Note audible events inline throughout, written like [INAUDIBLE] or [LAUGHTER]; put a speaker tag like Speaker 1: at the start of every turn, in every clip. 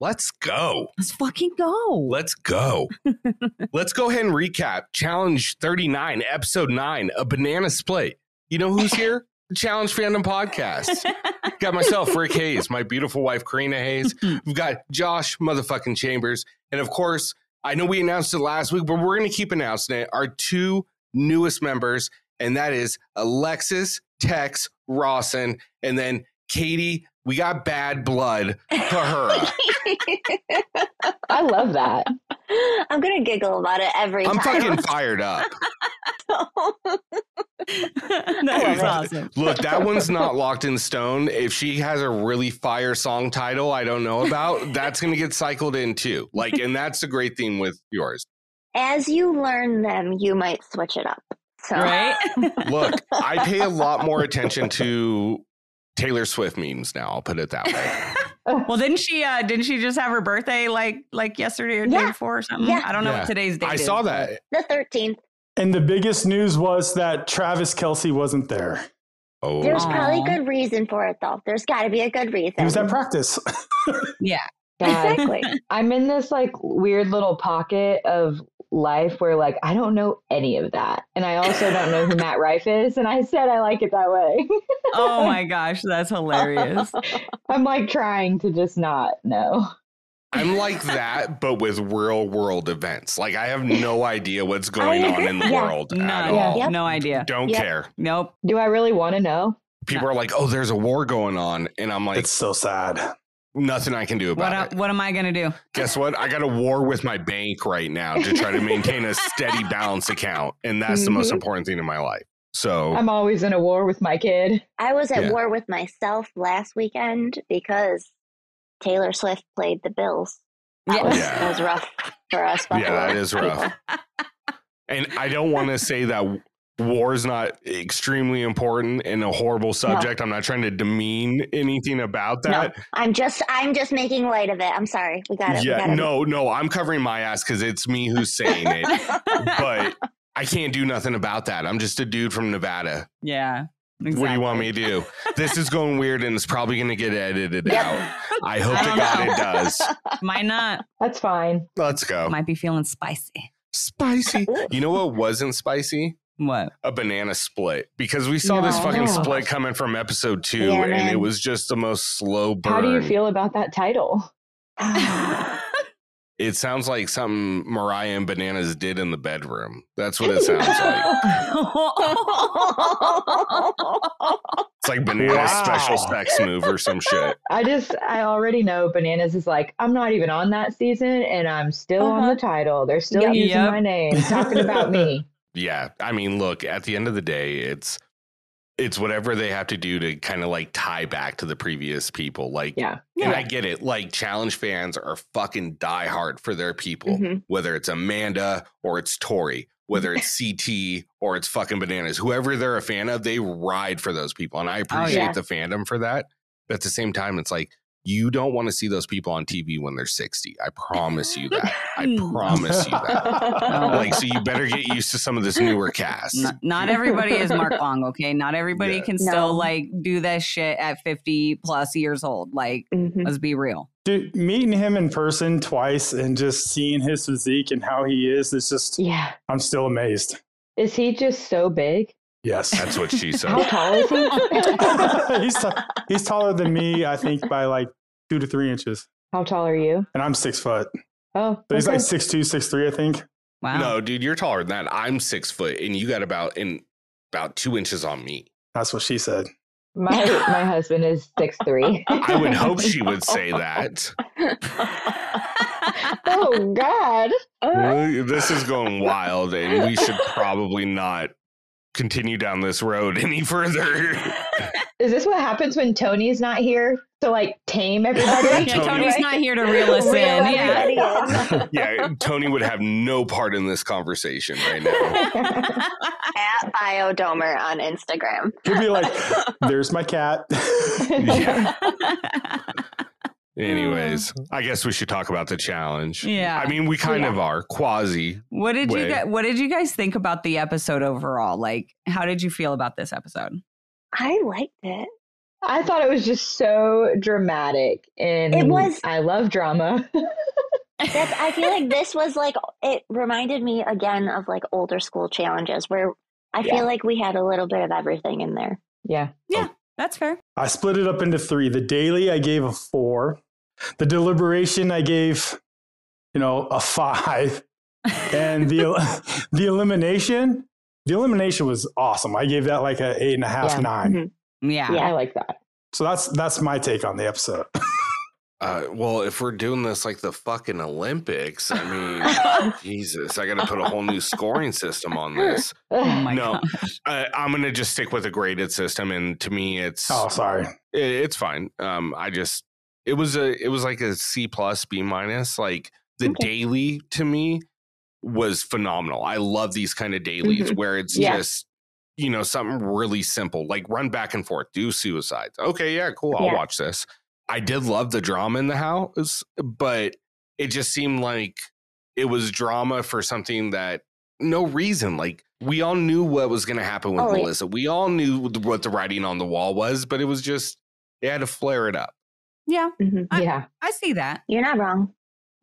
Speaker 1: Let's go.
Speaker 2: Let's fucking go.
Speaker 1: [LAUGHS] Let's go. Let's go ahead and recap Challenge 39, Episode 9, A Banana Split. You know who's here? The Challenge Fandom Podcast. got myself, Rick Hayes, my beautiful wife, Karina Hayes. We've got Josh motherfucking Chambers. And of course, I know we announced it last week, but we're going to keep announcing it. Our two newest members, and that is Alexis Tex Rawson, and then Katie. We got bad blood.
Speaker 3: [LAUGHS]
Speaker 4: [LAUGHS]
Speaker 1: Kahura.
Speaker 3: I love that.
Speaker 4: I'm gonna giggle about it every
Speaker 1: I'm
Speaker 4: time.
Speaker 1: fucking fired up.
Speaker 2: that was awesome.
Speaker 1: Look, that one's not locked in stone. If she has a really fire song title I don't know about, that's going to get cycled in too. Like, and that's the great thing with yours.
Speaker 4: [LAUGHS] As you learn them, you might switch it up. So [LAUGHS]
Speaker 2: Right?
Speaker 1: [LAUGHS] Look, I pay a lot more attention to Taylor Swift memes now. I'll put it that
Speaker 4: [LAUGHS]
Speaker 1: way.
Speaker 2: well, didn't she uh didn't she just have her birthday like like yesterday or the day
Speaker 4: Yeah.
Speaker 2: before or something?
Speaker 4: Yeah.
Speaker 2: I don't know
Speaker 1: Yeah.
Speaker 2: what today's date
Speaker 1: I
Speaker 2: is,
Speaker 1: saw
Speaker 2: but-
Speaker 1: that.
Speaker 4: the 13th,
Speaker 5: And the biggest news was that Travis Kelsey wasn't there.
Speaker 1: Oh,
Speaker 4: there's
Speaker 2: Aw.
Speaker 4: probably good reason for it though. There's got to be a good reason.
Speaker 5: He was at practice. [LAUGHS]
Speaker 3: God,
Speaker 2: [LAUGHS]
Speaker 4: exactly.
Speaker 3: I'm in this like weird little pocket of life where like I don't know any of that. And I also don't know who Matt Rife is. And I said I like it that way. [LAUGHS]
Speaker 4: [LAUGHS]
Speaker 2: Oh my gosh, that's hilarious.
Speaker 3: I'm like trying to just not know.
Speaker 1: I'm like that, but with real world events. Like, I have no idea what's going on in the
Speaker 4: Yeah.
Speaker 1: world
Speaker 2: No,
Speaker 1: at all.
Speaker 4: Yep.
Speaker 2: no idea.
Speaker 1: Don't
Speaker 4: Yep.
Speaker 1: care.
Speaker 2: Nope.
Speaker 3: Do I really want to know?
Speaker 1: People are like, oh, there's a war going on. And I'm like,
Speaker 5: it's so sad.
Speaker 1: nothing I can do about
Speaker 2: What
Speaker 1: it.
Speaker 2: I, what am I gonna do?
Speaker 1: guess what? I got a war with my bank right now to try to maintain a steady balance account. And that's the most
Speaker 4: Mm-hmm.
Speaker 3: Mhm.
Speaker 1: important thing in my life. So
Speaker 3: I'm always in a war with my kid.
Speaker 4: I was at
Speaker 1: Yeah.
Speaker 4: war with myself last weekend because Taylor Swift played the Bills. That,
Speaker 2: Yeah.
Speaker 4: was,
Speaker 1: Yeah.
Speaker 4: that was rough for us.
Speaker 1: yeah,
Speaker 4: Buffalo
Speaker 1: that is
Speaker 4: [LAUGHS]
Speaker 1: rough.
Speaker 4: people.
Speaker 1: and I don't want to say that war is not extremely important and a horrible subject. I'm not trying to demean anything about that.
Speaker 4: I'm just I'm just making light of it. I'm sorry. We got it. we got
Speaker 1: yeah,
Speaker 4: [SIGHS]
Speaker 3: [SIGHS]
Speaker 4: it.
Speaker 1: no, no, I'm covering my ass because it's me who's saying it.
Speaker 4: [LAUGHS]
Speaker 1: but I can't do nothing about that. I'm just a dude from Nevada.
Speaker 2: yeah.
Speaker 1: What do you want me to do? This is going weird and it's probably going to get edited
Speaker 4: Yep.
Speaker 1: out. I hope
Speaker 2: I
Speaker 1: to
Speaker 2: don't
Speaker 1: God
Speaker 2: know.
Speaker 1: it does. [LAUGHS]
Speaker 2: Might not.
Speaker 3: That's fine.
Speaker 1: Let's go.
Speaker 2: Might be feeling spicy.
Speaker 1: spicy. You know what wasn't spicy?
Speaker 4: [LAUGHS]
Speaker 2: What? [LAUGHS]
Speaker 1: A banana split because we saw this
Speaker 2: No.
Speaker 1: fucking
Speaker 3: No.
Speaker 1: split coming from episode two,
Speaker 4: Yeah,
Speaker 1: and
Speaker 4: man.
Speaker 1: it was just the most slow burn.
Speaker 3: How do you feel about that title?
Speaker 1: It sounds like something Mariah and Bananas did in the bedroom. That's what it sounds like. It's like Banana's
Speaker 5: Wow.
Speaker 1: special sex move or some shit.
Speaker 3: I just, I already know Bananas is like, I'm not even on that season and I'm still on
Speaker 4: Uh-huh.
Speaker 3: the title. They're still
Speaker 2: Yep.
Speaker 3: using
Speaker 2: Yep.
Speaker 3: my name, talking about me.
Speaker 1: Yeah, I mean, look. At the end of the day, it's it's whatever they have to do to kind of like tie back to the previous people. Like,
Speaker 3: Yeah.
Speaker 1: And I get it. Like challenge fans are fucking diehard for their people,
Speaker 3: Mm-hmm.
Speaker 4: Mhm.
Speaker 1: whether it's Amanda or it's Tori,
Speaker 3: [LAUGHS]
Speaker 1: whether it's CT or it's fucking bananas. Whoever they're a fan of, they ride for those people, and I
Speaker 3: Oh,
Speaker 1: appreciate
Speaker 4: yeah.
Speaker 1: the fandom for that. But at the same time, it's like you don't want to see those people on TV when they're sixty. I promise you that.
Speaker 3: [LAUGHS]
Speaker 1: I promise you that.
Speaker 2: [LAUGHS] Oh.
Speaker 1: Like, so you better get used to some of this newer cast.
Speaker 2: Not, not everybody
Speaker 1: [LAUGHS]
Speaker 2: is Mark Long, okay? Not everybody
Speaker 1: Yeah.
Speaker 2: can
Speaker 4: No.
Speaker 2: still like do that shit at 50 plus years old. Like,
Speaker 4: Mhm.
Speaker 2: let's be real.
Speaker 5: [LAUGHS] Dude, meeting him in person twice and just seeing his physique and how he is, it's just,
Speaker 3: Yeah.
Speaker 5: I'm still amazed.
Speaker 3: Is he just so big?
Speaker 1: [LAUGHS]
Speaker 5: Yes. [LAUGHS]
Speaker 1: That's what she
Speaker 2: [LAUGHS]
Speaker 1: said.
Speaker 3: How tall is he?
Speaker 5: he's, t- he's taller than me, I think, by like two to three inches.
Speaker 3: How tall are you?
Speaker 5: And I'm six foot.
Speaker 3: Oh,
Speaker 5: So he's
Speaker 3: okay.
Speaker 5: like six two, six three, I think.
Speaker 2: Wow.
Speaker 1: No, dude, you're taller than that. I'm six foot, and you got about in about two inches on me.
Speaker 5: That's what she said.
Speaker 3: [LAUGHS]
Speaker 5: [LAUGHS]
Speaker 3: my my husband is six three.
Speaker 1: I would hope she
Speaker 2: [LAUGHS]
Speaker 1: would say that.
Speaker 3: oh God.
Speaker 1: Well, this is going wild, and we should probably not continue down this road any further. [LAUGHS]
Speaker 3: Is this what happens when Tony's not here to like
Speaker 5: [LAUGHS]
Speaker 3: tame
Speaker 2: [LAUGHS]
Speaker 3: everybody? [LAUGHS]
Speaker 2: yeah, Tony's not here to reel us in.
Speaker 3: Reel
Speaker 2: Yeah.
Speaker 3: everybody
Speaker 4: Yeah.
Speaker 3: in.
Speaker 1: yeah, Tony would have no part in this conversation right
Speaker 2: [LAUGHS]
Speaker 1: now.
Speaker 4: [LAUGHS] At Biodomer on Instagram.
Speaker 5: He'd be like, there's my cat.
Speaker 1: Yeah. Anyways, I guess we should talk about the challenge.
Speaker 2: [LAUGHS] Yeah.
Speaker 1: I mean, we kind of are quasi.
Speaker 2: What did
Speaker 1: Way.
Speaker 2: you guys, what did you guys think about the episode overall? Like, how did you feel about this episode?
Speaker 4: I liked it.
Speaker 3: I thought it was just so dramatic, and
Speaker 4: It was-
Speaker 3: I love drama. [LAUGHS]
Speaker 4: That's, I feel like this was like it reminded me again of like older school challenges where I
Speaker 3: Yeah.
Speaker 4: feel like we had a little bit of everything in there.
Speaker 3: yeah,
Speaker 2: That's fair.
Speaker 5: I split it up into three. The daily I gave a four. The deliberation I gave, you know, a five. And the the elimination, the elimination was awesome. I gave that like a eight and a half,
Speaker 3: Yeah.
Speaker 5: nine.
Speaker 4: Mhm.
Speaker 2: [LAUGHS] yeah.
Speaker 4: Yeah.
Speaker 3: I like that. [LAUGHS]
Speaker 5: So that's that's my take on the episode.
Speaker 1: Uh, well, if we're doing this like the fucking Olympics, I mean,
Speaker 2: [LAUGHS]
Speaker 1: Jesus, I got to put a whole new scoring system on this.
Speaker 2: [LAUGHS] Oh
Speaker 4: Mm-hmm.
Speaker 2: my
Speaker 1: No.
Speaker 2: god.
Speaker 1: Uh, I'm going to just stick with a graded system, and to me, it's
Speaker 5: Oh, sorry.
Speaker 1: it, it's fine. Um, I just it was a it was like a C plus B minus. Like the
Speaker 4: Okay.
Speaker 1: daily to me was phenomenal. I love these kind of dailies
Speaker 4: Mhm.
Speaker 1: where it's
Speaker 3: Yeah.
Speaker 1: just you know something really simple like run back and forth, do suicides. Okay, yeah, cool. I'll
Speaker 4: Yeah.
Speaker 1: watch this. I did love the drama in the house, but it just seemed like it was drama for something that no reason. Like we all knew what was going to happen with
Speaker 4: Oh, yeah.
Speaker 1: Melissa. We all knew th- what the writing on the wall was, but it was just they had to flare it up.
Speaker 2: Yeah.
Speaker 4: Mhm.
Speaker 2: I-
Speaker 3: yeah,
Speaker 2: I see that.
Speaker 4: [LAUGHS] You're not wrong.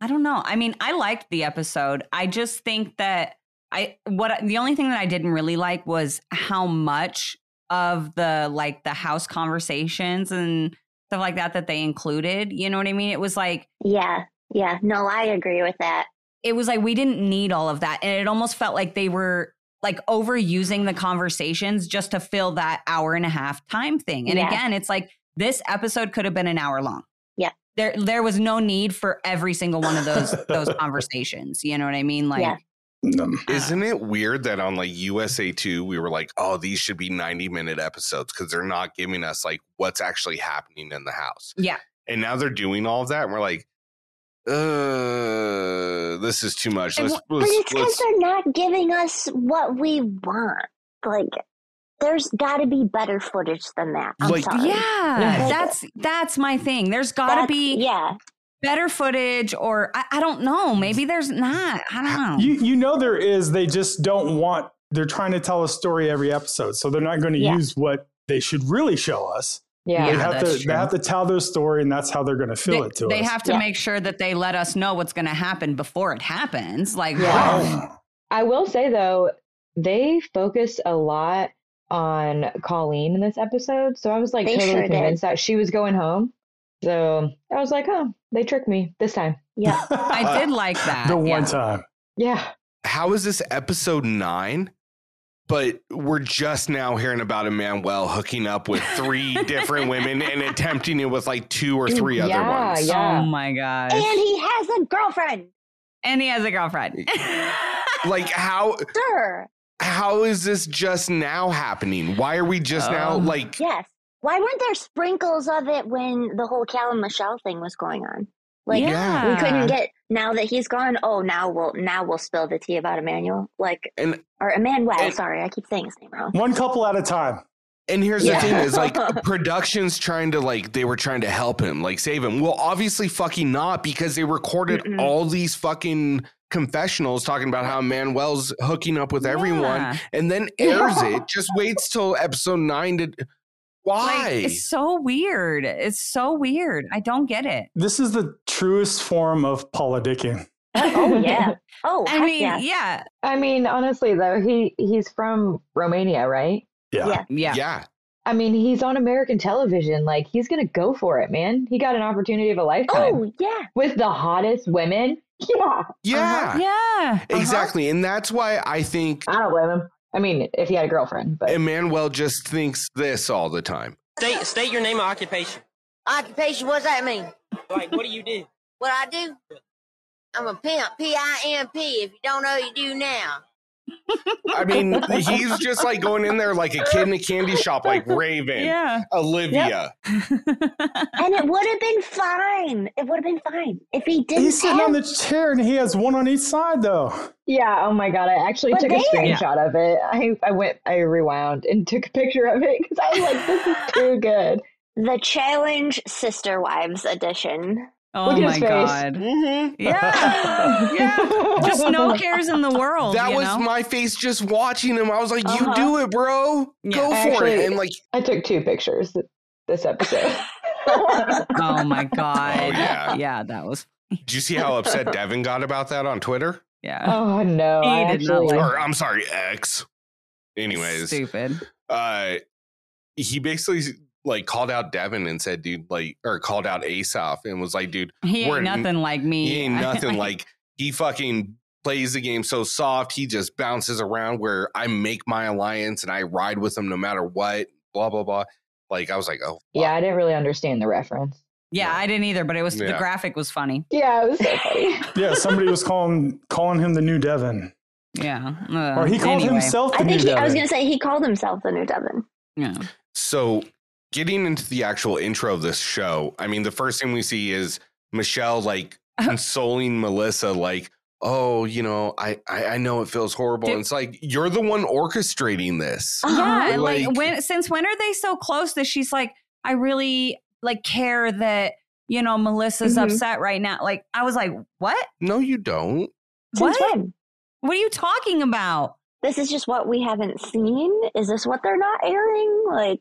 Speaker 2: I don't know. I mean, I liked the episode. I just think that I what the only thing that I didn't really like was how much of the like the house conversations and stuff like that that they included. You know what I mean? It was like
Speaker 4: Yeah. Yeah. No, I agree with that.
Speaker 2: it was like we didn't need all of that and it almost felt like they were like overusing the conversations just to fill that hour and a half time thing and
Speaker 4: Yeah.
Speaker 2: again it's like this episode could have been an hour long
Speaker 4: Yeah.
Speaker 2: there there was no need for every single one of those [LAUGHS] those conversations you know what i mean like
Speaker 4: Yeah.
Speaker 5: Um,
Speaker 2: I don't
Speaker 1: Isn't it weird that on like USA 2 we were like, "Oh, these should be 90-minute episodes cuz they're not giving us like what's actually happening in the house."
Speaker 2: Yeah.
Speaker 1: And now they're doing all of that and we're like, "Uh, this is too much.
Speaker 2: And
Speaker 1: Let's
Speaker 4: But it's
Speaker 1: let's,
Speaker 4: because
Speaker 1: let's
Speaker 4: they're not giving us what we want. Like, there's got to be better footage than that. I'm
Speaker 1: Like-
Speaker 4: sorry.
Speaker 2: yeah that's that's my thing there's gotta
Speaker 4: That's-
Speaker 2: be
Speaker 4: Yeah.
Speaker 2: better footage or I, I don't know maybe there's not i don't know
Speaker 5: You you know there is. They just don't want. They're trying to tell a story every episode, so they're not going to
Speaker 4: Yeah.
Speaker 5: use what they should really show us.
Speaker 3: yeah.
Speaker 5: they
Speaker 2: Yeah.
Speaker 5: have to
Speaker 2: that's
Speaker 5: they
Speaker 2: true.
Speaker 5: have to tell their story, and that's how they're going to fill
Speaker 2: they,
Speaker 5: it to
Speaker 2: they
Speaker 5: us.
Speaker 2: have to
Speaker 4: Yeah.
Speaker 2: make sure that they let us know what's going to happen before it happens. Like,
Speaker 3: Yeah.
Speaker 2: wow.
Speaker 3: I will say though, they focused a lot on Colleen in this episode, so I was like
Speaker 4: They
Speaker 3: totally
Speaker 4: sure did.
Speaker 3: convinced that she was going home. So I was like, oh, they tricked me this time.
Speaker 5: [LAUGHS]
Speaker 4: Yeah.
Speaker 2: I
Speaker 1: Uh,
Speaker 2: did like that.
Speaker 5: the one
Speaker 2: yeah.
Speaker 5: time.
Speaker 3: Yeah,
Speaker 1: how is this episode 9? But we're just now hearing about Emmanuel hooking up with three different women and attempting it with like two or three other
Speaker 3: Yeah,
Speaker 1: ones.
Speaker 3: yeah.
Speaker 2: Oh my gosh.
Speaker 4: and
Speaker 2: And,
Speaker 4: he has a girlfriend.
Speaker 2: he has a girlfriend. [LAUGHS]
Speaker 1: Like how
Speaker 4: Sir.
Speaker 1: how is this just now happening? Why are we just now
Speaker 2: Oh.
Speaker 1: like
Speaker 4: Yes. Why weren't there sprinkles of it when the whole Cal and Michelle thing was going on? Like
Speaker 1: Yeah.
Speaker 4: we
Speaker 2: Ah.
Speaker 4: couldn't get now that he's gone. Oh, now we'll now we'll spill the tea about Emmanuel, like
Speaker 1: and
Speaker 4: or Emmanuel.
Speaker 1: And-
Speaker 4: sorry, I keep saying his name
Speaker 2: [LAUGHS]
Speaker 4: wrong.
Speaker 5: One couple at a time.
Speaker 1: and here's
Speaker 4: Yeah.
Speaker 1: the thing is like productions trying to like they were trying to help him, like save him. Well, obviously fucking not because they recorded
Speaker 4: Mm-mm.
Speaker 1: all these fucking confessionals talking about how Manuel's hooking up with everyone
Speaker 2: [LAUGHS] Yeah.
Speaker 1: and then airs it. Just waits till episode nine to.
Speaker 2: Like,
Speaker 1: Why?
Speaker 2: it's so weird. It's so weird. I don't get it.
Speaker 5: This is the truest form of politicking.
Speaker 4: Oh
Speaker 2: [LAUGHS]
Speaker 4: yeah. Oh,
Speaker 2: I
Speaker 4: heck
Speaker 2: mean,
Speaker 4: yeah.
Speaker 2: yeah.
Speaker 3: I mean, honestly though, he he's from Romania, right?
Speaker 5: Yeah.
Speaker 4: Yeah.
Speaker 2: Yeah. Uh-huh.
Speaker 1: yeah.
Speaker 3: I mean, he's on American television. Like, he's gonna go for it, man. He got an opportunity of a lifetime
Speaker 4: Oh yeah.
Speaker 3: with the hottest women. [LAUGHS] Yeah,
Speaker 1: Yeah.
Speaker 2: Uh-huh. Yeah.
Speaker 1: Exactly. And that's why I think
Speaker 3: I don't blame him. I mean, if he had a girlfriend, but
Speaker 1: Emmanuel just thinks this all the time.
Speaker 6: State state your name and occupation.
Speaker 7: Occupation, what's that mean?
Speaker 6: Like what do you do?
Speaker 7: What I do? I'm a pimp, P I M P. If you don't know, you do now.
Speaker 1: I mean, he's just like going in there like a kid in a candy shop, like Raven,
Speaker 2: Yeah.
Speaker 1: Olivia.
Speaker 4: And it would have been fine. It would have been fine if he didn't.
Speaker 5: He's sitting
Speaker 4: have-
Speaker 5: on the chair and he has one on each side though.
Speaker 3: yeah. Oh my god, I actually
Speaker 4: But
Speaker 3: took a
Speaker 4: they-
Speaker 3: screenshot of it. I I went, I rewound and took a picture of it because I was like, this is too good.
Speaker 4: the challenge sister wives edition.
Speaker 2: Oh
Speaker 3: Look at his
Speaker 2: my
Speaker 3: face.
Speaker 2: God.
Speaker 1: Mhm. [LAUGHS]
Speaker 2: Yeah. yeah. Just
Speaker 3: [LAUGHS]
Speaker 2: no cares in the world.
Speaker 1: That
Speaker 2: you
Speaker 1: was
Speaker 2: know?
Speaker 1: my face just watching him. I was like, you
Speaker 4: Uh-huh.
Speaker 1: do it, bro.
Speaker 2: Yeah.
Speaker 1: Go for it.
Speaker 2: [LAUGHS]
Speaker 3: Actually-
Speaker 1: And like,
Speaker 3: I took two pictures. this episode. [LAUGHS]
Speaker 2: Oh my
Speaker 1: [LAUGHS]
Speaker 2: god.
Speaker 1: Oh, yeah.
Speaker 2: Yeah, that was
Speaker 1: Did you see how upset Devin got about that on Twitter?
Speaker 2: yeah.
Speaker 3: oh no!
Speaker 2: He
Speaker 3: I
Speaker 2: did not
Speaker 3: actually-
Speaker 1: Or I'm sorry, X. Anyways,
Speaker 2: Stupid.
Speaker 1: uh he basically like called out Devin and said, dude, like or called out Asaf and was like, dude,
Speaker 2: He ain't
Speaker 1: We're-
Speaker 2: nothing like me.
Speaker 1: he ain't
Speaker 2: [LAUGHS]
Speaker 1: nothing like he fucking plays the game so soft, he just bounces around where I make my alliance and I ride with him no matter what, blah blah blah. Like I was like, oh
Speaker 3: yeah,
Speaker 1: fuck.
Speaker 3: I didn't really understand the reference.
Speaker 2: Yeah, I didn't either, but it was the
Speaker 1: Yeah.
Speaker 2: graphic was funny.
Speaker 3: Yeah, it was so [LAUGHS] funny.
Speaker 5: Yeah, somebody was calling calling him the new Devin,
Speaker 2: Yeah. uh,
Speaker 5: or he called
Speaker 2: anyway.
Speaker 5: himself the
Speaker 4: I
Speaker 5: new
Speaker 4: think he,
Speaker 5: Devin.
Speaker 4: I was going to say he called himself the new Devin.
Speaker 2: Yeah.
Speaker 1: So, getting into the actual intro of this show, I mean, the first thing we see is Michelle like consoling Melissa, like, "Oh, you know, I I, I know it feels horrible."
Speaker 2: Did-
Speaker 1: and it's like you're the one orchestrating this.
Speaker 2: Yeah,
Speaker 1: Uh-huh.
Speaker 2: like,
Speaker 1: Like-
Speaker 2: when since when are they so close that she's like, I really like care that you know Melissa's
Speaker 4: Mhm.
Speaker 2: upset right now. Like I was like, what?
Speaker 1: No, you don't.
Speaker 4: Since
Speaker 2: what?
Speaker 4: when?
Speaker 2: What are you talking about?
Speaker 4: This is just what we haven't seen. Is this what they're not airing? Like,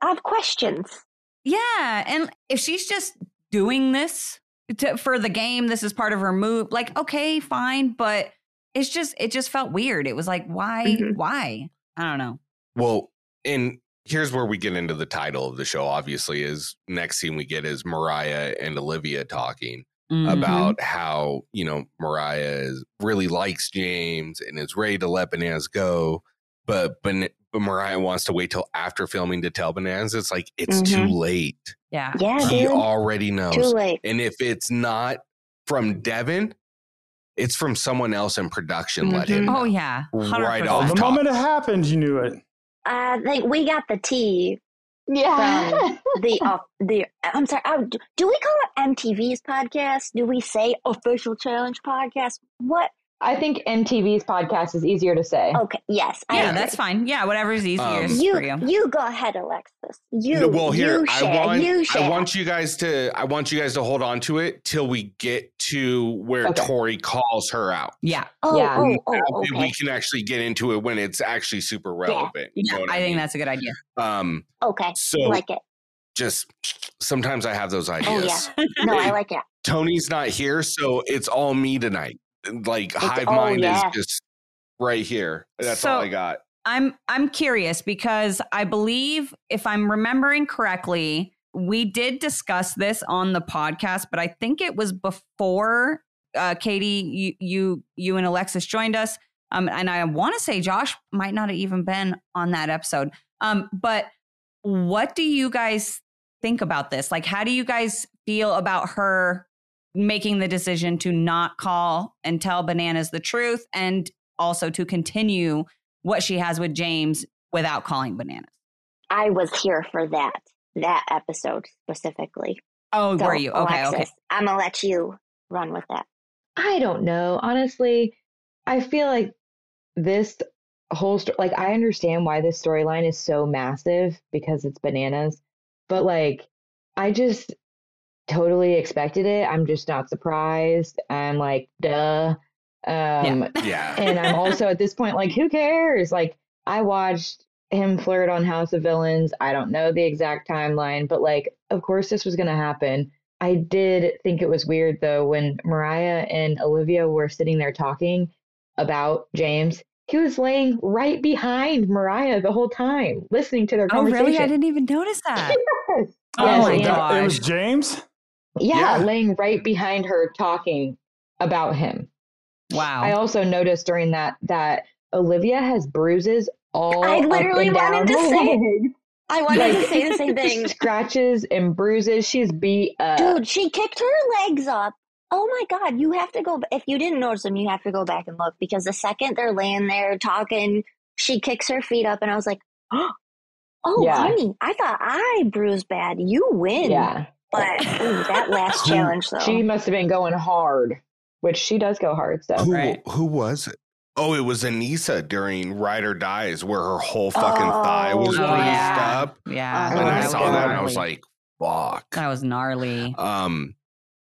Speaker 4: I have questions.
Speaker 2: Yeah, and if she's just doing this to, for the game, this is part of her move. Like, okay, fine, but it's just it just felt weird. It was like, why,
Speaker 4: Mhm.
Speaker 2: why? I don't know.
Speaker 1: Well, and here's where we get into the title of the show. Obviously, is next scene we get is Mariah and Olivia talking.
Speaker 2: Mm-hmm. Mm,
Speaker 1: about how you know Mariah is, really likes James and is ready to let Bananas go, but Ban- but Mariah wants to wait till after filming to tell Bananas. It's like it's
Speaker 4: Mhm.
Speaker 1: too late.
Speaker 2: yeah,
Speaker 4: Yeah,
Speaker 1: he
Speaker 4: dude.
Speaker 1: already knows.
Speaker 4: Too late.
Speaker 1: And if it's not from Devin, it's from someone else in production. Let him.
Speaker 2: Oh
Speaker 1: know.
Speaker 2: yeah, 100%.
Speaker 1: Right
Speaker 5: Oh,
Speaker 1: off
Speaker 5: the
Speaker 1: top.
Speaker 5: moment it happened, you knew it.
Speaker 4: I think we got the T.
Speaker 3: Yeah.
Speaker 4: The uh, the I'm sorry. I, do we call it MTV's podcast? Do we say official challenge podcast? What?
Speaker 3: I think MTV's podcast is easier to say.
Speaker 4: Okay. Yes. I
Speaker 2: Yeah,
Speaker 4: agree.
Speaker 2: that's fine. Yeah, whatever's
Speaker 1: Um,
Speaker 2: easiest
Speaker 4: you.
Speaker 2: for you.
Speaker 4: You go ahead, Alexis. You.
Speaker 1: No, well, here
Speaker 4: you share,
Speaker 1: I want
Speaker 4: you share.
Speaker 1: I want you guys to I want you guys to hold on to it till we get to where
Speaker 3: Okay.
Speaker 1: Tori calls her out.
Speaker 2: Yeah,
Speaker 4: Oh,
Speaker 3: Yeah.
Speaker 4: oh, oh,
Speaker 1: Maybe we
Speaker 4: okay.
Speaker 1: can actually get into it when it's actually super relevant. you know
Speaker 2: yeah.
Speaker 1: what
Speaker 2: I think
Speaker 1: mean?
Speaker 2: that's a good idea.
Speaker 1: Um,
Speaker 4: Okay.
Speaker 1: so
Speaker 4: Like it.
Speaker 1: just sometimes I have those
Speaker 4: yeah.
Speaker 1: ideas.
Speaker 4: No, I like it.
Speaker 1: [LAUGHS] Tony's not here, so it's all me tonight. Like Hive
Speaker 4: oh,
Speaker 1: Mind
Speaker 4: yeah.
Speaker 1: is just right here. That's
Speaker 2: So-
Speaker 1: all I got.
Speaker 2: I'm I'm curious because I believe if I'm remembering correctly, we did discuss this on the podcast, but I think it was before uh, Katie, you, you you and Alexis joined us, um, and I want to say Josh might not have even been on that episode. Um, but what do you guys think about this? Like, how do you guys feel about her making the decision to not call and tell Bananas the truth, and also to continue what she has with James without calling bananas.
Speaker 4: I was here for that that episode specifically.
Speaker 2: Oh,
Speaker 4: So,
Speaker 2: were you? Okay, okay.
Speaker 4: Alexis, I'm gonna let you run with that.
Speaker 3: I don't know. Honestly, I feel like this whole story, like, I understand why this storyline is so massive because it's bananas, but like, I just totally expected it. I'm just not surprised. I'm like, duh. Um,
Speaker 1: Yeah.
Speaker 3: and
Speaker 2: [LAUGHS]
Speaker 3: I'm also at this point like, who cares? Like, I watched him flirt on House of Villains. I don't know the exact timeline, but like, of course, this was going to happen. I did think it was weird though when Mariah and Olivia were sitting there talking about James. He was laying right behind Mariah the whole time, listening to their
Speaker 2: Oh,
Speaker 3: conversation.
Speaker 2: really? I didn't even notice that.
Speaker 3: Yes.
Speaker 2: Oh my
Speaker 3: Yes,
Speaker 5: That- it was
Speaker 2: gosh.
Speaker 5: James.
Speaker 3: Yeah,
Speaker 1: Yeah.
Speaker 3: laying right behind her talking about him. I
Speaker 2: Wow.
Speaker 3: also noticed during that that Olivia has bruises all.
Speaker 4: I
Speaker 3: up
Speaker 4: literally
Speaker 3: and
Speaker 4: wanted
Speaker 3: down
Speaker 4: to
Speaker 3: her
Speaker 4: say-
Speaker 3: leg.
Speaker 4: I wanted to
Speaker 3: Like-
Speaker 4: say the
Speaker 3: [LAUGHS]
Speaker 4: same thing.
Speaker 3: scratches and bruises. She's beat up.
Speaker 4: Dude, she kicked her legs up. Oh my god, you have to go if you didn't notice them, you have to go back and look because the second they're laying there talking, she kicks her feet up and I was like, [GASPS] "Oh,
Speaker 3: Yeah.
Speaker 4: honey, I thought I bruised bad. You win."
Speaker 3: yeah,
Speaker 4: But ooh, that last
Speaker 1: Who-
Speaker 4: challenge though.
Speaker 3: [LAUGHS] she must have been going hard, which she does go hard. So
Speaker 1: who
Speaker 2: Right.
Speaker 1: who was it? Oh, it was Anissa during Ride or Dies where her whole fucking thigh
Speaker 4: Oh,
Speaker 1: was
Speaker 2: yeah.
Speaker 1: bruised
Speaker 2: Yeah.
Speaker 1: up.
Speaker 2: Yeah.
Speaker 4: Oh,
Speaker 1: and I
Speaker 4: that
Speaker 1: saw
Speaker 4: was
Speaker 1: that and I was
Speaker 2: gnarly.
Speaker 1: like, fuck.
Speaker 2: that was [LAUGHS] gnarly.
Speaker 1: Um,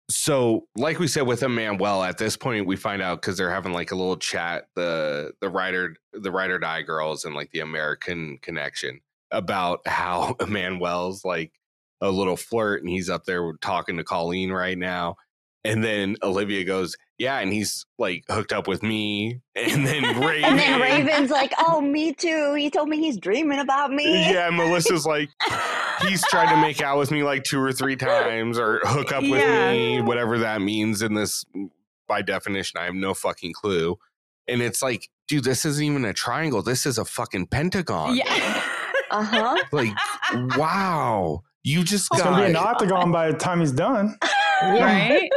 Speaker 1: so like we said with Emmanuel, at this point we find out because they're having like a little chat the the writer the writer [LAUGHS] die girls and like the American connection about how Emmanuel's like a little flirt and he's up there talking to Colleen right now. And then Olivia goes, Yeah, and he's like hooked up with me. [LAUGHS] And then Raven.
Speaker 4: And
Speaker 3: [LAUGHS]
Speaker 4: then Raven's like, "Oh, me too." He told me he's dreaming about me.
Speaker 1: Yeah, Melissa's
Speaker 2: [LAUGHS]
Speaker 1: like, He's tried to make out with me like two or three times or hook up with
Speaker 2: Yeah.
Speaker 1: me, whatever that means in this, by definition. I have no fucking clue. And it's like, dude, this isn't even a triangle. This is a fucking pentagon.
Speaker 2: Yeah.
Speaker 4: Uh huh.
Speaker 2: [LAUGHS]
Speaker 1: Like, wow. You just
Speaker 5: It's gonna
Speaker 1: got
Speaker 5: be an octagon by the time he's done.
Speaker 2: Right?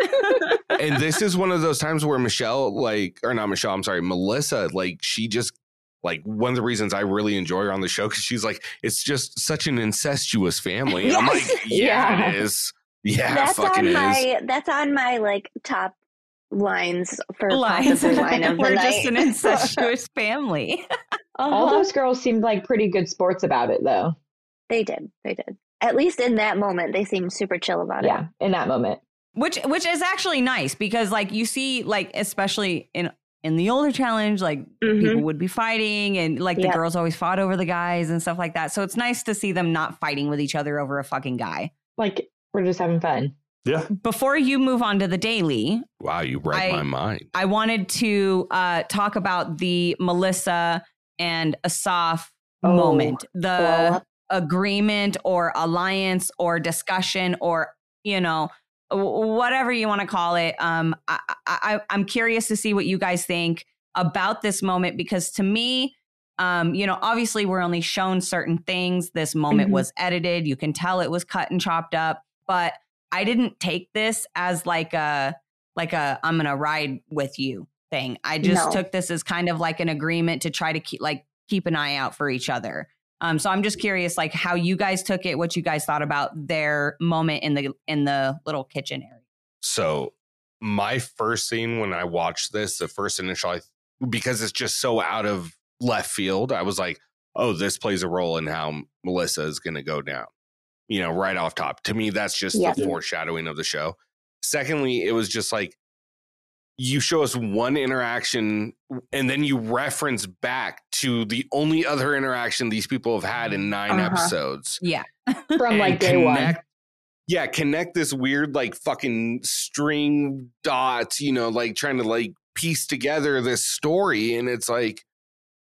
Speaker 1: and this is one of those times where Michelle, like, or not Michelle, I'm sorry, Melissa, like, she just, like, one of the reasons I really enjoy her on the show because she's like, it's just such an incestuous family. And I'm
Speaker 4: [LAUGHS] Yes.
Speaker 1: like, yeah,
Speaker 3: Yeah.
Speaker 1: it is. Yeah, it
Speaker 4: that's
Speaker 1: fucking
Speaker 4: on
Speaker 1: is.
Speaker 4: my. That's on my like top lines for
Speaker 2: Lines. [LAUGHS]
Speaker 4: possible line of the
Speaker 2: We're
Speaker 4: night.
Speaker 2: just an incestuous family. [LAUGHS]
Speaker 3: [LAUGHS] All
Speaker 4: Uh-huh.
Speaker 3: those girls seemed like pretty good sports about it, though.
Speaker 4: They did. They did. At least in that moment, they seemed super chill about it.
Speaker 3: Yeah, in that moment.
Speaker 2: which which is actually nice because like you see like especially in in the older challenge like people would be fighting and like the
Speaker 4: Yeah.
Speaker 2: girls always fought over the guys and stuff like that so it's nice to see them not fighting with each other over a fucking guy
Speaker 3: Like we're just having
Speaker 4: [LAUGHS]
Speaker 3: fun.
Speaker 5: Yeah.
Speaker 2: before you move on to the daily
Speaker 1: Wow, you read
Speaker 2: I-
Speaker 1: my mind.
Speaker 2: i wanted to uh talk about the melissa and asaf
Speaker 3: Oh,
Speaker 2: moment the
Speaker 4: blow up.
Speaker 2: agreement or alliance or discussion or you know w- whatever you want to call it um I, I I- i'm curious to see what you guys think about this moment because to me um you know obviously we're only shown certain things this moment
Speaker 3: Mhm.
Speaker 2: was edited you can tell it was cut and chopped up but i didn't take this as like a like a i'm gonna ride with you thing i just
Speaker 4: No.
Speaker 2: took this as kind of like an agreement to try to keep like keep an eye out for each other um, so I'm just curious, like how you guys took it, what you guys thought about their moment in the in the little kitchen area.
Speaker 1: So, my first scene when I watched this, the first initial, I, because it's just so out of left field, I was like, oh, this plays a role in how Melissa is going to go down, you know, right off top. To me, that's just
Speaker 4: Yeah.
Speaker 1: the foreshadowing of the show. Secondly, it was just like, you show us one interaction and then you reference back to the only other interaction these people have had in 9
Speaker 4: Uh-huh.
Speaker 1: episodes
Speaker 3: From like
Speaker 1: and
Speaker 3: day one.
Speaker 1: connect- Yeah, connect this weird like fucking string dots, you know, like trying to like piece together this story and it's like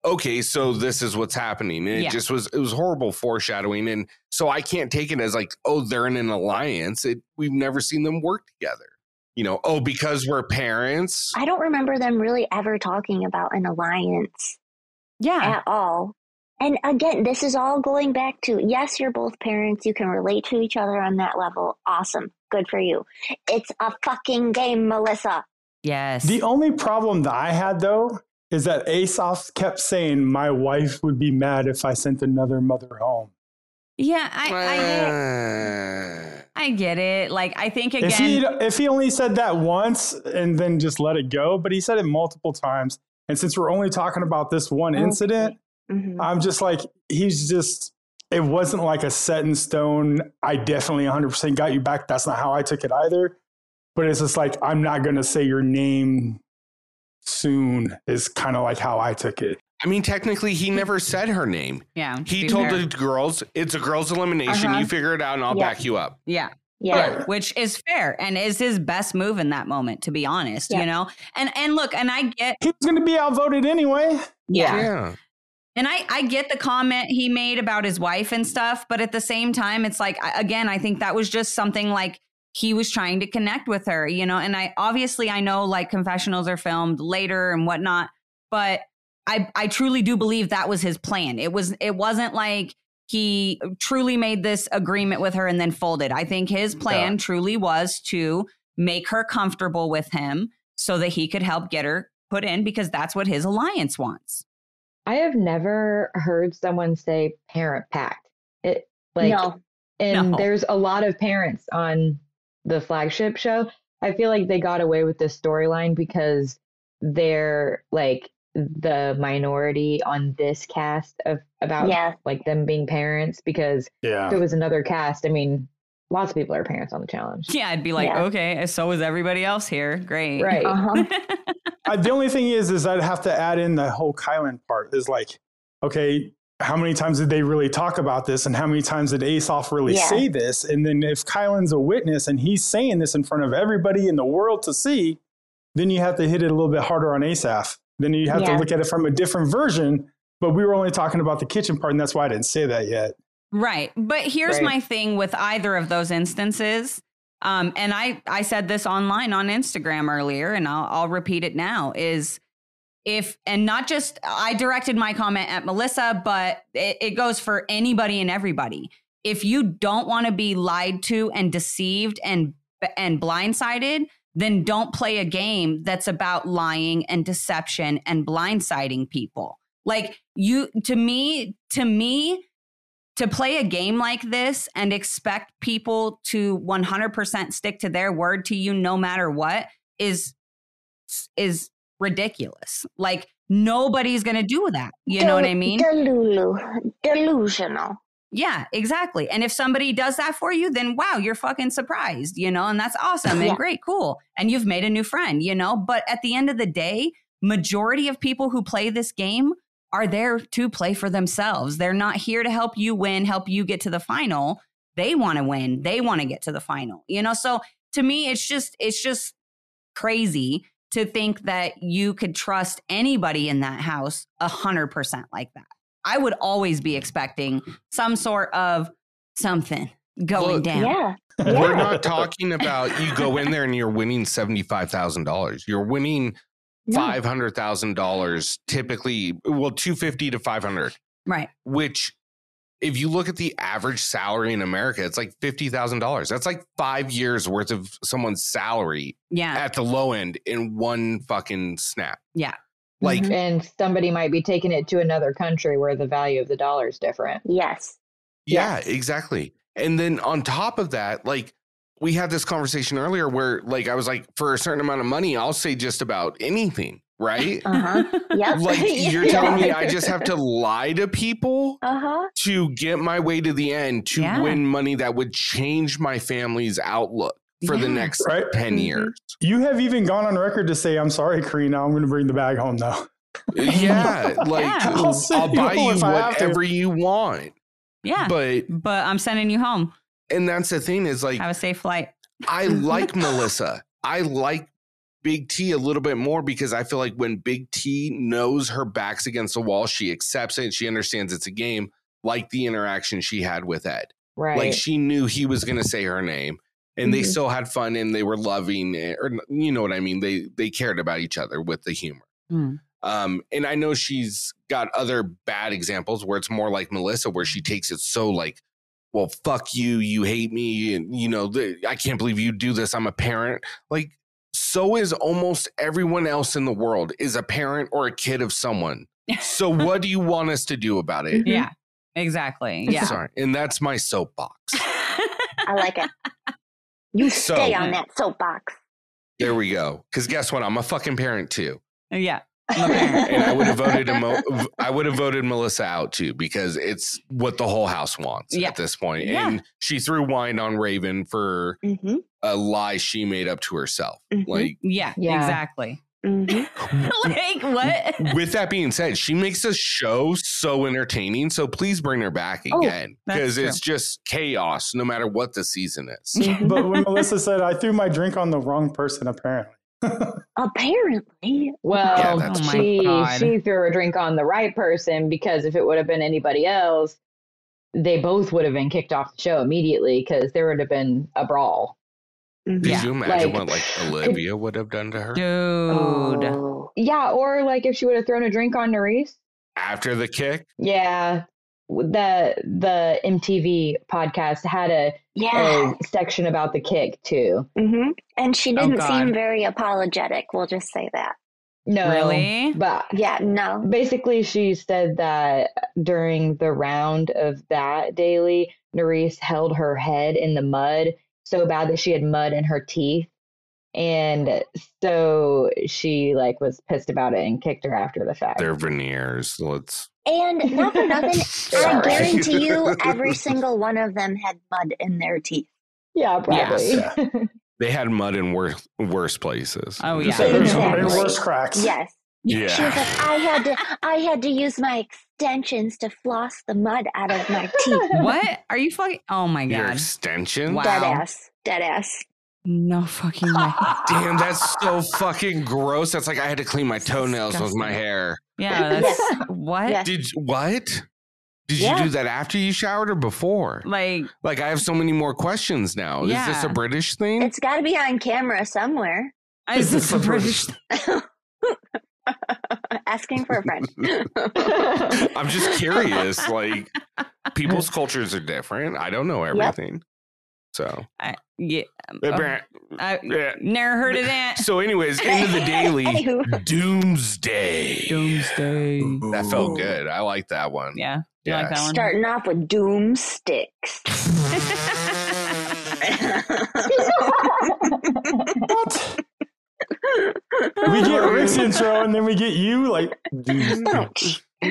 Speaker 1: okay, so this is what's happening. And
Speaker 2: Yeah.
Speaker 1: it just was it was horrible foreshadowing and so I can't take it as like oh, they're in an alliance. It we've never seen them work together. You know, oh, because we're parents.
Speaker 4: I don't remember them really ever talking about an alliance.
Speaker 2: Yeah,
Speaker 4: at all. And again, this is all going back to yes, you're both parents. You can relate to each other on that level. Awesome. Good for you. It's a fucking game, Melissa.
Speaker 2: yes,
Speaker 5: The only problem that I had though is that Aesop kept saying my wife would be mad if I sent another mother home.
Speaker 2: yeah. I,
Speaker 1: Uh,
Speaker 2: I I get it. Like I think again,
Speaker 5: If he if he only said that once and then just let it go, but he said it multiple times. And since we're only talking about this one
Speaker 4: Okay.
Speaker 5: incident,
Speaker 4: hmm
Speaker 5: I'm just like he's just. It wasn't like a set in stone. I definitely 100% got you back. That's not how I took it either. But it's just like I'm not going to say your name soon. Is kind of like how I took it.
Speaker 1: I mean, technically,
Speaker 2: Mm.
Speaker 1: he never said her name.
Speaker 2: yeah, to
Speaker 1: He
Speaker 2: be
Speaker 1: told
Speaker 2: fair.
Speaker 1: the girls, "It's a girls' elimination.
Speaker 4: Uh-huh.
Speaker 1: You figure it out, and I'll
Speaker 4: Yeah.
Speaker 1: back you up."
Speaker 2: yeah,
Speaker 4: Yeah.
Speaker 5: Right.
Speaker 2: which is fair and is his best move in that moment, to be honest.
Speaker 4: Yeah.
Speaker 2: You know, and and look, and I get
Speaker 5: He's going to be outvoted anyway.
Speaker 2: yeah. And I, I get the comment he made about his wife and stuff, but at the same time, it's like, I- again, I think that was just something like he was trying to connect with her, you know? And I obviously, I know like confessionals are filmed later and whatnot, but I, I truly do believe that was his plan. It was, it wasn't like he truly made this agreement with her and then folded. I think his plan truly was to make her comfortable with him so that he could help get her put in because that's what his alliance wants.
Speaker 3: I have never heard someone say parent pact. It like
Speaker 4: no.
Speaker 3: and
Speaker 2: No.
Speaker 3: there's a lot of parents on the flagship show. I feel like they got away with this storyline because they're like the minority on this cast of about
Speaker 4: Yeah.
Speaker 3: like them being parents because if it
Speaker 5: Yeah.
Speaker 3: was another cast, I mean, lots of people are parents on the challenge.
Speaker 2: Yeah, I'd be like,
Speaker 4: Yeah.
Speaker 2: okay, so is everybody else here. Great.
Speaker 3: Right. [LAUGHS]
Speaker 4: [LAUGHS] Uh huh.
Speaker 5: the only thing is, is I'd have to add in the whole Kylan part. Is like, okay, how many times did they really talk about this and how many times did Aesop really
Speaker 4: Yeah.
Speaker 5: say this? And then if Kylan's a witness and he's saying this in front of everybody in the world to see, then you have to hit it a little bit harder on Asaph. Then you have
Speaker 4: Yeah.
Speaker 5: to look at it from a different version. But we were only talking about the kitchen part, and that's why I didn't say that yet.
Speaker 2: [LAUGHS] Right. But here's
Speaker 3: Right.
Speaker 2: my thing with either of those instances. Um, and I, I said this online on Instagram earlier, and I'll, I'll repeat it now is if, and not just, I directed my comment at Melissa, but it, it goes for anybody and everybody. If you don't want to be lied to and deceived and, and blindsided, then don't play a game that's about lying and deception and blindsiding people. Like you, to me, to me, to play a game like this and expect people to 100% stick to their word to you no matter what is is ridiculous like nobody's gonna do that you know what i
Speaker 4: Del-
Speaker 2: mean
Speaker 4: Delulu. Delusional.
Speaker 2: yeah exactly and if somebody does that for you then wow you're fucking surprised you know and that's awesome
Speaker 4: Yeah.
Speaker 2: and great cool and you've made a new friend you know but at the end of the day majority of people who play this game are there to play for themselves. They're not here to help you win, help you get to the final. They want to win. They want to get to the final. You know, so to me it's just it's just crazy to think that you could trust anybody in that house 100% like that. I would always be expecting some sort of something going
Speaker 1: Look,
Speaker 2: down.
Speaker 4: Yeah.
Speaker 1: We're not talking about you go in there and you're winning $75,000. You're winning
Speaker 4: No.
Speaker 1: $500,000 typically, well 250 to 500,
Speaker 2: Right.
Speaker 1: which if you look at the average salary in America, it's like $50,000. That's like 5 years worth of someone's salary
Speaker 2: Yeah.
Speaker 1: at the low end in one fucking snap.
Speaker 2: Yeah.
Speaker 1: Like
Speaker 4: Mhm.
Speaker 3: and somebody might be taking it to another country where the value of the dollar is different.
Speaker 4: Yes.
Speaker 1: Yeah, exactly. And then on top of that, like we had this conversation earlier where like I was like, for a certain amount of money, I'll say just about anything,
Speaker 2: [LAUGHS]
Speaker 1: right?
Speaker 4: Uh huh.
Speaker 1: [LAUGHS]
Speaker 4: Yep. [LAUGHS]
Speaker 1: like you're
Speaker 4: Yeah.
Speaker 1: telling me I just have to lie to people
Speaker 4: Uh huh.
Speaker 1: to get my way to the end to
Speaker 2: Yeah.
Speaker 1: win money that would change my family's outlook for the
Speaker 2: Yeah. Mm-hmm.
Speaker 1: next
Speaker 5: Right.
Speaker 1: 10
Speaker 4: Mhm.
Speaker 1: years.
Speaker 5: You have even gone on record to say, I'm sorry, Karina, I'm going to bring the bag home now.
Speaker 4: [LAUGHS]
Speaker 2: [LAUGHS]
Speaker 1: Yeah, like
Speaker 2: Yeah.
Speaker 5: I'll
Speaker 1: I'll,
Speaker 5: say
Speaker 1: buy
Speaker 5: no
Speaker 1: you
Speaker 5: if I have to.
Speaker 1: whatever you want.
Speaker 2: Yeah. But,
Speaker 1: But
Speaker 2: I'm sending you home.
Speaker 1: and that's the thing is like
Speaker 2: Have a safe flight.
Speaker 1: I like Melissa. I like Big T a little bit more because I feel like when Big T knows her back's against the wall, she accepts it and she understands it's a game, like the interaction she had with Ed.
Speaker 3: Right.
Speaker 1: Like she knew he was going to say her name and they
Speaker 4: Mhm.
Speaker 1: still had fun and they were loving it, or you know what I mean? They they cared about each other with the humor.
Speaker 4: Hmm.
Speaker 2: Mm.
Speaker 1: Um, and I know she's got other bad examples where it's more like Melissa, where she takes it so like, well, fuck you, you hate me, and you know, th- I can't believe you do this. I'm a parent. Like, so is almost everyone else in the world is a parent or a kid of someone. So what do you want us to do about it?
Speaker 2: Yeah. Exactly. Yeah.
Speaker 1: Sorry. And that's my soapbox.
Speaker 4: I like it.
Speaker 1: [LAUGHS]
Speaker 4: You
Speaker 1: So-
Speaker 4: stay on that soapbox.
Speaker 1: There we go. Because guess what? I'm a fucking parent too.
Speaker 2: [LAUGHS] yeah.
Speaker 1: And I would have voted emo- I would have voted Melissa out too because it's what the whole house wants
Speaker 2: Yeah.
Speaker 1: at this point.
Speaker 2: Yeah.
Speaker 1: And she threw wine on Raven for
Speaker 4: hmm
Speaker 1: a lie she made up to herself.
Speaker 4: Mhm.
Speaker 2: Mm-hmm.
Speaker 1: Like
Speaker 4: [LAUGHS]
Speaker 2: Yeah.
Speaker 3: Yeah.
Speaker 2: Exactly. [LAUGHS]
Speaker 4: hmm
Speaker 2: like what?
Speaker 1: with that being said, she makes a show so entertaining. So please bring her back
Speaker 4: Oh,
Speaker 1: again
Speaker 2: that's
Speaker 1: because it's just chaos no matter what the season is.
Speaker 4: Mm-hmm.
Speaker 5: But when Melissa said, I threw my drink on the wrong person, apparently.
Speaker 4: Apparently.
Speaker 1: Yeah,
Speaker 3: Well,
Speaker 1: that's-
Speaker 2: Oh my
Speaker 3: she
Speaker 2: God.
Speaker 3: she threw a drink on the right person because if it would have been anybody else, they both would have been kicked off the show immediately because there would have been a brawl.
Speaker 4: Mhm.
Speaker 1: Did
Speaker 2: Yeah.
Speaker 1: you imagine
Speaker 3: Like-
Speaker 1: what like Olivia would have done to her
Speaker 2: Dude.
Speaker 4: Oh.
Speaker 3: Yeah, or like if she would have thrown a drink on Nerys.
Speaker 1: after the kick?
Speaker 3: Yeah, w- the the MTV podcast had a,
Speaker 4: Yeah.
Speaker 1: Oh.
Speaker 3: a section about the kick too.
Speaker 4: hmm And she
Speaker 2: Oh,
Speaker 4: didn't
Speaker 2: God.
Speaker 4: seem very apologetic. We'll just say that.
Speaker 3: No,
Speaker 4: [LAUGHS]
Speaker 2: Really?
Speaker 3: but
Speaker 4: Yeah. No.
Speaker 3: basically she said that during the round of that daily Nerys held her head in the mud so bad that she had mud in her teeth and so she like was pissed about it and kicked her after the fact
Speaker 1: They're veneers. Let's
Speaker 4: And not
Speaker 1: [LAUGHS]
Speaker 4: for nothing. I
Speaker 1: Sorry. [LAUGHS]
Speaker 4: guarantee you, every single one of them had mud in their teeth.
Speaker 3: yeah probably
Speaker 5: Yes.
Speaker 1: They had mud in worse worse places.
Speaker 2: Oh,
Speaker 1: Just
Speaker 2: yeah. Oh,
Speaker 1: so you know.
Speaker 5: There's way
Speaker 4: Exactly.
Speaker 5: worse cracks.
Speaker 4: Yes. She was like, I had to, I had to use my extensions to floss the mud out of my teeth.
Speaker 2: what are you fucking? Oh my
Speaker 1: Your
Speaker 2: god!
Speaker 1: extension?
Speaker 2: [LAUGHS] Wow.
Speaker 4: Dead ass, dead ass.
Speaker 2: No fucking way.
Speaker 1: Damn, that's so fucking gross. That's like I had to clean my toenails with my
Speaker 2: Disgusting.
Speaker 1: hair.
Speaker 2: [LAUGHS] Yeah, that's what?
Speaker 4: Yes.
Speaker 1: Did what? Did
Speaker 4: Yeah.
Speaker 1: you do that after you showered or before?
Speaker 2: Like,
Speaker 1: Like I have so many more questions now. Is this
Speaker 2: Yeah.
Speaker 1: a British thing?
Speaker 4: It's got to be on camera somewhere.
Speaker 2: is this a British?
Speaker 4: uh, Asking for a friend.
Speaker 1: I'm
Speaker 2: [LAUGHS]
Speaker 1: just curious. like people's cultures are different. I don't know everything. So
Speaker 2: Yeah,
Speaker 1: Yeah.
Speaker 2: I
Speaker 1: Yeah.
Speaker 2: never heard of that.
Speaker 1: so anyways, into
Speaker 4: [LAUGHS]
Speaker 1: the daily
Speaker 4: Anywho.
Speaker 1: doomsday.
Speaker 2: Doomsday.
Speaker 1: That felt good. I like that one.
Speaker 2: Yeah, you like that one?
Speaker 4: Starting off with doom sticks.
Speaker 5: What? we get Rick's intro and then we get you like doom,
Speaker 2: [LAUGHS]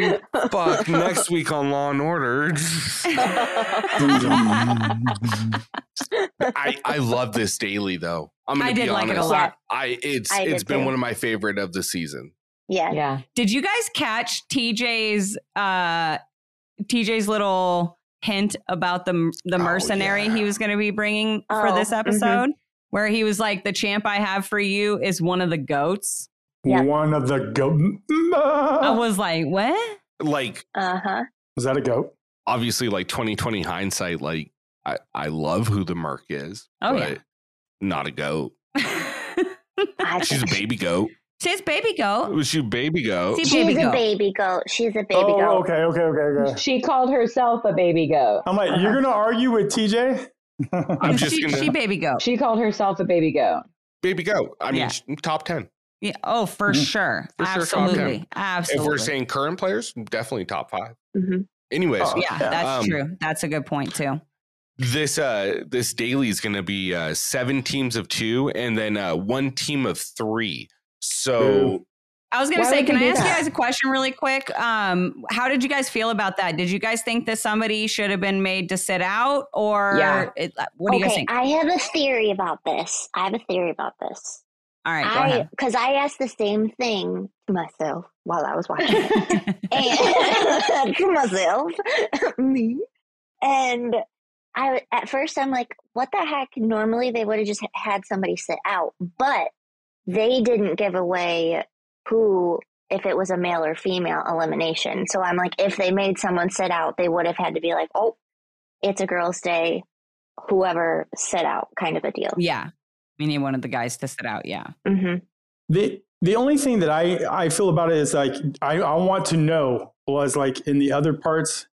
Speaker 1: Fuck. Next week on Law and Order.
Speaker 5: doom, doom.
Speaker 1: [LAUGHS] I, I love this daily though. I'm gonna
Speaker 2: I
Speaker 1: be
Speaker 2: did like it a
Speaker 1: honest.
Speaker 2: lot.
Speaker 1: I it's
Speaker 4: I
Speaker 1: it's
Speaker 4: did
Speaker 1: been
Speaker 4: too.
Speaker 1: one of my favorite of the season.
Speaker 4: yeah.
Speaker 3: [LAUGHS] yeah.
Speaker 2: Did you guys catch TJ's uh TJ's little hint about the the
Speaker 1: Oh,
Speaker 2: mercenary
Speaker 1: yeah.
Speaker 2: he was going to be bringing for
Speaker 4: Oh,
Speaker 2: this episode where he was like the champ I have for you is one of the goats.
Speaker 4: Yeah.
Speaker 5: One of the goat.
Speaker 2: I
Speaker 1: Oh.
Speaker 2: was like, "What?"
Speaker 1: Like
Speaker 4: Uh huh.
Speaker 5: Was that a goat?
Speaker 1: obviously, like 2020 hindsight. Like I I love who the Merc is.
Speaker 2: Oh, yeah. [LAUGHS]
Speaker 1: Not a goat.
Speaker 4: I
Speaker 1: She's a
Speaker 4: think-
Speaker 1: baby
Speaker 2: [LAUGHS]
Speaker 1: goat.
Speaker 2: See, it's baby goat.
Speaker 1: Was she a baby goat?
Speaker 2: See,
Speaker 4: She's
Speaker 2: baby
Speaker 4: a
Speaker 2: goat.
Speaker 4: baby goat. She's a baby
Speaker 5: oh,
Speaker 4: goat.
Speaker 5: okay, okay, okay, okay.
Speaker 3: She called herself a baby goat.
Speaker 5: I'm like, you're gonna argue with [LAUGHS] TJ?
Speaker 1: I'm
Speaker 2: She-
Speaker 1: just
Speaker 2: she,
Speaker 1: gonna
Speaker 2: baby goat.
Speaker 3: She called herself a baby goat.
Speaker 1: baby goat. I mean,
Speaker 2: Yeah.
Speaker 1: sh- top ten.
Speaker 2: Yeah, oh, for
Speaker 5: Mhm.
Speaker 2: sure.
Speaker 1: For sure, top
Speaker 2: Absolutely.
Speaker 1: ten.
Speaker 2: Absolutely. Mm-hmm.
Speaker 1: If we're saying current players, definitely top five.
Speaker 4: Mhm.
Speaker 1: Anyways,
Speaker 5: Oh,
Speaker 2: yeah,
Speaker 5: yeah.
Speaker 2: that's
Speaker 1: Um,
Speaker 2: true. That's a good point too.
Speaker 1: this uh this daily is going to be uh seven teams of two and then uh one team of three so
Speaker 2: I was going to
Speaker 3: Why
Speaker 2: say,
Speaker 3: would
Speaker 2: can I
Speaker 3: they do
Speaker 2: ask you
Speaker 3: that?
Speaker 2: guys a question really quick? Um, how did you guys feel about that? Did you guys think that somebody should have been made to sit out, or
Speaker 3: Yeah.
Speaker 2: it- uh, what do you guys
Speaker 4: okay,
Speaker 2: think?
Speaker 4: I have a theory about this. I have a theory about this.
Speaker 2: All right, go
Speaker 4: [LAUGHS] I because I asked the same thing to myself while I was watching. it.
Speaker 2: ahead.
Speaker 4: and to [LAUGHS] myself, me, and I. At first, I'm like, "What the heck?" Normally, they would have just had somebody sit out, but they didn't give away who, if it was a male or female elimination. So I'm like, if they made someone sit out, they would have had to be like, "Oh, it's a girls' day." Whoever sit out, kind of a deal.
Speaker 2: [LAUGHS] yeah, we need one of the guys to sit out. Yeah,
Speaker 4: hmm
Speaker 5: The the only thing that I I feel about it is like I I want to know was like in the other parts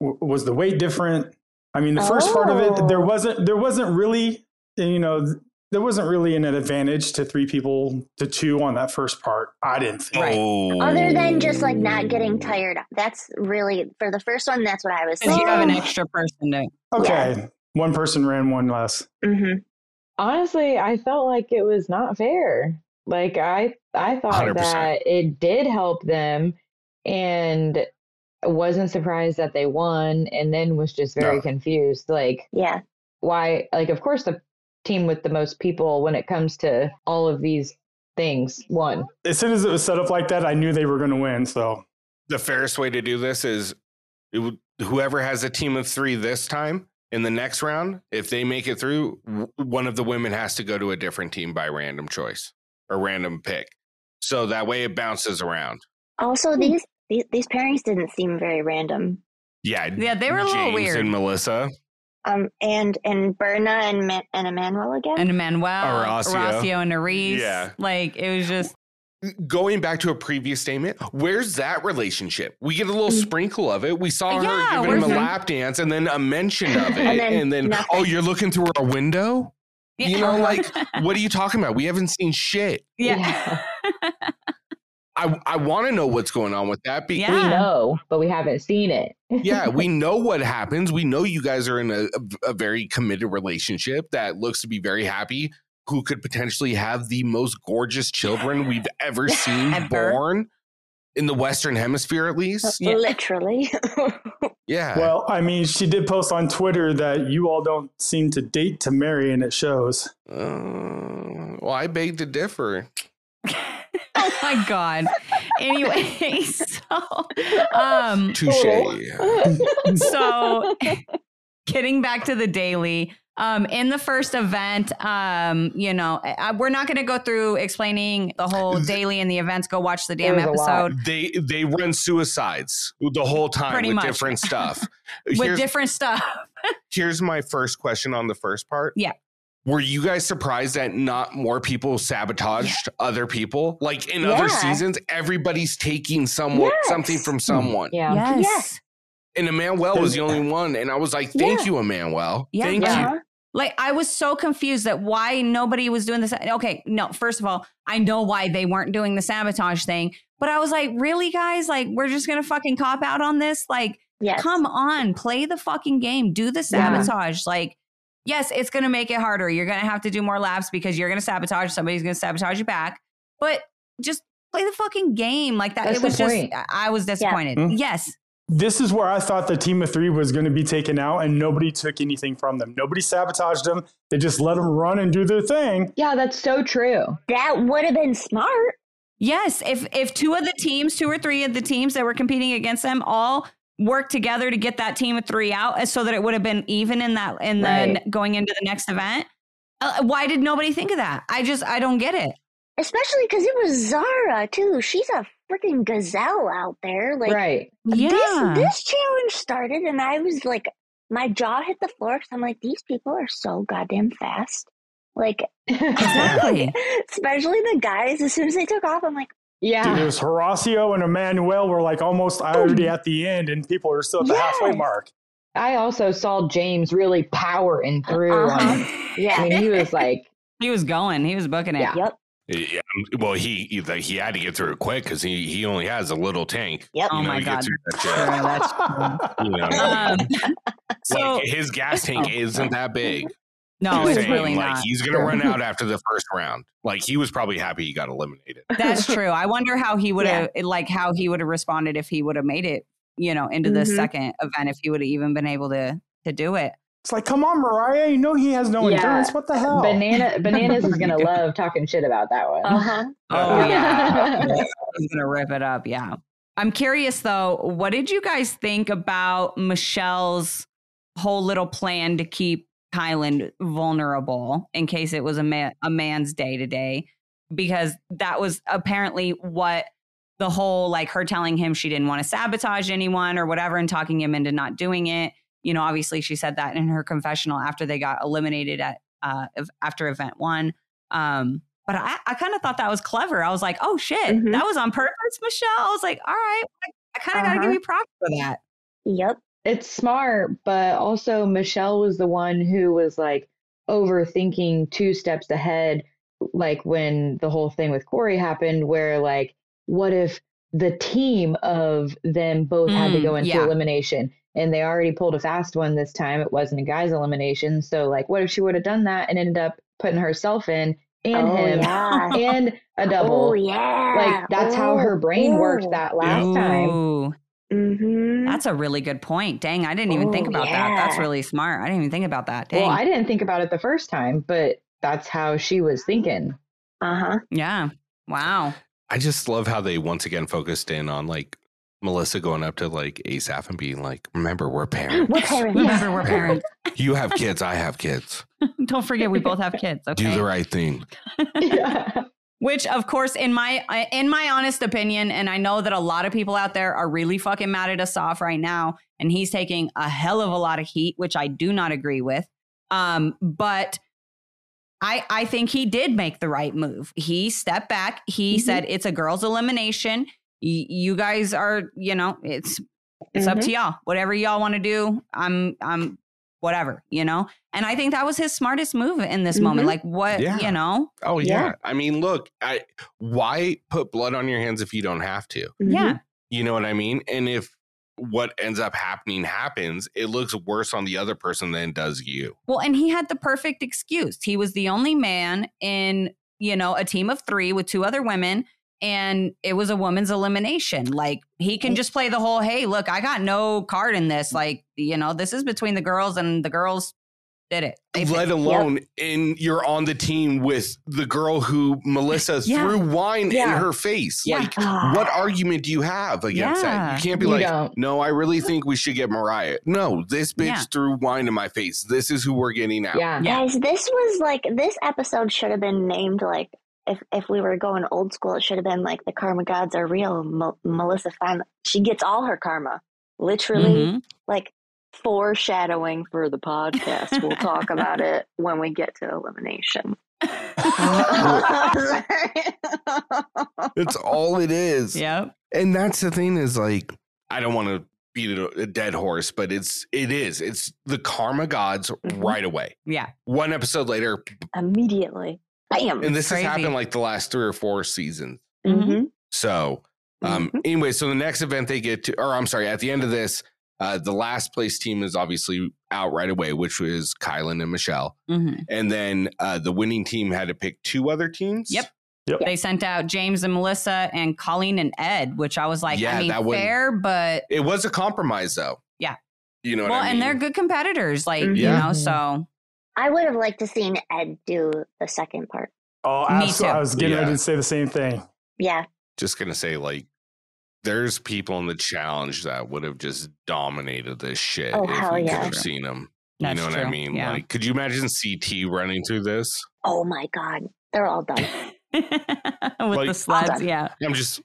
Speaker 5: w- was the weight different? I mean, the first part of it there
Speaker 4: Oh.
Speaker 5: wasn't there wasn't really you know there wasn't really an advantage to three people to two on that first part. I didn't think.
Speaker 2: Right.
Speaker 1: Oh.
Speaker 4: Other than just like not getting tired, that's really for the first one. That's what I was.
Speaker 2: because you have an
Speaker 4: thinking.
Speaker 2: extra person to.
Speaker 5: Okay, one person ran one less.
Speaker 4: Mhm.
Speaker 3: Honestly, I felt like it was not fair. Like I I thought
Speaker 1: 100%.
Speaker 3: that it did help them and wasn't surprised that they won and then was just very
Speaker 5: No.
Speaker 3: confused like
Speaker 4: Yeah.
Speaker 3: why like of course the team with the most people when it comes to all of these things won.
Speaker 5: As soon as it was set up like that, I knew they were going to win. So
Speaker 1: the fairest way to do this is it would, whoever has a team of three this time in the next round if they make it through w- one of the women has to go to a different team by random choice or random pick so that way it bounces around
Speaker 4: Also, these these, these pairings didn't seem very random.
Speaker 1: yeah
Speaker 2: [LAUGHS] Yeah, they were a little
Speaker 1: James
Speaker 2: weird.
Speaker 1: and melissa
Speaker 4: Um, and and Berna and Ma- and Emmanuel again.
Speaker 2: and Manuel,
Speaker 1: Horacio.
Speaker 2: Horacio, and Aris.
Speaker 1: Yeah.
Speaker 2: Like it was just
Speaker 1: going back to a previous statement, where's that relationship? We get a little
Speaker 4: Mm.
Speaker 1: sprinkle of it. We saw
Speaker 2: Yeah,
Speaker 1: her giving him a
Speaker 2: where's that?
Speaker 1: lap dance and then a
Speaker 4: [LAUGHS]
Speaker 1: mention of it.
Speaker 4: And then
Speaker 1: and then,
Speaker 4: nothing.
Speaker 1: oh, you're looking through a window?
Speaker 4: [LAUGHS]
Speaker 1: You know, like, what are you talking about? We haven't seen shit.
Speaker 2: [LAUGHS] yeah.
Speaker 1: I, I want to know what's going on with that. Be-
Speaker 2: Yeah.
Speaker 3: We know, but we haven't seen it.
Speaker 1: yeah,
Speaker 4: [LAUGHS]
Speaker 1: we know what happens. We know you guys are in a, a very committed relationship that looks to be very happy, who could potentially have the most gorgeous children we've
Speaker 4: [LAUGHS]
Speaker 1: ever seen
Speaker 2: Ever.
Speaker 1: born in the Western Hemisphere, at least.
Speaker 2: Yeah.
Speaker 4: Literally.
Speaker 1: Yeah.
Speaker 5: Well, I mean, she did post on Twitter that you all don't seem to date to marry, and it shows.
Speaker 1: Uh, well, I beg to differ.
Speaker 2: oh my god. Anyway, [LAUGHS] so um
Speaker 1: Touche.
Speaker 2: so getting back to the daily um in the first event um you know I, we're not going to go through explaining the whole daily and the events go watch the damn
Speaker 3: There was a lot.
Speaker 2: episode
Speaker 1: They they run suicides the whole time
Speaker 2: Pretty
Speaker 1: with
Speaker 2: much.
Speaker 1: different stuff.
Speaker 2: [LAUGHS] with
Speaker 1: here's,
Speaker 2: different stuff
Speaker 1: here's my first question on the first part.
Speaker 2: Yeah.
Speaker 1: Were you guys surprised that not more people sabotaged other people? Like in other
Speaker 4: Yeah.
Speaker 1: seasons, everybody's taking someone
Speaker 4: Yes.
Speaker 1: something from someone.
Speaker 3: Yeah.
Speaker 4: Yes.
Speaker 1: And Emmanuel was the only one. And I was like, thank
Speaker 4: Yeah.
Speaker 1: you, Emmanuel.
Speaker 2: Yeah.
Speaker 1: Thank
Speaker 3: Yeah.
Speaker 1: you.
Speaker 4: [LAUGHS] Uh-huh.
Speaker 2: Like I was so confused that why nobody was doing this. Okay, no, first of all, I know why they weren't doing the sabotage thing, but I was like, really, guys? Like, we're just gonna fucking cop out on this? Like,
Speaker 4: Yes.
Speaker 2: come on, play the fucking game, do the
Speaker 3: Yeah.
Speaker 2: sabotage. Like, yes, it's gonna make it harder. You're gonna have to do more laps because you're gonna sabotage. Somebody's gonna sabotage you back, but just play the fucking game. Like that.
Speaker 3: That's
Speaker 2: it
Speaker 3: the
Speaker 2: was
Speaker 3: point.
Speaker 2: just. I was disappointed.
Speaker 5: Hmm.
Speaker 2: Yes,
Speaker 5: This is where I thought the team of three was going to be taken out, and nobody took anything from them. Nobody sabotaged them. They just let them run and do their thing.
Speaker 3: Yeah, that's so true.
Speaker 4: That would have been smart.
Speaker 2: Yes, if if two of the teams, two or three of the teams that were competing against them all worked together to get that team of 3 out uh, so that it would have been even in that and then
Speaker 3: Right.
Speaker 2: going into the next event. Uh, why did nobody think of that? I just I don't get it.
Speaker 4: Especially because it was Zara too. She's a freaking gazelle out there. Like
Speaker 3: right. [LAUGHS]
Speaker 2: Yeah.
Speaker 4: this this challenge started and I was like my jaw hit the floor because I'm like, these people are so goddamn fast. Like [LAUGHS]
Speaker 2: Exactly.
Speaker 4: especially the guys, as soon as they took off, I'm like,
Speaker 5: Dude, it
Speaker 3: yeah.
Speaker 5: was Horacio and Emmanuel were like almost already at the end, and people are still at the halfway
Speaker 4: Yes.
Speaker 5: mark.
Speaker 3: I also saw James really powering through.
Speaker 4: Uh-huh.
Speaker 3: On
Speaker 4: [LAUGHS]
Speaker 3: it. I mean, he was like,
Speaker 2: he was going. He was booking it.
Speaker 3: Yeah.
Speaker 4: Yep.
Speaker 1: Yeah, well, he he- like, he had to get through it quick because he he only has a little tank.
Speaker 4: Yep.
Speaker 2: Oh
Speaker 1: you know,
Speaker 2: my
Speaker 1: to get
Speaker 2: God.
Speaker 1: through that
Speaker 2: Sure,
Speaker 1: shit. [LAUGHS]
Speaker 2: that's-
Speaker 1: You know, [LAUGHS]
Speaker 2: um, so Oh.
Speaker 1: like his gas tank isn't that big.
Speaker 2: [LAUGHS] no,
Speaker 1: Just
Speaker 2: it's
Speaker 1: saying,
Speaker 2: really
Speaker 1: like
Speaker 2: not.
Speaker 1: he's gonna run
Speaker 2: [LAUGHS]
Speaker 1: out after the first round. Like he was probably happy he got eliminated.
Speaker 2: That's true. I wonder how he would have like how he would have responded if he would have made it, you know, into the
Speaker 4: Mhm.
Speaker 2: second event if he would have even been able to to do it.
Speaker 5: It's like, come on, Mariah, you know he has no
Speaker 3: Yeah.
Speaker 5: endurance. What the
Speaker 4: Oh. [LAUGHS]
Speaker 5: hell?
Speaker 3: banana. Bananas is gonna love talking shit about that one.
Speaker 4: Uh-huh.
Speaker 3: [LAUGHS]
Speaker 2: Oh yeah. He's gonna rip it up. Yeah. I'm curious though, what did you guys think about Michelle's whole little plan to keep Kylan vulnerable in case it was a, ma- a man's day today? Because that was apparently what the whole like her telling him she didn't want to sabotage anyone or whatever and talking him into not doing it. You know, obviously she said that in her confessional after they got eliminated at uh ev- after event one. Um, but I, I kind of thought that was clever. I was like, oh shit,
Speaker 4: Mhm.
Speaker 2: that was on purpose, Michelle. I was like, all right, I, I kind of got to
Speaker 4: Uh-huh.
Speaker 2: give you props for that.
Speaker 4: Yep.
Speaker 3: It's smart, but also Michelle was the one who was like overthinking two steps ahead, like when the whole thing with Corey happened, where like, what if the team of them both had to
Speaker 2: Mm,
Speaker 3: go into
Speaker 2: yeah.
Speaker 3: elimination and they already pulled a fast one this time? It wasn't a guy's elimination. So, like, what if she would have done that and ended up putting herself in and
Speaker 4: oh,
Speaker 3: him
Speaker 4: Yeah.
Speaker 3: and a double?
Speaker 4: [LAUGHS] Oh yeah. Oh,
Speaker 3: Like, that's how her brain worked that last time.
Speaker 2: Ooh,
Speaker 4: Mm-hmm.
Speaker 2: that's a really good point. Dang, I didn't even think
Speaker 4: Ooh,
Speaker 2: about that.
Speaker 4: yeah.
Speaker 2: That's really smart. I didn't even think about that. Dang.
Speaker 3: Well, I didn't think about it the first time, but that's how she
Speaker 2: [LAUGHS]
Speaker 3: was thinking.
Speaker 4: uh-huh.
Speaker 2: yeah. Wow.
Speaker 1: I just love how they once again focused in on like Melissa going up to like Asaph and being like, "Remember, we're parents.
Speaker 4: We're parents.
Speaker 2: Remember, we're parents.
Speaker 1: You have kids. I have kids.
Speaker 2: Don't forget, we both have kids. Okay.
Speaker 1: Do the right thing."
Speaker 3: yeah.
Speaker 2: Which, of course, in my I- in my honest opinion, and I know that a lot of people out there are really fucking mad at Asaf right now, and he's taking a hell of a lot of heat, which I do not agree with. Um, but I I think he did make the right move. He stepped back. He
Speaker 4: Mhm.
Speaker 2: said it's a girls' elimination. Y- you guys are, you know, it's it's up to y'all. Whatever y'all want to do, I'm I'm whatever, you know. And I think that was his smartest move in this moment.
Speaker 4: Mhm.
Speaker 2: Like what,
Speaker 1: Yeah.
Speaker 2: you know.
Speaker 1: Oh
Speaker 4: Yeah.
Speaker 1: yeah. I mean, look, I why put blood on your hands if you don't have to?
Speaker 2: Yeah.
Speaker 1: You know what I mean? And if what ends up happening happens, it looks worse on the other person than it does you.
Speaker 2: Well, and he had the perfect excuse. He was the only man in, you know, a team of three with two other women, and it was a woman's elimination. Like he can just play the whole,
Speaker 1: Mm.
Speaker 2: hey, look, I got no card in this. Like, you know, this is between the girls and the girls did it. They
Speaker 1: let alone and you're on the team with the girl who Melissa
Speaker 2: Yeah.
Speaker 1: threw wine
Speaker 4: Yeah.
Speaker 1: in her face.
Speaker 2: Yeah.
Speaker 1: Like,
Speaker 4: Ah.
Speaker 1: what
Speaker 4: [SIGHS]
Speaker 1: argument do you have against
Speaker 2: Yeah.
Speaker 1: that? You can't
Speaker 3: [LAUGHS]
Speaker 1: be
Speaker 3: You
Speaker 1: like,
Speaker 3: don't.
Speaker 1: no, I really think we should get Mariah. No, this bitch
Speaker 2: Yeah.
Speaker 1: threw wine in my face. This is who we're getting [LAUGHS] out.
Speaker 3: Yeah.
Speaker 2: Yeah.
Speaker 4: Guys, this was like this episode should have been named like if if we were going old school, it should have been like the karma gods are real. Mo- Melissa finally she gets all her karma, literally
Speaker 2: Mhm.
Speaker 4: like foreshadowing for the podcast. we'll talk about it when we get to elimination.
Speaker 2: Mm-hmm.
Speaker 4: [LAUGHS]
Speaker 1: That's all it is.
Speaker 2: Yep.
Speaker 1: And that's the thing is like, I don't want to beat a, a dead horse, but it's, it is. It's the karma gods
Speaker 2: Mm-hmm.
Speaker 4: Mhm.
Speaker 1: right away.
Speaker 2: Yeah.
Speaker 1: One episode later,
Speaker 4: [LAUGHS] Immediately. Bam.
Speaker 1: and this
Speaker 2: Crazy.
Speaker 1: has happened like the last three or four seasons.
Speaker 4: Mhm.
Speaker 1: So, um,
Speaker 2: Mm-hmm.
Speaker 4: Mhm.
Speaker 1: anyway, so the next event they get to, or I'm sorry, at the end of this, uh, the last place team is obviously out right away, which was Kylan and Michelle.
Speaker 2: Mhm.
Speaker 1: And then uh, the winning team had to pick two other teams.
Speaker 2: Yep.
Speaker 5: Yeah.
Speaker 2: They sent out James and Melissa and Colleen and Ed, which I was like,
Speaker 1: Yeah,
Speaker 2: I mean,
Speaker 1: that wouldn't-
Speaker 2: fair, but
Speaker 1: It was a compromise, though.
Speaker 2: Yeah.
Speaker 1: You know
Speaker 2: well,
Speaker 1: what I
Speaker 2: and
Speaker 1: mean?
Speaker 2: they're good competitors, like you
Speaker 1: Yeah.
Speaker 2: know. So
Speaker 4: I would have liked to seen Ed do the second part.
Speaker 5: Oh,
Speaker 2: Me
Speaker 5: absolutely.
Speaker 2: too.
Speaker 5: I was getting ready
Speaker 1: Yeah.
Speaker 5: to say the same thing.
Speaker 4: Yeah.
Speaker 1: Just going to say, like, there's people in the challenge that would have just dominated this shit
Speaker 4: Oh,
Speaker 1: if
Speaker 4: hell
Speaker 1: we could
Speaker 4: yeah.
Speaker 1: have seen them.
Speaker 2: That's
Speaker 1: you know what
Speaker 2: true.
Speaker 1: I mean?
Speaker 2: Yeah.
Speaker 1: Like, could you imagine CT running through this?
Speaker 4: Oh my god. They're all done.
Speaker 2: [LAUGHS] with the
Speaker 1: Like-
Speaker 2: sleds, yeah.
Speaker 1: I'm just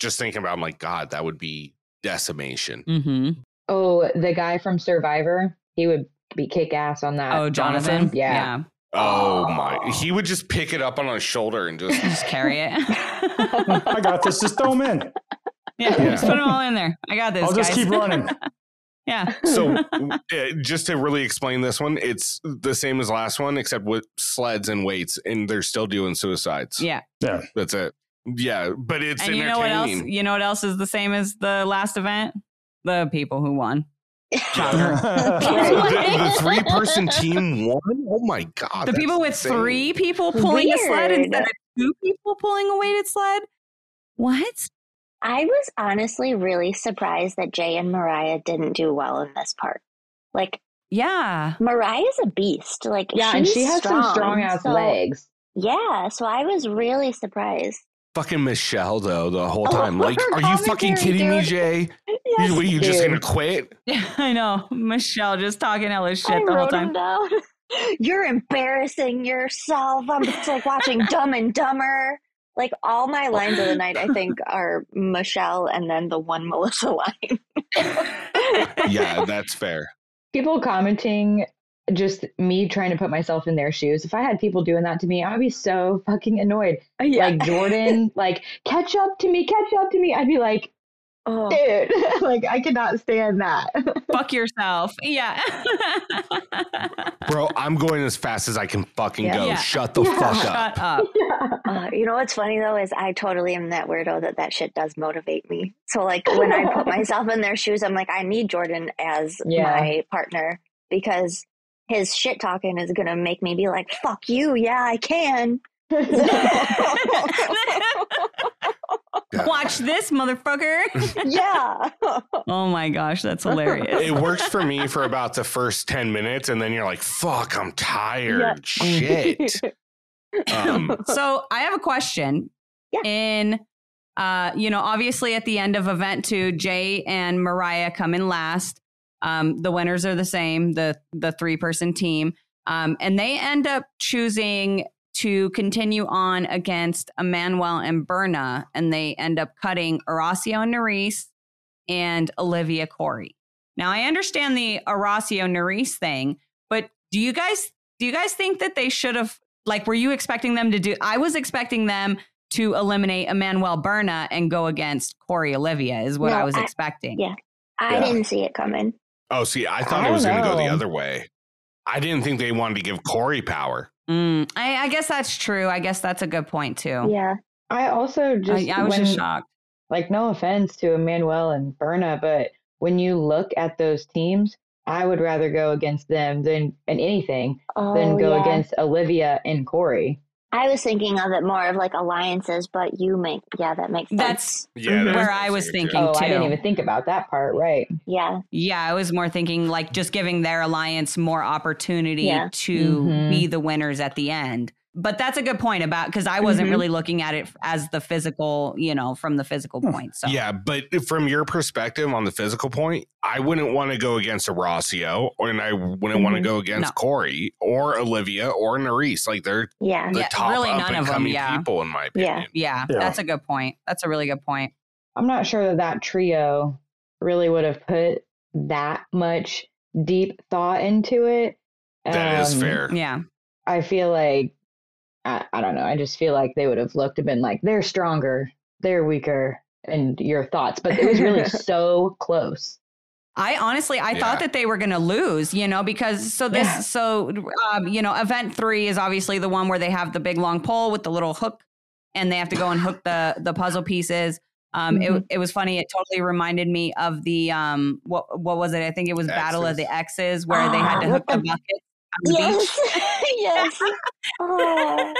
Speaker 1: just thinking about. I'm like, God, that would be decimation.
Speaker 2: Mm-hmm.
Speaker 3: Oh, the guy from Survivor, he would be kick ass on that.
Speaker 2: Oh, Jonathan.
Speaker 3: Yeah.
Speaker 1: Oh my! He would just pick it up on his shoulder and
Speaker 2: Yeah.
Speaker 1: just.
Speaker 2: Just carry it.
Speaker 4: [LAUGHS]
Speaker 2: [LAUGHS]
Speaker 5: I got this. Just throw them in.
Speaker 2: yeah,
Speaker 1: Yeah.
Speaker 2: Just put them all in there. I got this.
Speaker 5: I'll just
Speaker 2: guys. [LAUGHS]
Speaker 5: keep running.
Speaker 2: yeah. [LAUGHS]
Speaker 1: so, uh, just to really explain this one, it's the same as last one, except with sleds and weights, and they're still doing suicides.
Speaker 2: Yeah.
Speaker 1: That's it. Yeah, but it's
Speaker 2: and you know what else?
Speaker 1: entertaining.
Speaker 2: You know what else is the same as the last event? The people who won.
Speaker 1: [LAUGHS]
Speaker 5: [LAUGHS]
Speaker 1: the, three
Speaker 2: [LAUGHS]
Speaker 1: person team won. Oh my god!
Speaker 2: the
Speaker 1: that's
Speaker 2: people with
Speaker 1: insane.
Speaker 2: three people pulling a sled
Speaker 4: Weird.
Speaker 2: instead of two people pulling a weighted sled. What?
Speaker 4: I was honestly really surprised that Jay and Mariah didn't do well in this part. Like
Speaker 2: Yeah. [LAUGHS]
Speaker 4: Mariah's a beast. Like
Speaker 3: Yeah,
Speaker 4: she's
Speaker 3: and she has some strong ass
Speaker 4: so-
Speaker 3: legs.
Speaker 4: Yeah, so I was really surprised.
Speaker 1: Fucking Michelle though the whole
Speaker 4: Oh,
Speaker 1: time. Like,
Speaker 4: her
Speaker 1: are you fucking
Speaker 4: commentary,
Speaker 1: kidding me,
Speaker 4: dude.
Speaker 1: Jay?
Speaker 4: Yes,
Speaker 1: you, what, you just
Speaker 3: dude.
Speaker 1: gonna quit?
Speaker 2: Yeah, I know. Michelle just talking hella shit
Speaker 4: I
Speaker 2: the whole
Speaker 4: wrote
Speaker 2: time.
Speaker 4: him down. [LAUGHS] You're embarrassing yourself. I'm just like
Speaker 3: [LAUGHS]
Speaker 4: watching Dumb and Dumber. Like all my lines of the night, I
Speaker 3: [LAUGHS]
Speaker 4: think are Michelle and then the one Melissa [LAUGHS] line. [LAUGHS]
Speaker 1: Yeah, that's fair.
Speaker 3: People commenting, just me trying to put myself in their shoes. If I had people doing that to me, I would be so fucking annoyed. Like
Speaker 2: [LAUGHS]
Speaker 3: Jordan, like catch up to me, catch up to me. I'd be like,
Speaker 4: oh,
Speaker 3: dude, [LAUGHS] like I could not stand that. [LAUGHS]
Speaker 2: Fuck yourself. [LAUGHS] Yeah.
Speaker 1: Bro, I'm going as fast as I can fucking
Speaker 4: Yeah.
Speaker 1: go.
Speaker 2: Yeah.
Speaker 1: Shut the fuck up.
Speaker 2: Shut up.
Speaker 3: yeah.
Speaker 4: Uh, you know what's funny though is I totally am that weirdo that that shit does motivate me. So like when I put myself in their shoes, I'm like, I need Jordan as
Speaker 3: Yeah.
Speaker 4: my partner because his shit talking is gonna make me be like, "Fuck you, yeah, I can." [LAUGHS]
Speaker 1: God.
Speaker 2: [LAUGHS] Watch this, motherfucker.
Speaker 4: [LAUGHS] yeah,
Speaker 2: Oh my gosh, that's hilarious.
Speaker 1: It works for me for about the first 10 minutes, and then you're like, fuck, I'm tired. Shit.
Speaker 2: [LAUGHS]
Speaker 1: Um,
Speaker 2: so I have a question.
Speaker 4: Yeah.
Speaker 2: In uh, you know, obviously at the end of event two, Jay and Mariah come in last. Um, the winners are the same, the the three person team. Um, and they end up choosing to continue on against Emmanuel and Berna, and they end up cutting Horacio Nerys and Olivia Corey. Now I understand the Horacio Nerys thing, but do you guys do you guys think that they should have like were you expecting them to do I was expecting them to eliminate Emmanuel Berna and go against Corey Olivia is what
Speaker 4: No,
Speaker 2: I was
Speaker 4: I-
Speaker 2: expecting.
Speaker 4: yeah. I
Speaker 1: Yeah.
Speaker 4: didn't see it coming.
Speaker 1: oh, see, I thought
Speaker 3: I
Speaker 1: it was going to go the
Speaker 3: know.
Speaker 1: other way. I didn't think they wanted to give Corey power.
Speaker 2: Mm, I, I guess that's true. I guess that's a good point too.
Speaker 4: Yeah,
Speaker 3: I also just
Speaker 2: I, I was
Speaker 3: when,
Speaker 2: just shocked.
Speaker 3: like no offense to Emmanuel and Berna, but when you look at those teams, I would rather go against them than and anything
Speaker 4: oh,
Speaker 3: than go
Speaker 4: yeah.
Speaker 3: against Olivia and Corey.
Speaker 4: I was thinking of it more of like alliances, but you make yeah, that makes sense.
Speaker 2: That's-
Speaker 1: Yeah, that's
Speaker 2: Mm-hmm. Where
Speaker 1: what
Speaker 2: I was
Speaker 1: thinking, too.
Speaker 2: thinking.
Speaker 3: oh, I didn't
Speaker 2: too.
Speaker 3: even think about that part. Right.
Speaker 4: yeah,
Speaker 2: Yeah, I was more thinking like just giving their alliance more opportunity
Speaker 4: Yeah.
Speaker 2: to
Speaker 3: Mhm.
Speaker 2: be the winners at the end. But that's a good point about because I wasn't
Speaker 4: Mhm.
Speaker 2: really looking at it as the physical, you know, from the physical point. So
Speaker 1: Yeah, but from your perspective on the physical point, I wouldn't want to go against Horacio, or and I wouldn't want to
Speaker 4: Mhm.
Speaker 1: go against
Speaker 2: Mm-hmm. No.
Speaker 1: Corey or Olivia or Nerys. Like they're
Speaker 4: yeah,
Speaker 1: the
Speaker 2: Yeah,
Speaker 1: top
Speaker 2: really
Speaker 1: up
Speaker 2: none
Speaker 1: and
Speaker 2: of 'em,
Speaker 1: coming
Speaker 2: yeah.
Speaker 1: people, in my
Speaker 4: Yeah.
Speaker 1: opinion.
Speaker 2: yeah,
Speaker 5: Yeah.
Speaker 2: that's a good point. That's a really good point.
Speaker 3: I'm not sure that that trio really would have put that much deep thought into it.
Speaker 1: That is
Speaker 3: Um,
Speaker 1: fair.
Speaker 2: Yeah.
Speaker 3: I feel like I, I don't know. I just feel like they would have looked and been like, they're stronger, they're weaker, and your thoughts. But it was [LAUGHS] really so close.
Speaker 2: I honestly, I
Speaker 1: Yeah.
Speaker 2: thought that they were going to lose, you know, because so this,
Speaker 3: Yeah.
Speaker 2: so, um, you know, event three is obviously the one where they have the big long pole with the little hook and they have to go and hook the, the puzzle pieces. Um, it,
Speaker 4: Mm-hmm.
Speaker 3: Mhm.
Speaker 2: it was funny. It totally reminded me of the, um, what, what was it? I think it was Battle
Speaker 1: X's.
Speaker 2: of the X's where they had to
Speaker 4: Ah,
Speaker 2: hook
Speaker 4: what
Speaker 2: the
Speaker 4: [GASPS] the-
Speaker 2: bucket. on the beach.
Speaker 4: yes, [LAUGHS] yes. Oh.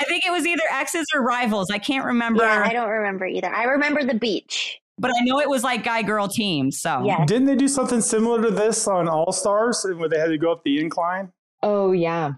Speaker 2: I think it was either X's or Rivals. I can't remember,
Speaker 4: Yeah, I don't remember either. I remember the beach.
Speaker 2: but I know it was like guy girl team. So
Speaker 4: Yeah.
Speaker 5: Didn't they do something similar to this on All Stars where they had to go up the incline?
Speaker 3: Oh, yeah.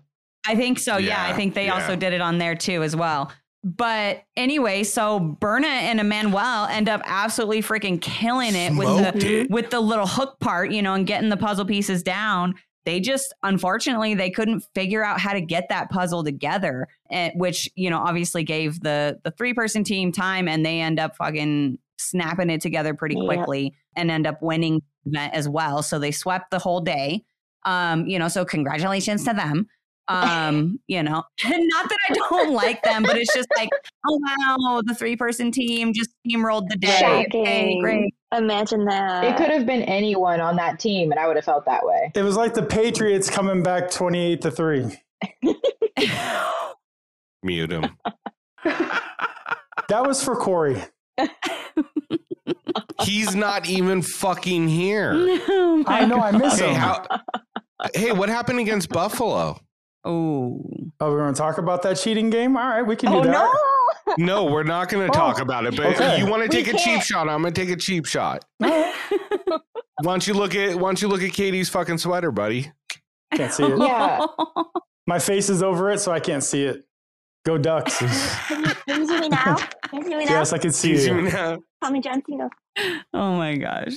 Speaker 2: I think so. Yeah,
Speaker 1: Yeah,
Speaker 2: I think they
Speaker 1: yeah.
Speaker 2: also did it on there too as well. But anyway, so Berna and Emmanuel end up absolutely freaking killing it with
Speaker 1: Smoked
Speaker 2: the
Speaker 1: it.
Speaker 2: with the little hook part, you know, and getting the puzzle pieces down. They just unfortunately they couldn't figure out how to get that puzzle together, and, which you know obviously gave the the three person team time, and they end up fucking snapping it together pretty
Speaker 4: Yep.
Speaker 2: quickly and end up winning the event as well. So they swept the whole day. Um, you know, so congratulations to them um you know not that i don't like them but it's just like oh wow the three person team just steamrolled the day
Speaker 4: Shocking.
Speaker 2: okay great
Speaker 4: Imagine that.
Speaker 3: It could have been anyone on that team, and I would have felt that way.
Speaker 5: It was like the Patriots coming back 28 to 3.
Speaker 1: Mute him.
Speaker 5: That was for Corey.
Speaker 1: He's not even fucking
Speaker 2: [LAUGHS]
Speaker 1: here.
Speaker 2: no
Speaker 5: I know I miss
Speaker 1: hey,
Speaker 2: [LAUGHS]
Speaker 5: him.
Speaker 1: how, hey, what happened against Buffalo?
Speaker 2: oh
Speaker 5: oh, we want to talk about that cheating game? All right, we can do
Speaker 4: oh
Speaker 5: that.
Speaker 4: no!
Speaker 1: No, we're not
Speaker 2: Oh,
Speaker 1: going to talk about it. But
Speaker 5: okay.
Speaker 1: if you want to
Speaker 4: We
Speaker 1: take a cheap
Speaker 4: can't-
Speaker 1: shot, I'm going to take a cheap
Speaker 2: [LAUGHS]
Speaker 1: shot. Why don't you look at Why don't you look at Katie's fucking sweater, buddy?
Speaker 5: Can't see it.
Speaker 3: Yeah.
Speaker 5: My face is over it, so I can't see it. Go
Speaker 1: [LAUGHS]
Speaker 5: Ducks.
Speaker 4: Can you, can you see me [LAUGHS] now? Can you see me now?
Speaker 5: yes, I can see
Speaker 1: Easy
Speaker 5: you.
Speaker 1: now.
Speaker 4: Tommy John Cena.
Speaker 2: [LAUGHS] oh my gosh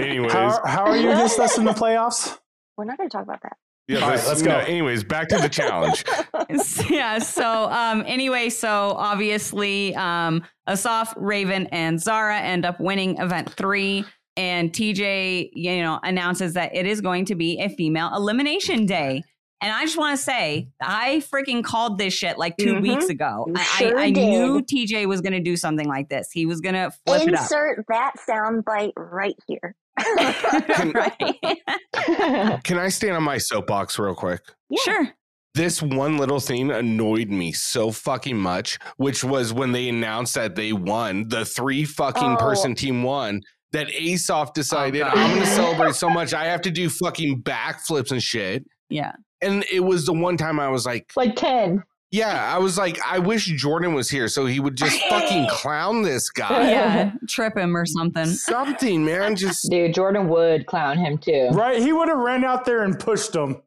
Speaker 1: Anyways,
Speaker 5: How, how are you against us in the playoffs?
Speaker 4: We're not going to talk about that.
Speaker 1: yeah,
Speaker 5: All right,
Speaker 1: this-
Speaker 5: let's go.
Speaker 1: no, anyways, back to the challenge.
Speaker 2: [LAUGHS] yeah so um anyway so obviously um asaf raven and zara end up winning event three and tj you know announces that it is going to be a female elimination day and i just want to say i freaking called this shit like 2
Speaker 4: Mhm.
Speaker 2: weeks ago
Speaker 4: You
Speaker 2: I-
Speaker 4: sure
Speaker 2: i, I
Speaker 4: did.
Speaker 2: knew tj was going to do something like this he was going to flip
Speaker 4: Insert that sound bite right here.
Speaker 2: it up [LAUGHS] right
Speaker 3: [LAUGHS]
Speaker 1: Can I stand on my soapbox real quick?
Speaker 4: Yeah.
Speaker 2: sure
Speaker 1: this one little thing annoyed me so fucking much, which was when they announced that they won, the three fucking
Speaker 4: Oh.
Speaker 1: person team won, that Asoff decided,
Speaker 2: God.
Speaker 1: I'm gonna celebrate so much, I have to do fucking backflips and shit.
Speaker 2: yeah
Speaker 1: And it was the one time I was like,
Speaker 3: like 10.
Speaker 1: yeah, I was like, I wish Jordan was here so he would just fucking clown this guy.
Speaker 2: yeah trip him or something
Speaker 1: Something, man. Just
Speaker 3: Dude, Jordan would clown him too.
Speaker 5: Right? He would have ran out there and pushed him.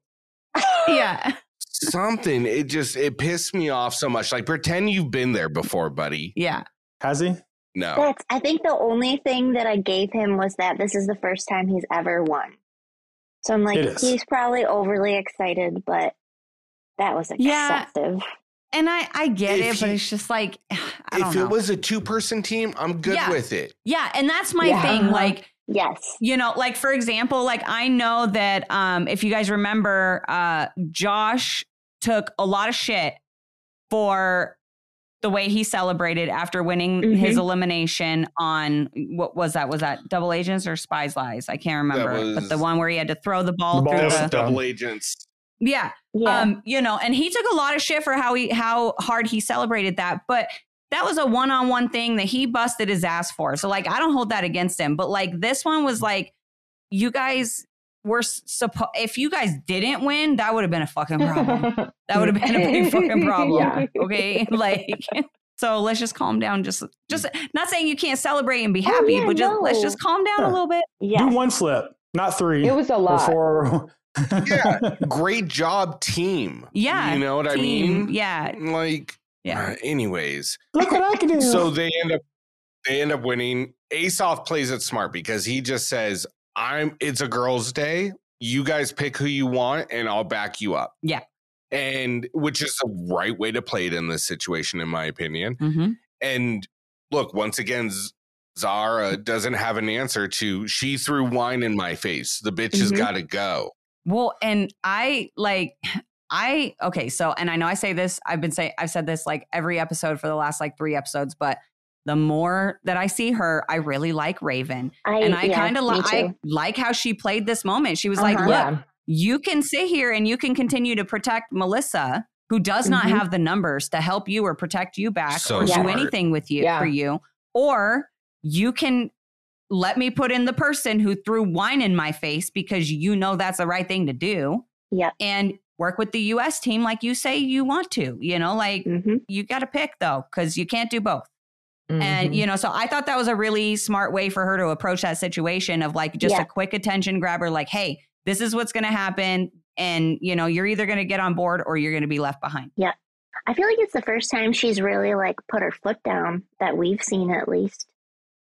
Speaker 2: yeah
Speaker 1: something. It just it pissed me off so much. Like pretend you've been there before, buddy.
Speaker 2: yeah
Speaker 5: Has he? Oh.
Speaker 1: No.
Speaker 4: That's. I think the only thing that I gave him was that this is the first time he's ever won. So I'm
Speaker 5: It
Speaker 4: like,
Speaker 5: is.
Speaker 4: he's probably overly excited, but that was
Speaker 2: Yeah.
Speaker 4: excessive.
Speaker 2: and i i get
Speaker 1: If
Speaker 2: it but
Speaker 1: he-
Speaker 2: it's just like [SIGHS] i don't
Speaker 1: If
Speaker 2: know
Speaker 1: it was a two person team, I'm good
Speaker 2: Yeah.
Speaker 1: with it.
Speaker 2: Yeah, and that's my
Speaker 3: Yeah.
Speaker 2: thing. Like,
Speaker 4: Yes.
Speaker 2: you know, like for example, like I know that um if you guys remember, uh Josh took a lot of shit for the way he celebrated after winning
Speaker 4: Mhm.
Speaker 2: his elimination on what was that? Was that double agents or spies lies? I can't
Speaker 1: That
Speaker 2: remember. but the
Speaker 1: was-
Speaker 2: one where he had to throw the ball,
Speaker 5: Ball
Speaker 2: through
Speaker 5: was
Speaker 2: the
Speaker 5: Double
Speaker 1: agents.
Speaker 2: Yeah.
Speaker 4: Yeah.
Speaker 2: Um, you know, and he took a lot of shit for how he how hard he celebrated that, but that was a one-on-one thing that he busted his ass for. So like I don't hold that against him, but like this one was like you guys we're s- suppo- if you guys didn't win, that would have been a fucking problem.
Speaker 4: [LAUGHS]
Speaker 2: That would have been a big fucking problem.
Speaker 3: [LAUGHS] Yeah.
Speaker 2: Okay. [LAUGHS] Like, so let's just calm down. Just, just not saying you can't celebrate and be happy,
Speaker 4: Oh, yeah,
Speaker 2: but just, let's
Speaker 4: no.
Speaker 2: just calm down
Speaker 5: Yeah.
Speaker 2: a little bit.
Speaker 4: Yeah.
Speaker 5: Do one flip, not three.
Speaker 3: It was a lot.
Speaker 5: Before, [LAUGHS]
Speaker 1: Yeah. Great job, team.
Speaker 2: Yeah,
Speaker 1: You know what I
Speaker 2: Team.
Speaker 1: mean?
Speaker 2: Yeah.
Speaker 1: Like,
Speaker 2: Yeah.
Speaker 1: uh, anyways,
Speaker 5: look what I can do.
Speaker 1: so they end up they end up winning. Asoff plays it smart because he just says, "I'm it's a girls' day. You guys pick who you want, and I'll back you up."
Speaker 2: Yeah.
Speaker 1: and which is the right way to play it in this situation, in my opinion.
Speaker 2: Mm-hmm.
Speaker 1: And look, once again, Z- Zara doesn't have an answer to. She threw wine in my face. The bitch has
Speaker 4: Mhm.
Speaker 1: got to go.
Speaker 2: Well, and I like [SIGHS] I okay, so and I know I say this, I've been saying I've said this like every episode for the last like 3 episodes, but the more that I see her, I really like Raven.
Speaker 4: I,
Speaker 2: And I
Speaker 4: yeah,
Speaker 2: kind of
Speaker 4: me
Speaker 2: like I
Speaker 4: too.
Speaker 2: like how she played this moment. She was like,
Speaker 4: Uh-huh.
Speaker 2: "Look,
Speaker 3: yeah.
Speaker 2: you can sit here and you can continue to protect Melissa, who does not
Speaker 4: Mhm.
Speaker 2: have the numbers to help you or protect you back
Speaker 1: So
Speaker 2: or do
Speaker 4: smart.
Speaker 2: anything with you
Speaker 3: Yeah.
Speaker 2: for you, or you can let me put in the person who threw wine in my face because you know that's the right thing to do
Speaker 4: Yep.
Speaker 2: and work with the US team like you say you want to. You know, like
Speaker 4: hmm
Speaker 2: you got to pick though cuz you can't do both. And
Speaker 4: Mm-hmm.
Speaker 3: Mhm.
Speaker 2: you know, so I thought that was a really smart way for her to approach that situation of like just
Speaker 4: Yeah.
Speaker 2: a quick attention grabber, like, hey, this is what's going to happen. And you know, you're either going to get on board or you're going to be left behind.
Speaker 4: I feel like it's the first time she's really like put her foot down that we've seen at least.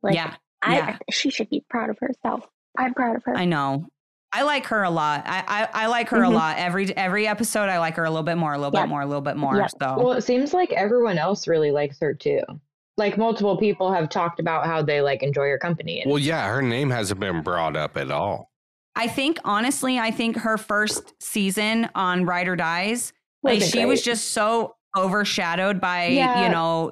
Speaker 4: Like
Speaker 2: yeah,
Speaker 4: I
Speaker 2: yeah.
Speaker 4: she should be proud of herself. I'm proud of her.
Speaker 2: I know. I like her a lot. I I, I like her
Speaker 4: Mhm.
Speaker 2: a lot. Every every episode, I like her a little bit more, a little
Speaker 4: Yeah.
Speaker 2: bit more, a little bit more.
Speaker 4: Yeah.
Speaker 2: So
Speaker 3: Well, it seems like everyone else really likes her too. Like multiple people have talked about how they like enjoy her company. And
Speaker 1: Well, yeah, her name hasn't been brought up at all.
Speaker 2: I think honestly, I think her first season on Ride or Dies, like
Speaker 3: Wasn't
Speaker 2: she was
Speaker 3: great.
Speaker 2: just so overshadowed by
Speaker 3: Yeah.
Speaker 2: you know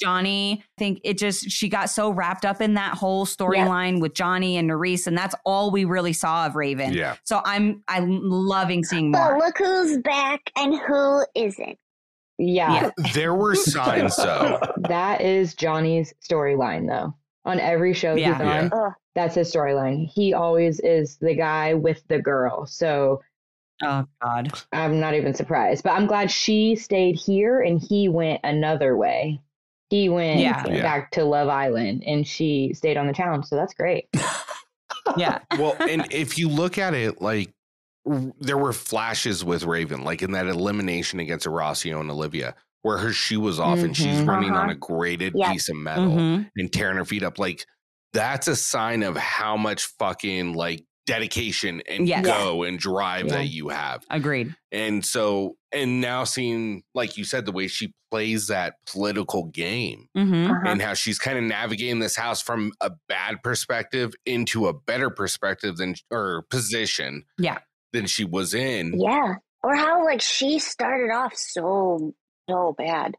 Speaker 2: Johnny. I think it just she got so wrapped up in that whole storyline with Johnny and Nerys, and that's all we really saw of Raven.
Speaker 1: [LAUGHS] Yeah.
Speaker 2: So I'm I'm loving seeing
Speaker 4: But
Speaker 2: more.
Speaker 4: look who's back and who isn't.
Speaker 3: yeah,
Speaker 2: Yeah.
Speaker 1: There were signs [LAUGHS] though.
Speaker 3: that is Johnny's storyline though. On every show
Speaker 2: Yeah.
Speaker 3: he's on,
Speaker 1: Yeah.
Speaker 4: Ugh.
Speaker 3: that's his storyline. He always is the guy with the girl. So
Speaker 2: Oh God,
Speaker 3: I'm not even surprised. But I'm glad she stayed here and he went another way. He went
Speaker 2: Yeah.
Speaker 1: Yeah.
Speaker 3: back to Love Island and she stayed on the challenge. So that's great.
Speaker 1: [LAUGHS]
Speaker 2: yeah,
Speaker 1: well, and if you look at it, like w- there were flashes with Raven, like in that elimination against Horacio and Olivia, where her shoe was off and she's
Speaker 3: Mhm.
Speaker 1: running on
Speaker 4: Uh-huh.
Speaker 1: a graded
Speaker 4: Yeah.
Speaker 1: piece of metal
Speaker 2: Mhm.
Speaker 1: and tearing her feet up. Like that's a sign of how much fucking like dedication and
Speaker 2: Yes.
Speaker 1: go and drive
Speaker 3: Yeah.
Speaker 1: that you have.
Speaker 2: agreed.
Speaker 1: And so, and now seeing, like you said, the way she plays that political game
Speaker 2: hmm
Speaker 4: Uh-huh.
Speaker 1: and how she's kind of navigating this house from a bad perspective into a better perspective than or position.
Speaker 2: Yeah.
Speaker 1: Than she was in.
Speaker 4: Yeah. Or how like she started off so so bad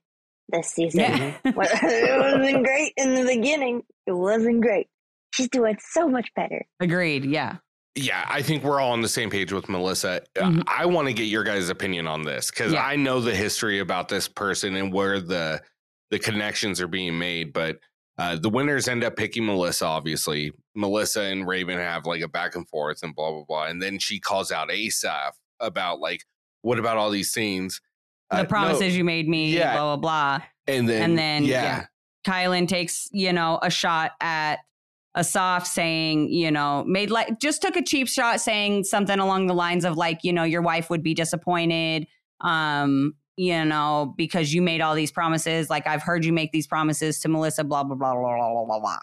Speaker 4: this season.
Speaker 2: Yeah.
Speaker 4: Well, [LAUGHS] it wasn't great in the beginning. It wasn't great. She's doing so much better.
Speaker 2: [LAUGHS] agreed. Yeah.
Speaker 1: Yeah, I think we're all on the same page with Melissa. Uh,
Speaker 2: Mhm.
Speaker 1: I want to get your guys' opinion on this because
Speaker 2: Yeah.
Speaker 1: I know the history about this person and where the the connections are being made. But uh, the winners end up picking Melissa. Obviously, Melissa and Raven have like a back and forth and blah blah blah. And then she calls out Asaf about like, what about all these scenes?
Speaker 2: The
Speaker 1: Uh, no.
Speaker 2: promises you made me,
Speaker 1: Yeah.
Speaker 2: blah blah blah.
Speaker 1: and then
Speaker 2: and then, yeah.
Speaker 1: yeah,
Speaker 2: Kylan takes, you know, a shot at Asaf saying, you know, made like just took a cheap shot saying something along the lines of like, you know, your wife would be disappointed. Um, you know, because you made all these promises. Like I've heard you make these promises to Melissa, blah, blah, blah, blah, blah, blah, blah, blah.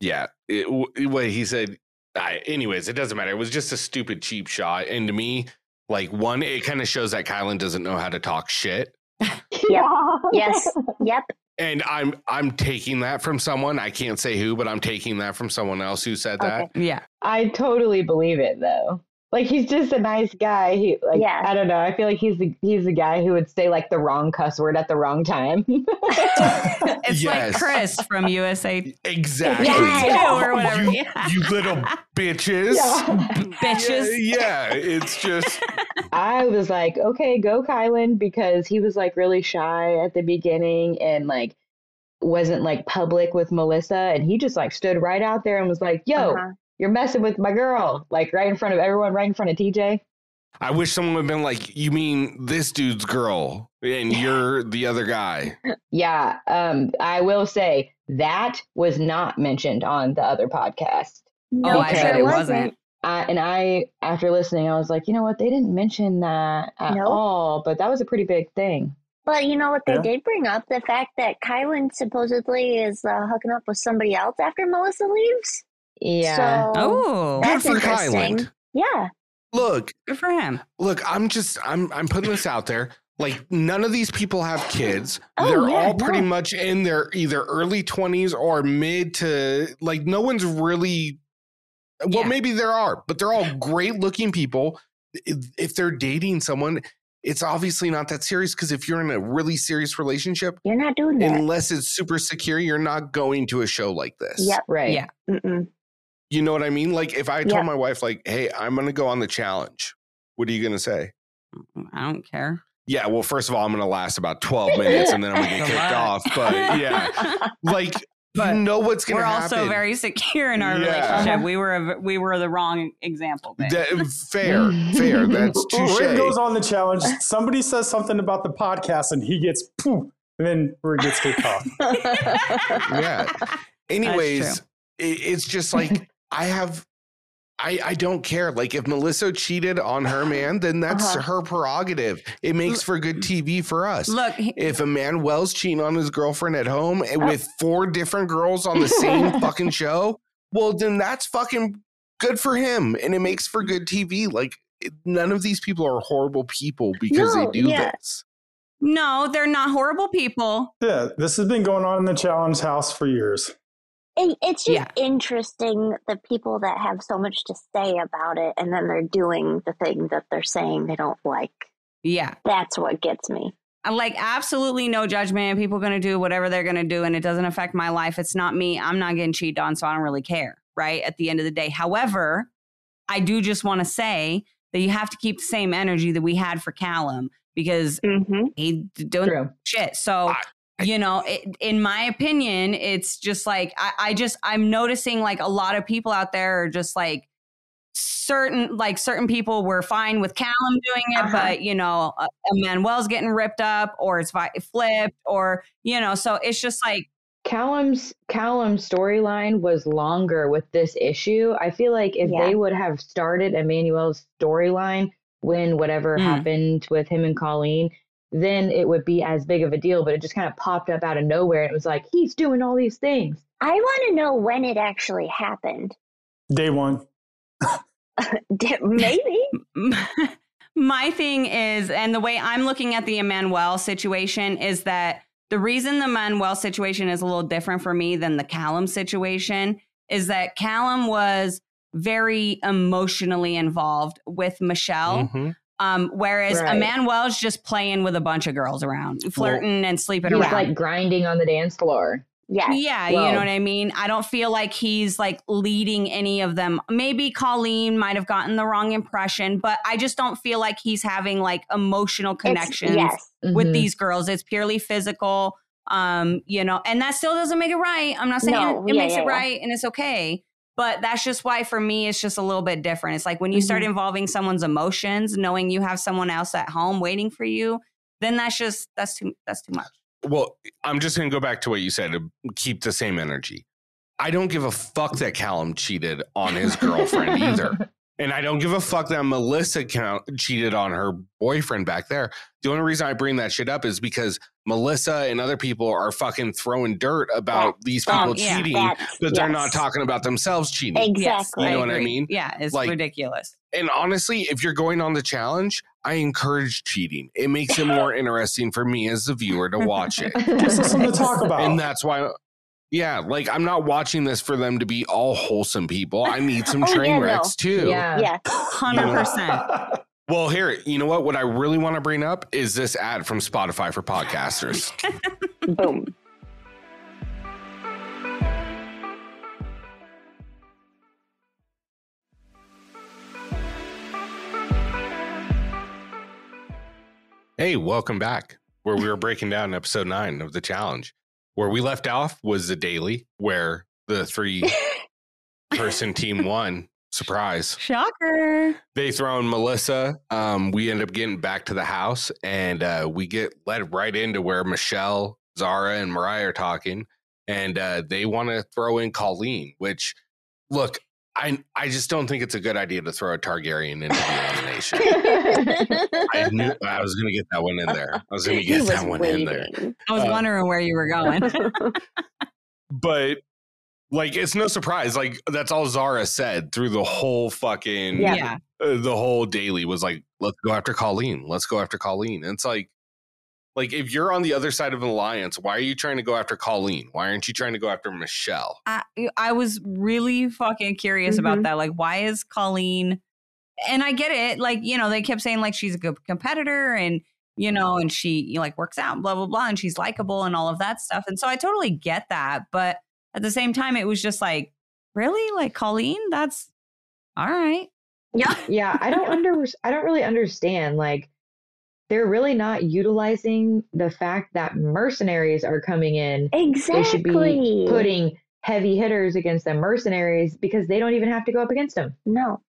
Speaker 1: yeah. It, w- what he said. I, anyways, it doesn't matter. It was just a stupid cheap shot, and to me, like one, it kind of shows that Kylan doesn't know how to talk shit.
Speaker 3: Yeah.
Speaker 4: [LAUGHS] Yes. Yep.
Speaker 1: And I'm I'm taking that from someone. I can't say who, but I'm taking that from someone else who said that.
Speaker 4: Okay.
Speaker 2: Yeah.
Speaker 3: I totally believe it though. Like he's just a nice guy. He like
Speaker 4: Yeah.
Speaker 3: I don't know. I feel like he's the he's the guy who would say like the wrong cuss word at the wrong time. [LAUGHS]
Speaker 2: It's
Speaker 1: Yes.
Speaker 2: like Chris from USA
Speaker 1: [LAUGHS] Exactly.
Speaker 4: Yes.
Speaker 2: Two or whatever.
Speaker 1: You,
Speaker 2: Yeah.
Speaker 1: you little bitches.
Speaker 3: yeah.
Speaker 2: bitches.
Speaker 1: Yeah, it's just
Speaker 3: I was like, okay, go Kylan because he was like really shy at the beginning and like wasn't like public with Melissa and he just like stood right out there and was like, yo,
Speaker 2: Oh,
Speaker 4: Uh-huh.
Speaker 3: You're messing with my girl, like right in front of everyone, right in front of TJ.
Speaker 1: I wish someone would have been like, you mean this dude's girl and you're the other guy.
Speaker 3: Yeah, um, I will say that was not mentioned on the other podcast.
Speaker 4: No,
Speaker 2: I bet
Speaker 3: it
Speaker 2: it wasn't.
Speaker 3: Uh, and I, after listening, I was like, you know what? They didn't mention that at
Speaker 4: Nope.
Speaker 3: all, but that was a pretty big thing.
Speaker 4: But you know what they
Speaker 5: Yeah.
Speaker 4: did bring up? The fact that Kylan supposedly is uh, hooking up with somebody else after Melissa leaves. So,
Speaker 3: Yeah.
Speaker 2: Oh,
Speaker 4: That's
Speaker 1: Good for
Speaker 4: interesting.
Speaker 1: Kylan.
Speaker 4: Yeah.
Speaker 1: Look,
Speaker 2: good for him.
Speaker 1: look, I'm just I'm I'm putting this out there. Like none of these people have kids.
Speaker 4: Oh,
Speaker 1: They're
Speaker 4: yeah,
Speaker 1: all pretty
Speaker 4: no.
Speaker 1: much in their either early 20s or mid to like no one's really well
Speaker 2: Yeah.
Speaker 1: maybe there are, but they're all great looking people. If if they're dating someone, it's obviously not that serious because if you're in a really serious relationship,
Speaker 4: You're not doing that.
Speaker 1: unless it's super secure, you're not going to a show like this.
Speaker 4: Yep.
Speaker 3: Right.
Speaker 2: Yeah.
Speaker 4: Mm-mm.
Speaker 1: You know what I mean? Like if I
Speaker 4: Yeah.
Speaker 1: told my wife like, "Hey, I'm going to go on the challenge." What are you going to say?
Speaker 2: I don't care.
Speaker 1: Yeah, well, first of all, I'm going to last about 12 minutes and then I'm going to
Speaker 2: [LAUGHS]
Speaker 1: get
Speaker 2: Good
Speaker 1: kicked
Speaker 2: luck.
Speaker 1: off, but yeah. Like
Speaker 2: [LAUGHS] But
Speaker 1: you know what's going
Speaker 2: we're
Speaker 1: to happen.
Speaker 2: also very secure in our
Speaker 1: Yeah.
Speaker 2: relationship. We were a, we were the wrong example. There.
Speaker 1: That- uh, fair,
Speaker 2: [LAUGHS]
Speaker 1: fair. That's
Speaker 5: Rick goes
Speaker 1: touche.
Speaker 5: on the challenge. Somebody says something about the podcast, and he gets poof, and then Rick gets kicked off.
Speaker 2: [LAUGHS]
Speaker 1: Yeah. Anyways,
Speaker 2: true.
Speaker 1: it, it's just
Speaker 2: [LAUGHS]
Speaker 1: like I have I, I don't care. Like if Melissa cheated on her man, then that's
Speaker 4: Uh-huh.
Speaker 1: her prerogative. It makes for good TV for us.
Speaker 2: Look, he-
Speaker 1: if a man wells cheating on his girlfriend at home and with four different girls on the
Speaker 4: [LAUGHS]
Speaker 1: same fucking show, well, then that's fucking good for him, and it makes for good TV. Like it- none of these people are horrible people because
Speaker 4: No,
Speaker 1: they do
Speaker 4: yeah.
Speaker 1: this.
Speaker 2: no, they're not horrible people.
Speaker 5: Yeah, this has been going on in the challenge house for years.
Speaker 4: It, it's just
Speaker 2: Yeah.
Speaker 4: interesting the people that have so much to say about it and then they're doing the thing that they're saying they don't like.
Speaker 2: Yeah,
Speaker 4: That's what gets me.
Speaker 2: I like absolutely no judgment. People going to do whatever they're going to do, and it doesn't affect my life. It's not me. I'm not getting cheated on, so I don't really care. Right at the end of the day, however, I do just want to say that you have to keep the same energy that we had for Callum because
Speaker 4: Mm-hmm.
Speaker 2: he d- don't
Speaker 3: [LAUGHS] True.
Speaker 2: shit. So,
Speaker 1: I-
Speaker 2: you know, it, in my opinion, it's just like, I, I just, I'm noticing like a lot of people out there are just like, certain like certain people were fine with Callum doing it
Speaker 4: Uh-huh.
Speaker 2: but you know uh, Manuel's getting ripped up or it's vi- flipped or you know so it's just like
Speaker 3: Callum's Callum's storyline was longer with this issue. I feel like if
Speaker 4: Yeah.
Speaker 3: they would have started Emmanuel's storyline when whatever
Speaker 2: Mm.
Speaker 3: happened with him and Colleen, then it would be as big of a deal. But it just kind of popped up out of nowhere. and It was like he's doing all these things.
Speaker 4: I want to know when it actually happened. [LAUGHS]
Speaker 5: Day one.
Speaker 1: [LAUGHS]
Speaker 4: Did- Maybe.
Speaker 2: my thing is, and the way I'm looking at the Emmanuel situation is that the reason the Manuel situation is a little different for me than the Callum situation is that Callum was very emotionally involved with Michelle,
Speaker 1: Mhm.
Speaker 2: um, whereas
Speaker 3: Right.
Speaker 2: Emmanuel's just playing with a bunch of girls around, flirting and sleeping
Speaker 3: He's
Speaker 2: around.
Speaker 3: like grinding on the dance floor.
Speaker 4: Yeah.
Speaker 2: Yeah,
Speaker 3: Well-
Speaker 2: you know what I mean? I don't feel like he's like leading any of them. Maybe Colleen might have gotten the wrong impression, but I just don't feel like he's having like emotional connections
Speaker 4: It's, yes.
Speaker 2: with
Speaker 3: Mhm.
Speaker 2: these girls. It's purely physical. Um, you know, and that still doesn't make it right. I'm not saying
Speaker 4: No,
Speaker 2: it
Speaker 4: yeah,
Speaker 2: makes
Speaker 4: yeah,
Speaker 2: it
Speaker 4: yeah.
Speaker 2: right and it's okay. But that's just why for me it's just a little bit different. It's like when you start
Speaker 4: Mhm.
Speaker 2: involving someone's emotions, knowing you have someone else at home waiting for you, then that's just that's too that's too much.
Speaker 1: Well, I'm just going to go back to what you said. to Keep the same energy. I don't give a fuck that Callum cheated on
Speaker 4: [LAUGHS]
Speaker 1: his girlfriend either. And I don't give a fuck that Melissa count cheated on her boyfriend back there. The only reason I bring that shit up is because Melissa and other people are fucking throwing dirt about these people
Speaker 2: um, yeah,
Speaker 1: cheating,
Speaker 4: That's,
Speaker 1: but they're
Speaker 4: yes.
Speaker 1: not talking about themselves cheating.
Speaker 2: Yes,
Speaker 4: Exactly.
Speaker 1: You know what I
Speaker 2: agree.
Speaker 1: mean?
Speaker 2: Yeah, it's
Speaker 1: Like-
Speaker 2: ridiculous.
Speaker 1: And honestly, if you're going on the challenge, I encourage cheating. It makes it
Speaker 4: [LAUGHS]
Speaker 1: more interesting for me as the viewer to watch it.
Speaker 5: This is something to talk
Speaker 4: [LAUGHS]
Speaker 5: about.
Speaker 1: And that's why, yeah, like I'm not watching this for them to be all wholesome people. I need some
Speaker 4: Oh,
Speaker 1: train
Speaker 4: yeah, no.
Speaker 1: wrecks too.
Speaker 3: Yeah.
Speaker 4: yeah.
Speaker 2: Hundred percent.
Speaker 5: [LAUGHS]
Speaker 1: Well, here, you know what? What I really want to bring up is this ad from Spotify for podcasters.
Speaker 4: Boom.
Speaker 1: hey, welcome back, where we were breaking down episode nine of the challenge. Where we left off was the daily, where the three person team won. Surprise.
Speaker 2: Shocker.
Speaker 1: They throw in Melissa. Um, we end up getting back to the house and uh, we get led right into where Michelle, Zara, and Mariah are talking. And uh, they want to throw in Colleen, which, look, I, I just don't think it's a good idea to throw a Targaryen into the elimination. [LAUGHS]
Speaker 4: [LAUGHS]
Speaker 1: I knew I was going to get that one in there. I was going to
Speaker 4: He
Speaker 1: get
Speaker 4: was
Speaker 1: that one in there.
Speaker 4: waiting.
Speaker 2: I was
Speaker 1: Uh,
Speaker 2: wondering where you were going.
Speaker 1: But like, it's no surprise. Like, that's all Zara said through the whole fucking
Speaker 2: [LAUGHS] yeah.
Speaker 4: Yeah.
Speaker 1: uh, the whole daily was like, let's go after Colleen. Let's go after Colleen. And it's like, like if you're on the other side of an alliance, why are you trying to go after Colleen? Why aren't you trying to go after Michelle?
Speaker 2: I, I was really fucking curious about
Speaker 4: Mhm.
Speaker 2: that. Like, why is Colleen? And I get it. Like, you know, they kept saying like she's a good competitor and, you know, and she you know, like works out and blah, blah, blah. And she's likable and all of that stuff. And so I totally get that. But at the same time, it was just like, really? Like, Colleen? That's all right.
Speaker 3: [LAUGHS] yeah i don't under i don't really understand like they're really not utilizing the fact that mercenaries are coming in
Speaker 4: Exactly.
Speaker 3: they should be putting heavy hitters against the mercenaries because they don't even have to go up against them
Speaker 4: No.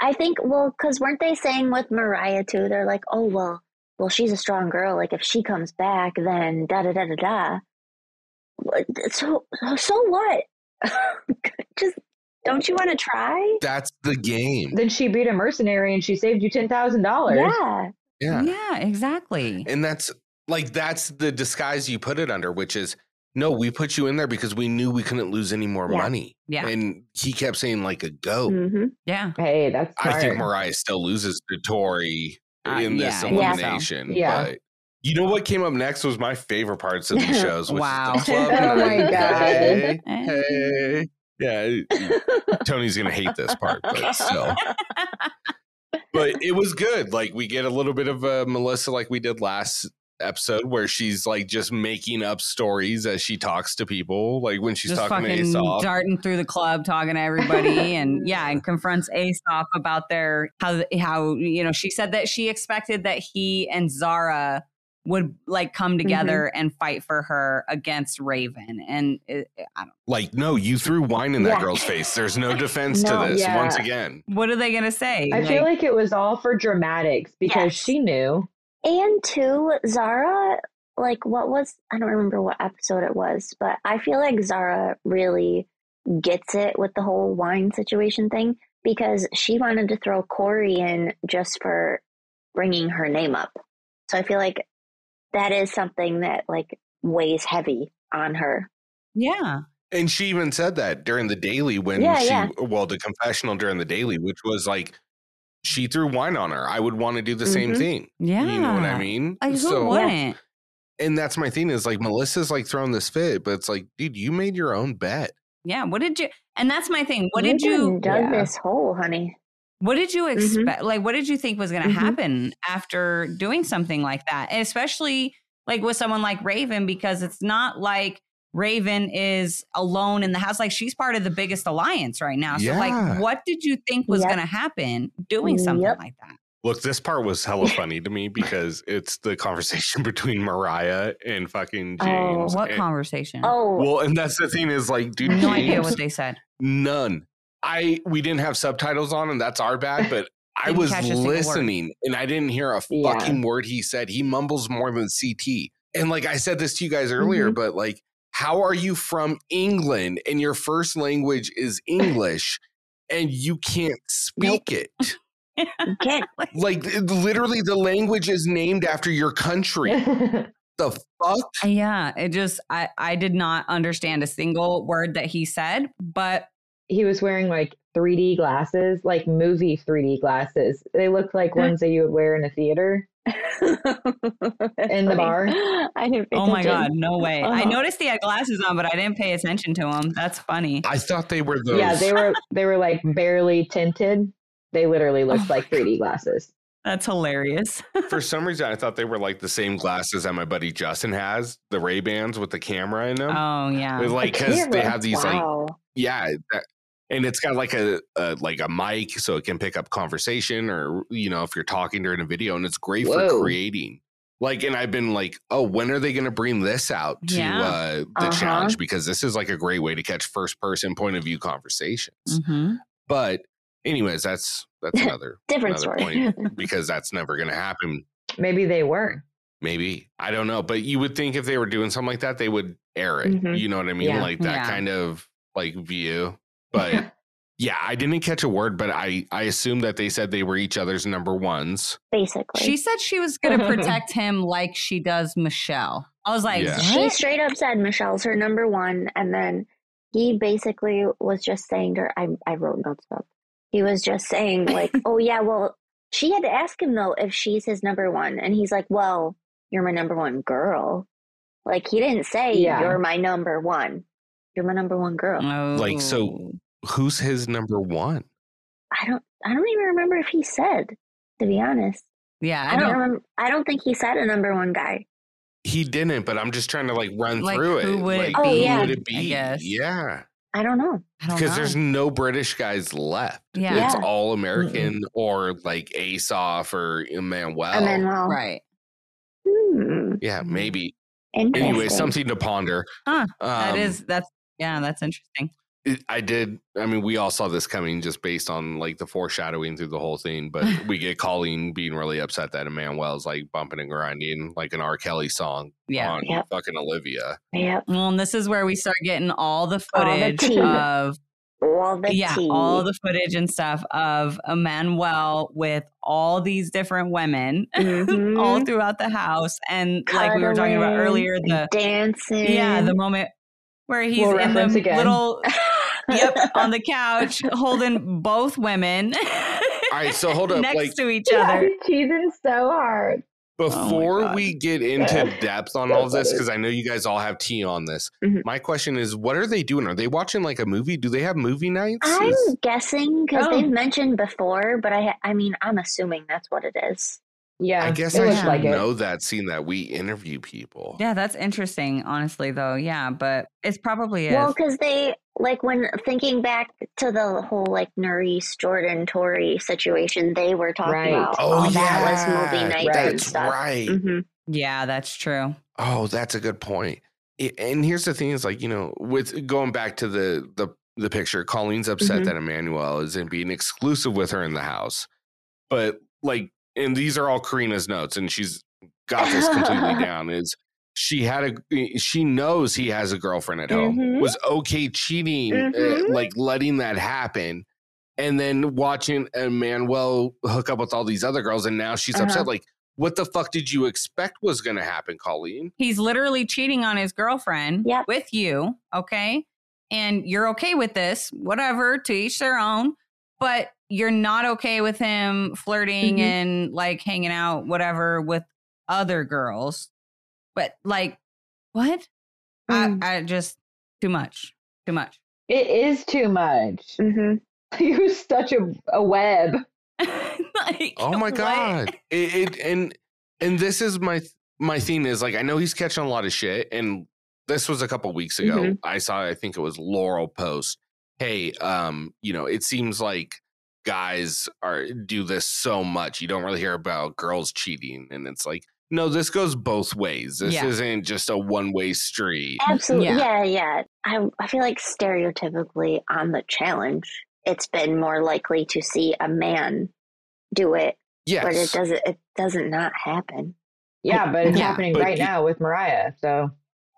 Speaker 4: I think, well, because weren't they saying with Mariah too? They're like, oh, well, well, she's a strong girl. Like, if she comes back, then da da da da da. What- So, so what? [LAUGHS] Just don't you want to try?
Speaker 1: That's the game.
Speaker 3: then she beat a mercenary and she saved you $10000
Speaker 4: Yeah.
Speaker 1: Yeah.
Speaker 2: Yeah, exactly.
Speaker 1: And that's like, that's the disguise you put it under, which is no, we put you in there because we knew we couldn't lose any more
Speaker 4: Yeah.
Speaker 1: money.
Speaker 2: Yeah.
Speaker 1: And he kept saying, like, a goat.
Speaker 4: hmm
Speaker 2: Yeah.
Speaker 3: hey that's smart.
Speaker 1: I think Mariah still loses to Tori
Speaker 2: Uh,
Speaker 1: in this
Speaker 2: yeah, I
Speaker 4: think so.
Speaker 1: elimination.
Speaker 3: Yeah.
Speaker 1: But you know what came up next was my favorite parts of
Speaker 2: [LAUGHS]
Speaker 1: these shows. Which
Speaker 2: Wow.
Speaker 1: Is the
Speaker 2: [LAUGHS]
Speaker 1: club
Speaker 3: Oh my
Speaker 1: night.
Speaker 3: God.
Speaker 1: Hey,
Speaker 2: Eh.
Speaker 1: hey. Yeah.
Speaker 2: [LAUGHS]
Speaker 1: Tony's going to hate this part, but still. But it was good. Like we get a little bit of uh, Melissa like we did last episode where she's like just making up stories as she talks to people. Like when she's
Speaker 2: just
Speaker 1: talking to
Speaker 2: fucking
Speaker 1: Aesop.
Speaker 2: darting through the club, talking to everybody, and [LAUGHS] yeah, and confronts Aesop about their how how you know she said that she expected that he and Zara would like
Speaker 3: Mm-hmm.
Speaker 2: come together and fight for her against Raven, and it, I don't.
Speaker 1: like, no, you threw wine in that
Speaker 4: Yeah.
Speaker 1: girl's face. There's no defense
Speaker 4: No.
Speaker 1: to this
Speaker 3: Yeah.
Speaker 1: once again.
Speaker 2: What are they gonna say?
Speaker 3: I feel like it was all for dramatics because
Speaker 4: Yes.
Speaker 3: she knew.
Speaker 4: And two, Zara, like, what was, I don't remember what episode it was, but I feel like Zara really gets it with the whole wine situation thing because she wanted to throw Corey in just for bringing her name up. So I feel like that is something that, like, weighs heavy on her.
Speaker 2: yeah,
Speaker 1: And she even said that during the daily when
Speaker 4: Yeah,
Speaker 1: she,
Speaker 4: yeah.
Speaker 1: well, the confessional during the daily, which was like, she threw wine on her. I would want to do the same
Speaker 4: Mhm.
Speaker 1: thing.
Speaker 2: yeah.
Speaker 1: You know what I mean?
Speaker 2: Like, who
Speaker 1: So-
Speaker 2: wouldn't?
Speaker 1: and that's my thing is like, Melissa's like throwing this fit, but it's like, dude, you made your own bet.
Speaker 2: Yeah. What did you? And that's my thing. What did you?
Speaker 4: done dug
Speaker 3: Yeah.
Speaker 4: this hole, honey?
Speaker 2: What did
Speaker 4: Mm-hmm.
Speaker 2: you expect? Like, what did you think was going to
Speaker 4: Mhm.
Speaker 2: happen after doing something like that? And especially like with someone like Raven, because it's not like Raven is alone in the house. Like, she's part of the biggest alliance right now. So,
Speaker 1: Yeah.
Speaker 2: like, what did you think was
Speaker 4: Yep.
Speaker 2: going to happen doing something
Speaker 4: Yep.
Speaker 2: like that?
Speaker 1: Look, this part was
Speaker 4: [LAUGHS]
Speaker 1: hella funny to me because it's the conversation [LAUGHS] between Mariah and fucking
Speaker 4: Oh,
Speaker 1: James.
Speaker 2: What
Speaker 1: And-
Speaker 2: conversation?
Speaker 4: Oh,
Speaker 1: well, and that's the thing is like, dude,
Speaker 2: no idea
Speaker 1: James-
Speaker 2: what they said.
Speaker 1: None. I we didn't have subtitles on, and that's our bad.
Speaker 2: [LAUGHS]
Speaker 1: But I
Speaker 2: Didn't
Speaker 1: was
Speaker 2: catch a single word.
Speaker 1: listening, and I didn't hear a
Speaker 3: Yeah.
Speaker 1: fucking word he said. He mumbles more than CT. And like I said this to you guys earlier,
Speaker 2: Mm-hmm.
Speaker 1: but like, how are you from England and your first language is English, and you can't speak
Speaker 2: [LAUGHS]
Speaker 1: it?
Speaker 4: you can't. [LAUGHS]
Speaker 1: Like it- literally, the language is named after your country.
Speaker 2: [LAUGHS]
Speaker 1: the fuck?
Speaker 2: Yeah. It just, I, I did not understand a single word that he said, but
Speaker 3: [LAUGHS] he was wearing like 3D glasses, like movie 3D glasses. They looked like ones that you would wear in a theater.
Speaker 4: in
Speaker 3: the bar?
Speaker 4: [LAUGHS] I didn't pay
Speaker 2: oh my God,
Speaker 4: attention.
Speaker 2: no way. I
Speaker 4: Uh-huh.
Speaker 2: noticed he had glasses on, but I didn't pay attention to him. That's funny.
Speaker 1: I thought they were those.
Speaker 3: Yeah,
Speaker 4: [LAUGHS]
Speaker 3: they were they were like barely tinted. They literally looked
Speaker 4: Oh
Speaker 2: my
Speaker 3: like 3D glasses.
Speaker 2: That's hilarious.
Speaker 1: For some reason, I thought they were like the same glasses that my buddy Justin has, the Ray Bans with the camera in them.
Speaker 2: Oh yeah.
Speaker 1: It's like because they
Speaker 4: Camera.
Speaker 1: have these like
Speaker 4: wow.
Speaker 1: yeah, that, and it's got like a, a like a mic so it can pick up conversation or you know if you're talking during a video and it's great
Speaker 3: Whoa.
Speaker 1: for creating Like, and I've been like, oh, when are they going to bring this out to
Speaker 2: Yeah.
Speaker 1: uh, the
Speaker 4: Uh-huh.
Speaker 1: challenge? Because this is like a great way to catch first person point of view conversations.
Speaker 2: Mhm.
Speaker 1: But, anyways, that's that's another
Speaker 4: Different
Speaker 1: Another
Speaker 4: story.
Speaker 1: because that's never going to happen.
Speaker 3: Maybe they weren't.
Speaker 1: Maybe I don't know, but you would think if they were doing something like that, they would air it.
Speaker 4: Mhm.
Speaker 1: You know what I mean?
Speaker 3: Yeah.
Speaker 1: Like that
Speaker 2: Mm-hmm. Yeah.
Speaker 1: kind of like
Speaker 2: [LAUGHS]
Speaker 1: view. But yeah, I didn't catch a word, but I I assume that they said they were each other's number ones.
Speaker 4: Basically,
Speaker 2: She said she was
Speaker 1: [LAUGHS]
Speaker 2: going to protect him like she does Michelle. I was like,
Speaker 1: Yeah.
Speaker 4: she
Speaker 2: what?
Speaker 4: straight up said Michelle's her number one, and then he basically was just saying to her. I I wrote notes about. This. He was just saying like, "Oh yeah, well." She had to ask him though if she's his number one, and he's like, "Well, you're my number one girl." Like he didn't say
Speaker 3: Yeah.
Speaker 4: you're my number one. You're my number one girl.
Speaker 2: Mm.
Speaker 1: Like, so-
Speaker 2: Oh.
Speaker 1: Who's his number one?
Speaker 4: I don't. I don't even remember if he said. To be honest,
Speaker 2: Yeah,
Speaker 4: I, don't, remember. I don't think he said a number one guy.
Speaker 1: He didn't, but I'm just trying to like run
Speaker 2: Like,
Speaker 1: through it.
Speaker 2: who would it
Speaker 1: like,
Speaker 4: be? Oh, yeah.
Speaker 1: would it be?
Speaker 2: I guess.
Speaker 1: Yeah.
Speaker 4: I don't know.
Speaker 2: I don't
Speaker 1: Because there's
Speaker 2: know.
Speaker 1: no British guys left.
Speaker 2: yeah,
Speaker 1: It's
Speaker 4: Yeah.
Speaker 1: all American or like Asoff or Emmanuel.
Speaker 4: And then well,
Speaker 2: right.
Speaker 4: hmm,
Speaker 1: Yeah, maybe.
Speaker 4: interesting.
Speaker 1: Anyway, something to ponder.
Speaker 2: Mm-hmm. Huh, that
Speaker 1: Um,
Speaker 2: is that's yeah, that's interesting.
Speaker 1: it- I did. I mean, we all saw this coming just based on like the foreshadowing through the whole thing.
Speaker 2: [LAUGHS]
Speaker 1: But we get Colleen being really upset that Emmanuel's like bumping and grinding like an R. Kelly song
Speaker 2: Yeah.
Speaker 1: on
Speaker 4: Yep.
Speaker 1: fucking Olivia.
Speaker 4: Yep.
Speaker 2: Well, and this is where we start getting all the
Speaker 4: All the
Speaker 2: footage
Speaker 4: tea.
Speaker 2: of
Speaker 4: All the
Speaker 2: yeah,
Speaker 4: tea.
Speaker 2: all the footage and stuff of Emmanuel with all these different women
Speaker 4: Mhm.
Speaker 2: [LAUGHS] all throughout the house, and like we were talking about
Speaker 4: Cuddling,
Speaker 2: earlier, the
Speaker 4: dancing.
Speaker 2: yeah, the moment where he's
Speaker 3: We'll
Speaker 2: in the
Speaker 3: reference again. [LAUGHS]
Speaker 2: little [LAUGHS] yep on the couch holding both women [LAUGHS]
Speaker 1: All right, so hold up.
Speaker 2: next
Speaker 1: like
Speaker 2: to [LAUGHS] each
Speaker 3: Yeah, [LAUGHS]
Speaker 2: other.
Speaker 3: he's cheesing so hard.
Speaker 1: before
Speaker 2: God.
Speaker 1: we get into depth on all of this, because I know you guys all have tea on this.
Speaker 4: Mhm.
Speaker 1: My question is, what are they doing? Are they watching like a movie? Do they have movie nights?
Speaker 4: I'm
Speaker 1: Is-
Speaker 4: guessing because
Speaker 3: Oh.
Speaker 4: they've mentioned before, but I I mean I'm assuming that's what it is.
Speaker 3: Yeah,
Speaker 1: I guess
Speaker 3: it
Speaker 1: I
Speaker 3: looked
Speaker 1: should
Speaker 3: like it.
Speaker 1: know that seeing that we interview people.
Speaker 2: Yeah, that's interesting, honestly, though. Yeah, but it's probably is.
Speaker 4: Well, because they like when thinking back to the whole like Nerys Jordan Tory situation, they were talking
Speaker 3: Right.
Speaker 4: about
Speaker 1: Oh,
Speaker 4: all
Speaker 1: yeah.
Speaker 4: that was movie night and
Speaker 1: That's
Speaker 4: stuff.
Speaker 1: right.
Speaker 4: hmm
Speaker 2: yeah, that's true.
Speaker 1: Oh, that's a good point. I- And here's the thing: is like you know, with going back to the the the picture, Colleen's upset
Speaker 4: Mhm.
Speaker 1: that Emmanuel is in being exclusive with her in the house, but like, and these are all Karina's notes, and she's got this completely down. Is she had a eh, she knows he has a girlfriend at home,
Speaker 4: Mhm.
Speaker 1: was okay cheating,
Speaker 4: Mhm.
Speaker 1: uh, like letting that happen. And then watching Emmanuel hook up with all these other girls, and now she's upset.
Speaker 4: Uh-huh.
Speaker 1: Like, what the fuck did you expect was going to happen, Colleen?
Speaker 2: He's literally cheating on his girlfriend
Speaker 4: Yep.
Speaker 2: with you, okay? And you're okay with this, whatever, to each their own, but you're not okay with him flirting
Speaker 4: Mhm.
Speaker 2: and like hanging out, whatever, with other girls. But like, what?
Speaker 4: Mm.
Speaker 2: I, I just, too much, too much. [LAUGHS]
Speaker 3: It is too much. [LAUGHS]
Speaker 4: hmm
Speaker 3: He was such a, a web.
Speaker 2: Like, [LAUGHS]
Speaker 1: Oh my
Speaker 2: what?
Speaker 1: god! It, it and and this is my my thing is like I know he's catching a lot of shit, and this was a couple weeks ago.
Speaker 4: Mhm.
Speaker 1: I saw I think it was Laurel post. Hey, um, you know, it seems like guys are do this so much. You don't really hear about girls cheating, and it's like no, this goes both ways. This
Speaker 2: Yeah.
Speaker 1: isn't just a one way street.
Speaker 4: Absolutely.
Speaker 2: Yeah.
Speaker 4: Yeah, yeah. I, I feel like stereotypically on the challenge, it's been more likely to see a man do it, but it
Speaker 1: Yes,
Speaker 4: doesn't. It doesn't not happen.
Speaker 3: Yeah, but it's
Speaker 2: Yeah.
Speaker 3: happening
Speaker 1: But
Speaker 3: right
Speaker 1: you-
Speaker 3: now with Mariah. So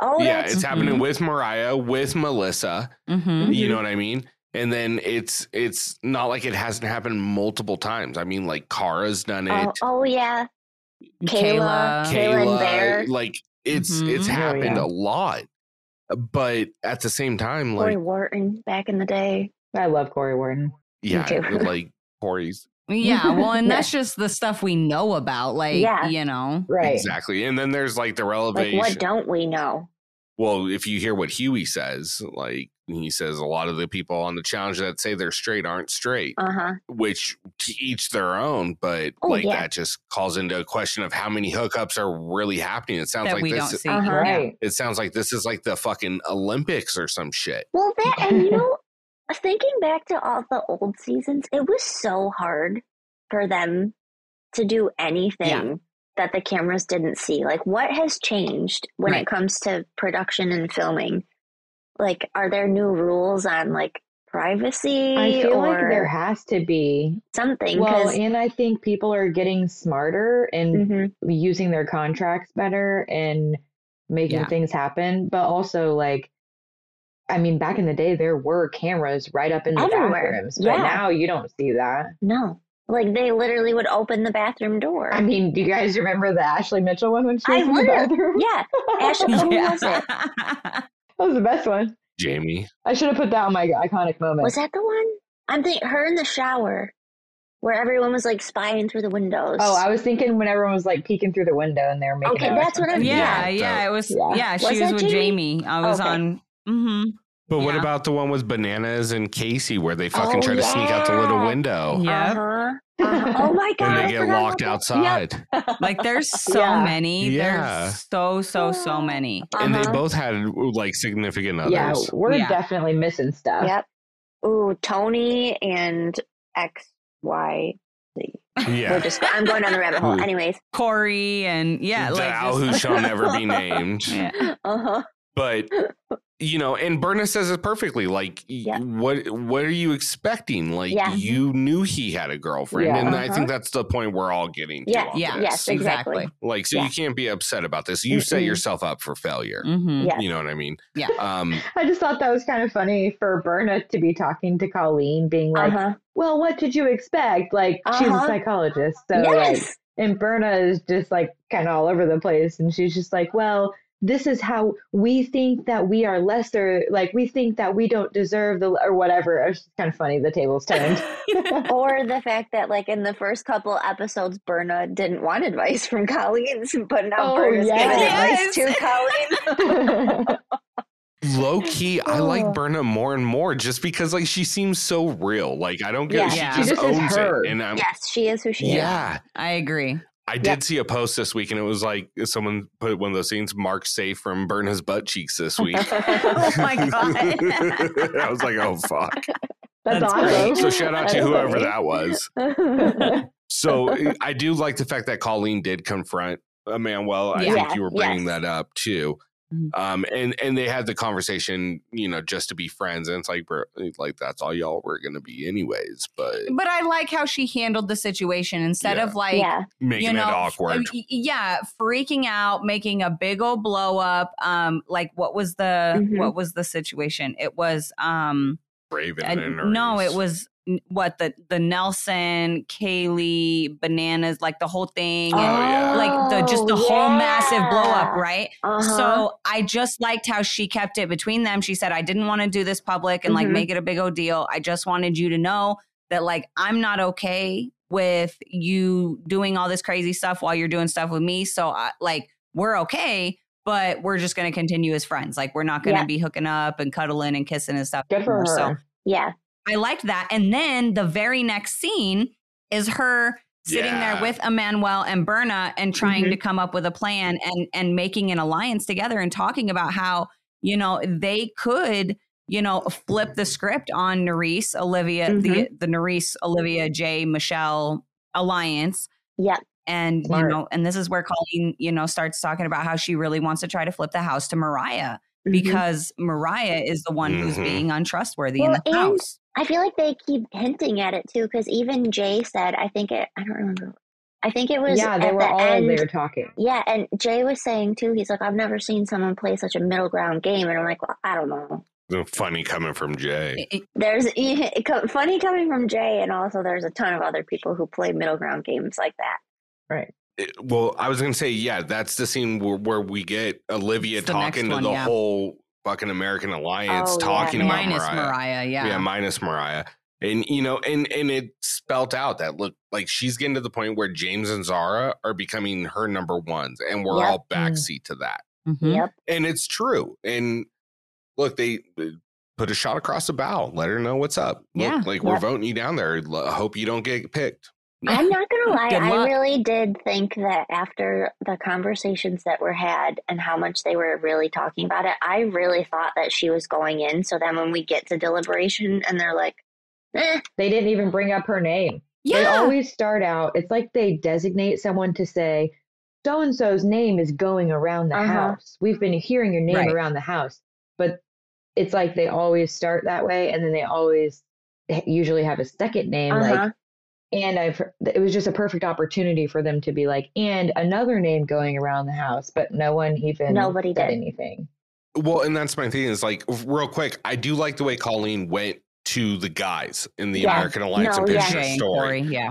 Speaker 4: Oh,
Speaker 1: yeah,
Speaker 4: that's
Speaker 1: it's happening with Mariah, with Melissa.
Speaker 4: Mm-hmm.
Speaker 2: Mhm.
Speaker 1: you know what i mean and then it's it's not like it hasn't happened multiple times i mean like kara's done it
Speaker 4: oh, oh yeah,
Speaker 2: Kayla.
Speaker 4: Mm, Kayla. Kayla and Mm-hmm. Bear.
Speaker 1: like it's
Speaker 2: Mhm.
Speaker 1: it's
Speaker 2: Oh,
Speaker 1: happened
Speaker 3: yeah.
Speaker 1: a lot but at the same time
Speaker 4: Corey
Speaker 1: like
Speaker 4: Wharton back in the day.
Speaker 3: I love Corey Warden.
Speaker 1: yeah
Speaker 4: too.
Speaker 1: like
Speaker 4: [LAUGHS]
Speaker 1: corey's
Speaker 2: Yeah, well, and
Speaker 4: Yeah.
Speaker 2: that's just the stuff we know about. Like,
Speaker 4: Yeah.
Speaker 2: you know,
Speaker 3: Right.
Speaker 1: exactly and then there's like the
Speaker 4: Like,
Speaker 1: relevation
Speaker 4: what don't we know?
Speaker 1: well if you hear what huey says like he says a lot of the people on the challenge that say they're straight aren't straight
Speaker 4: Uh huh.
Speaker 1: which to each their own, but
Speaker 4: Oh,
Speaker 1: like
Speaker 4: yeah.
Speaker 1: that just calls into a question of how many hookups are really happening. It sounds
Speaker 2: that
Speaker 1: like
Speaker 2: we
Speaker 1: this
Speaker 2: don't see.
Speaker 4: Uh-huh.
Speaker 2: Yeah.
Speaker 3: Right.
Speaker 1: it sounds like this is like the fucking Olympics or some shit.
Speaker 4: Well, that and
Speaker 1: [LAUGHS]
Speaker 4: you know, thinking back to all the old seasons, it was so hard for them to do anything that the cameras didn't see? Like, what has changed when
Speaker 2: Right.
Speaker 4: it comes to production and filming? Like, are there new rules on like privacy
Speaker 3: I feel
Speaker 4: or
Speaker 3: like there has to be.
Speaker 4: something?
Speaker 3: Well,
Speaker 4: 'Cause-
Speaker 3: and I think people are getting smarter and
Speaker 4: Mhm.
Speaker 3: using their contracts better and making
Speaker 2: Yeah.
Speaker 3: things happen. But also, like, I mean, back in the day, there were cameras right up in the
Speaker 4: Everywhere.
Speaker 3: bathrooms,
Speaker 4: Yeah.
Speaker 3: but now you don't see that.
Speaker 4: no, like they literally would open the bathroom door.
Speaker 3: I mean, do you guys remember the Ashley Mitchell one when she
Speaker 4: I
Speaker 3: was in the
Speaker 4: literally-
Speaker 3: bathroom?
Speaker 4: [LAUGHS] yeah, Ashley, Oh,
Speaker 2: [LAUGHS]
Speaker 4: who
Speaker 2: Yeah.
Speaker 4: was it?
Speaker 3: [LAUGHS] That was the best one.
Speaker 1: Jamie.
Speaker 3: I should have put that on my iconic moment.
Speaker 4: Was that the one? I'm thinking her in the shower, where everyone was like spying through the windows.
Speaker 3: Oh, I was thinking when everyone was like peeking through the window and they were making.
Speaker 4: Okay,
Speaker 3: out or
Speaker 4: that's what I'm-
Speaker 2: [LAUGHS]
Speaker 3: something.
Speaker 2: yeah,
Speaker 1: Yeah.
Speaker 2: yeah, it was.
Speaker 3: Yeah.
Speaker 2: Yeah, she
Speaker 4: Was
Speaker 2: was,
Speaker 4: that
Speaker 2: with Jamie.
Speaker 4: Jamie?
Speaker 2: I was
Speaker 4: Okay.
Speaker 2: on. hmm
Speaker 1: But what
Speaker 2: Yeah.
Speaker 1: about the one with bananas and Casey where they fucking
Speaker 4: Oh,
Speaker 1: try to sneak out the little
Speaker 4: yeah.
Speaker 1: window
Speaker 2: Yeah,
Speaker 4: Uh-huh. Uh-huh.
Speaker 3: [LAUGHS]
Speaker 4: Oh my
Speaker 1: [LAUGHS]
Speaker 4: god!
Speaker 1: when
Speaker 4: I
Speaker 1: they get
Speaker 4: forgot
Speaker 1: locked
Speaker 4: about that. Yep.
Speaker 1: outside?
Speaker 2: like there's so
Speaker 3: Yeah.
Speaker 2: many.
Speaker 1: Yeah.
Speaker 2: There's so so so many.
Speaker 1: And they
Speaker 4: Uh-huh.
Speaker 1: both had like significant others.
Speaker 3: Yeah, we're
Speaker 2: Yeah.
Speaker 3: definitely missing stuff.
Speaker 4: Yep. Ooh, Tony and X Y Z. We're
Speaker 1: Yeah.
Speaker 4: just. I'm going down the rabbit hole.
Speaker 1: Ooh.
Speaker 4: Anyways.
Speaker 2: Corey and
Speaker 4: [LAUGHS]
Speaker 2: yeah,
Speaker 1: the
Speaker 2: like
Speaker 1: owl
Speaker 2: just-
Speaker 1: who shall never be named.
Speaker 2: Yeah.
Speaker 4: Uh huh.
Speaker 1: But you know, and Berna says it perfectly. Like, y-
Speaker 4: Yeah.
Speaker 1: what what are you expecting? Like,
Speaker 4: Yeah.
Speaker 1: you knew he had a girlfriend,
Speaker 3: Yeah.
Speaker 1: and I
Speaker 4: Uh-huh.
Speaker 1: think that's the point we're all getting.
Speaker 4: Yeah,
Speaker 1: to on
Speaker 2: yeah,
Speaker 1: this.
Speaker 4: yes. exactly.
Speaker 1: Like, so
Speaker 4: Yeah.
Speaker 1: you can't be upset about this. You set
Speaker 4: Mm-mm. Mm.
Speaker 1: yourself up for failure.
Speaker 2: Mhm.
Speaker 4: Yes.
Speaker 1: You know what I mean?
Speaker 2: Yeah.
Speaker 1: Um,
Speaker 3: I just thought that was kind of funny for Berna to be talking to Colleen, being
Speaker 4: Uh
Speaker 3: like,
Speaker 4: huh.
Speaker 3: "Well, what did you expect?" Like she's a
Speaker 4: Uh-huh.
Speaker 3: psychologist, so like,
Speaker 4: Yes.
Speaker 3: and Berna is just like kind of all over the place, and she's just like, "Well, this is how we think that we are lesser, like we think that we don't deserve the or whatever." It's just kind of funny. The tables turned. [LAUGHS]
Speaker 4: Or the fact that, like, in the first couple episodes, Berna didn't want advice from Colleen, but now
Speaker 3: Oh,
Speaker 4: Berna's
Speaker 2: yes.
Speaker 4: giving advice to Colleen.
Speaker 1: low key, I
Speaker 4: Oh.
Speaker 1: like Berna more and more just because like she seems so real. Like I don't get
Speaker 4: Yeah.
Speaker 1: she
Speaker 2: Yeah.
Speaker 1: just
Speaker 3: She just is
Speaker 1: owns
Speaker 3: her.
Speaker 1: it, and [LAUGHS] I'm
Speaker 4: yes, she is who she is.
Speaker 1: yeah.
Speaker 2: I agree.
Speaker 1: I did see a post this week, and it was like someone put one of those scenes Mark safe from burn his butt cheeks this week.
Speaker 2: [LAUGHS] Oh my god.
Speaker 1: I was like, oh fuck.
Speaker 3: That's,
Speaker 2: That's
Speaker 3: awesome.
Speaker 2: great.
Speaker 1: So shout out to
Speaker 3: That's
Speaker 1: whoever
Speaker 3: funny.
Speaker 1: that was.
Speaker 2: [LAUGHS]
Speaker 1: So eh, I do like the fact that Colleen did confront Manuel. I
Speaker 2: Yeah.
Speaker 1: think you were bringing
Speaker 4: Yes.
Speaker 1: that up too.
Speaker 2: Mhm.
Speaker 1: Um, and and they had the conversation, you know, just to be friends, and it's like, bro, like that's all y'all were gonna be anyways. But
Speaker 2: But I like how she handled the situation instead
Speaker 1: Yeah.
Speaker 2: of like
Speaker 4: yeah.
Speaker 1: making it awkward.
Speaker 2: f- y- Yeah, freaking out, making a big old blow up. Um, like what was the
Speaker 4: Mhm.
Speaker 2: what was the situation? It was um
Speaker 1: Raven
Speaker 2: a-
Speaker 1: and
Speaker 2: no,
Speaker 1: Reese.
Speaker 2: it was n- what the the Nelson, Kaylee, bananas, like the whole thing. And,
Speaker 1: Oh, yeah.
Speaker 2: like the just the
Speaker 4: Oh,
Speaker 2: whole massive blow up,
Speaker 4: yeah.
Speaker 2: right?
Speaker 4: Uh-huh.
Speaker 2: So I just liked how she kept it between them. She said, I didn't want to do this public and like
Speaker 4: Mhm.
Speaker 2: make it a big old deal. I just wanted you to know that like I'm not okay with you doing all this crazy stuff while you're doing stuff with me. So I, like we're okay, but we're just going to continue as friends. Like we're not going to
Speaker 4: Yeah.
Speaker 2: be hooking up and cuddling and kissing and stuff.
Speaker 3: Good for her.
Speaker 2: anymore. So
Speaker 4: yeah.
Speaker 2: I liked that. And then the very next scene is her sitting
Speaker 1: Yeah.
Speaker 2: there with Emmanuel and Berna and trying
Speaker 4: Mhm.
Speaker 2: to come up with a plan and and making an alliance together and talking about how, you know, they could, you know, flip the script on Nerys, Olivia, the the Nerys, Olivia, J, Michelle alliance.
Speaker 4: Yep.
Speaker 2: And you
Speaker 3: Smart.
Speaker 2: know, and this is where Colleen, you know, starts talking about how she really wants to try to flip the house to Mariah
Speaker 3: Mm-hmm.
Speaker 4: Mhm.
Speaker 2: because Mariah is the one who's
Speaker 1: Mhm.
Speaker 2: being untrustworthy
Speaker 4: Well,
Speaker 2: in the
Speaker 4: and
Speaker 2: house.
Speaker 4: I feel like they keep hinting at it too, because even Jay said, I think it, I don't remember. I think it was
Speaker 3: yeah, they
Speaker 4: at
Speaker 3: were
Speaker 4: the
Speaker 3: all
Speaker 4: end.
Speaker 3: there talking.
Speaker 4: Yeah, and Jay was saying too, he's like, I've never seen someone play such a middle ground game. And I'm like, well, I don't know.
Speaker 1: funny coming from Jay.
Speaker 2: It-
Speaker 4: There's [LAUGHS] it co- funny coming from Jay, and also there's a ton of other people who play middle ground games like that.
Speaker 1: It- well, I was gonna say, yeah, that's the scene where, where we get Olivia
Speaker 2: It's the
Speaker 1: talking
Speaker 2: next
Speaker 1: to
Speaker 2: one,
Speaker 1: the
Speaker 2: yeah.
Speaker 1: whole fucking American Alliance,
Speaker 4: Oh, yeah.
Speaker 1: talking
Speaker 2: it-
Speaker 1: about
Speaker 2: minus
Speaker 1: Mariah.
Speaker 2: Mariah,
Speaker 1: Yeah.
Speaker 2: yeah.
Speaker 1: minus Mariah, and you know, and and it spelt out that look like she's getting to the point where James and Zara are becoming her number ones, and we're
Speaker 4: Yep.
Speaker 2: Mm.
Speaker 1: all backseat to that,
Speaker 2: Mhm.
Speaker 4: Yep.
Speaker 1: and it's true. And look, they. uh, Put a shot across the bow. Let her know what's up. Look,
Speaker 2: Yeah.
Speaker 1: like we're
Speaker 4: Yep.
Speaker 1: voting you down there. L- hope you don't get picked.
Speaker 4: I'm not gonna lie,
Speaker 2: Good
Speaker 4: I
Speaker 2: luck.
Speaker 4: really did think that after the conversations that were had and how much they were really talking about it, I really thought that she was going in. So then when we get to deliberation and they're like, eh,
Speaker 3: They didn't even bring up her name. They
Speaker 2: Yeah.
Speaker 3: always start out, it's like they designate someone to say, so and so's name is going around the
Speaker 4: Uh-huh.
Speaker 3: house. We've been hearing your name
Speaker 2: Right.
Speaker 3: around the house, but it's like they always start that way, and then they always usually have a second name.
Speaker 4: Uh-huh.
Speaker 3: Like, and I've it was just a perfect opportunity for them to be like, and another name going around the house, but no one even
Speaker 4: Nobody
Speaker 3: said
Speaker 4: did.
Speaker 3: anything.
Speaker 1: Well, and that's my thing is like real quick. I do like the way Colleen went to the guys in the
Speaker 4: Yeah.
Speaker 1: American Alliance
Speaker 4: No,
Speaker 1: and
Speaker 4: yeah.
Speaker 1: Picture
Speaker 2: Jay and
Speaker 1: Story,
Speaker 2: Corey, yeah.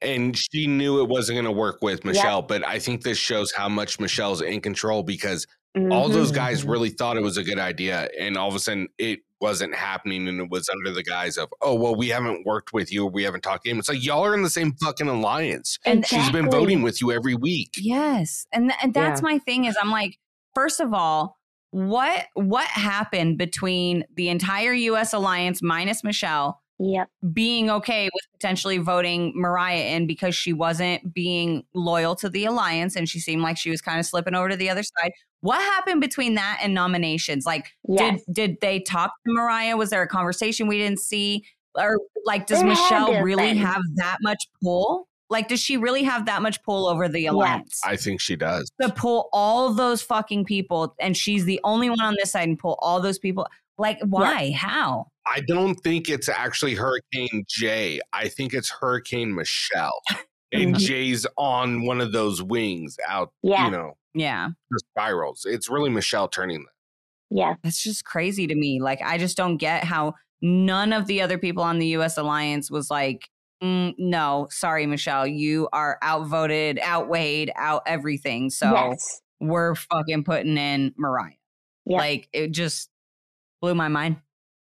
Speaker 1: and she knew it wasn't going to work with Michelle. But I think this shows how much Michelle's in control because all
Speaker 4: Mm-hmm.
Speaker 1: those guys
Speaker 3: Mhm.
Speaker 1: really thought it was a good idea, and all of a sudden it wasn't happening, and it was under the guise of, "Oh, well, we haven't worked with you, or we haven't talked to him." It's like y'all are in the same fucking alliance.
Speaker 2: And
Speaker 1: She's been
Speaker 4: Exactly.
Speaker 1: voting with you every week.
Speaker 2: Yes. And th- and that's my thing is I'm like first of all, what what happened between the entire US alliance minus Michelle
Speaker 4: Yep.
Speaker 2: being okay with potentially voting Mariah in because she wasn't being loyal to the alliance and she seemed like she was kind of slipping over to the other side. What happened between that and nominations? Like
Speaker 4: Yes.
Speaker 2: did did they talk to Mariah? Was there a conversation we didn't see? Or like does
Speaker 4: There had to
Speaker 2: Michelle
Speaker 4: have
Speaker 2: really
Speaker 4: been.
Speaker 2: have that much pull? Like does she really have that much pull over the alliance?
Speaker 1: I think she does.
Speaker 2: to pull all those fucking people and she's the only one on this side and pull all those people like why how
Speaker 1: I don't think it's actually Hurricane Jay. I think it's Hurricane Michelle. And
Speaker 4: Mhm.
Speaker 1: Jay's on one of those wings out,
Speaker 4: yeah.
Speaker 1: you know,
Speaker 2: yeah
Speaker 1: the spirals. It's really Michelle turning them.
Speaker 4: yeah.
Speaker 2: that's just crazy to me like i just don't get how none of the other people on the us alliance was like "Mm, no sorry michelle you are outvoted outweighed out everything so
Speaker 4: Yes.
Speaker 2: we're fucking putting in mariah
Speaker 4: Yeah.
Speaker 2: like it just blew my mind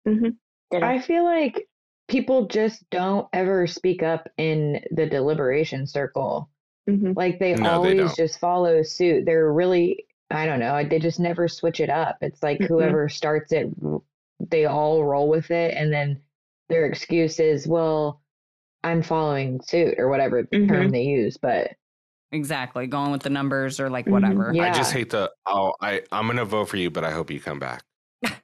Speaker 4: Did I-
Speaker 3: I feel like people just don't ever speak up in the deliberation circle.
Speaker 4: Mhm.
Speaker 3: Like they
Speaker 1: No, they
Speaker 3: always
Speaker 1: don't.
Speaker 3: just follow suit. They're really, I don't know, they just never switch it up. It's like
Speaker 4: Mhm.
Speaker 3: whoever starts it, they all roll with it. And then their excuse is, well, I'm following suit or whatever term
Speaker 4: Mhm.
Speaker 3: they use.
Speaker 1: [LAUGHS]
Speaker 3: But
Speaker 2: exactly going with the numbers or like
Speaker 4: Mhm.
Speaker 2: whatever
Speaker 1: I just
Speaker 3: Yeah.
Speaker 1: hate the, oh, I, I'm going to vote for you, but I hope you come back.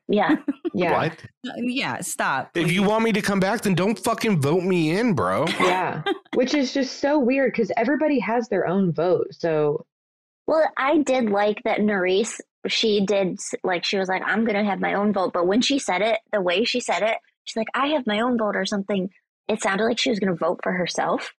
Speaker 4: Yeah.
Speaker 3: yeah.
Speaker 1: What?
Speaker 2: uh, yeah stop
Speaker 1: If you want me to come back, then don't fucking vote me in, bro.
Speaker 3: Yeah. Which is just so weird because everybody has their own vote. So
Speaker 4: Well, I did like that Nerys, she did, s- like, she was like, I'm going to have my own vote. But when she said it, the way she said it, she's like, I have my own vote or something. It sounded like she was going to vote for herself.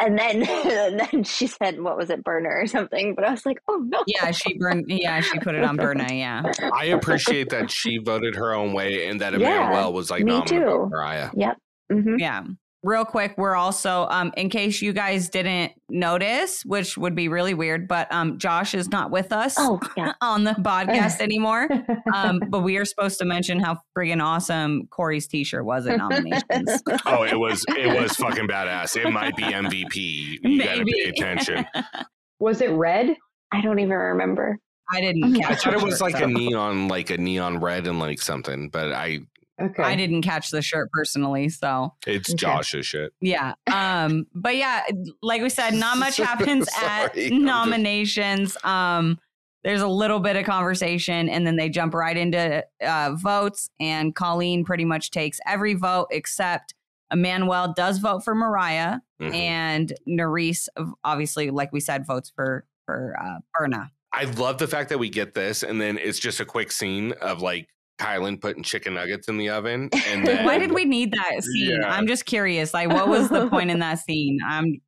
Speaker 4: And then, [LAUGHS] and then she said, what was it, burner or something? But I was like, oh no.
Speaker 2: yeah she burned yeah she put it on
Speaker 4: [LAUGHS]
Speaker 2: Berna. yeah
Speaker 1: I appreciate that she voted her own way and that Emmanuel
Speaker 4: Yeah,
Speaker 1: was like,
Speaker 4: me
Speaker 1: no, I'm going to vote
Speaker 4: too. [LAUGHS]
Speaker 1: Mariah.
Speaker 4: Yep. hmm
Speaker 2: Yeah. Real quick, we're also um in case you guys didn't notice, which would be really weird, but um Josh is not with us
Speaker 4: Oh, yeah.
Speaker 2: [LAUGHS] on the
Speaker 4: [LAUGHS]
Speaker 2: podcast anymore. Um, but we are supposed to mention how friggin' awesome Corey's t-shirt was at
Speaker 4: [LAUGHS]
Speaker 2: nominations.
Speaker 1: Oh, it was, it was fucking badass. It might be MVP. You got to pay
Speaker 2: Maybe.
Speaker 1: attention.
Speaker 3: [LAUGHS] was it red?
Speaker 4: I don't even remember.
Speaker 2: I didn't
Speaker 4: I
Speaker 2: catch
Speaker 1: I thought it
Speaker 2: the
Speaker 1: was
Speaker 2: shirt,
Speaker 1: like
Speaker 2: [LAUGHS] so
Speaker 1: a neon, like a neon red and like something, but I
Speaker 3: Okay.
Speaker 2: I didn't catch the shirt personally, so
Speaker 1: it's
Speaker 3: Okay.
Speaker 1: Josh's shit.
Speaker 2: Yeah. Um, but yeah, like we said, not
Speaker 1: [LAUGHS]
Speaker 2: much happens at
Speaker 1: Sorry, I'm just- [LAUGHS]
Speaker 2: nominations. Um, there's a little bit of conversation and then they jump right into uh, votes. And Colleen pretty much takes every vote except Emmanuel does vote for Mariah
Speaker 1: Mhm.
Speaker 2: and Nerys, obviously, like we said, votes for for uh, Berna.
Speaker 1: I love the fact that we get this, and then it's just a quick scene of like Kylan putting chicken nuggets in the oven,
Speaker 4: [LAUGHS]
Speaker 1: and then
Speaker 2: Why did we need that scene?
Speaker 1: Yeah.
Speaker 2: I'm just curious. Like, what was the point in that scene? I'm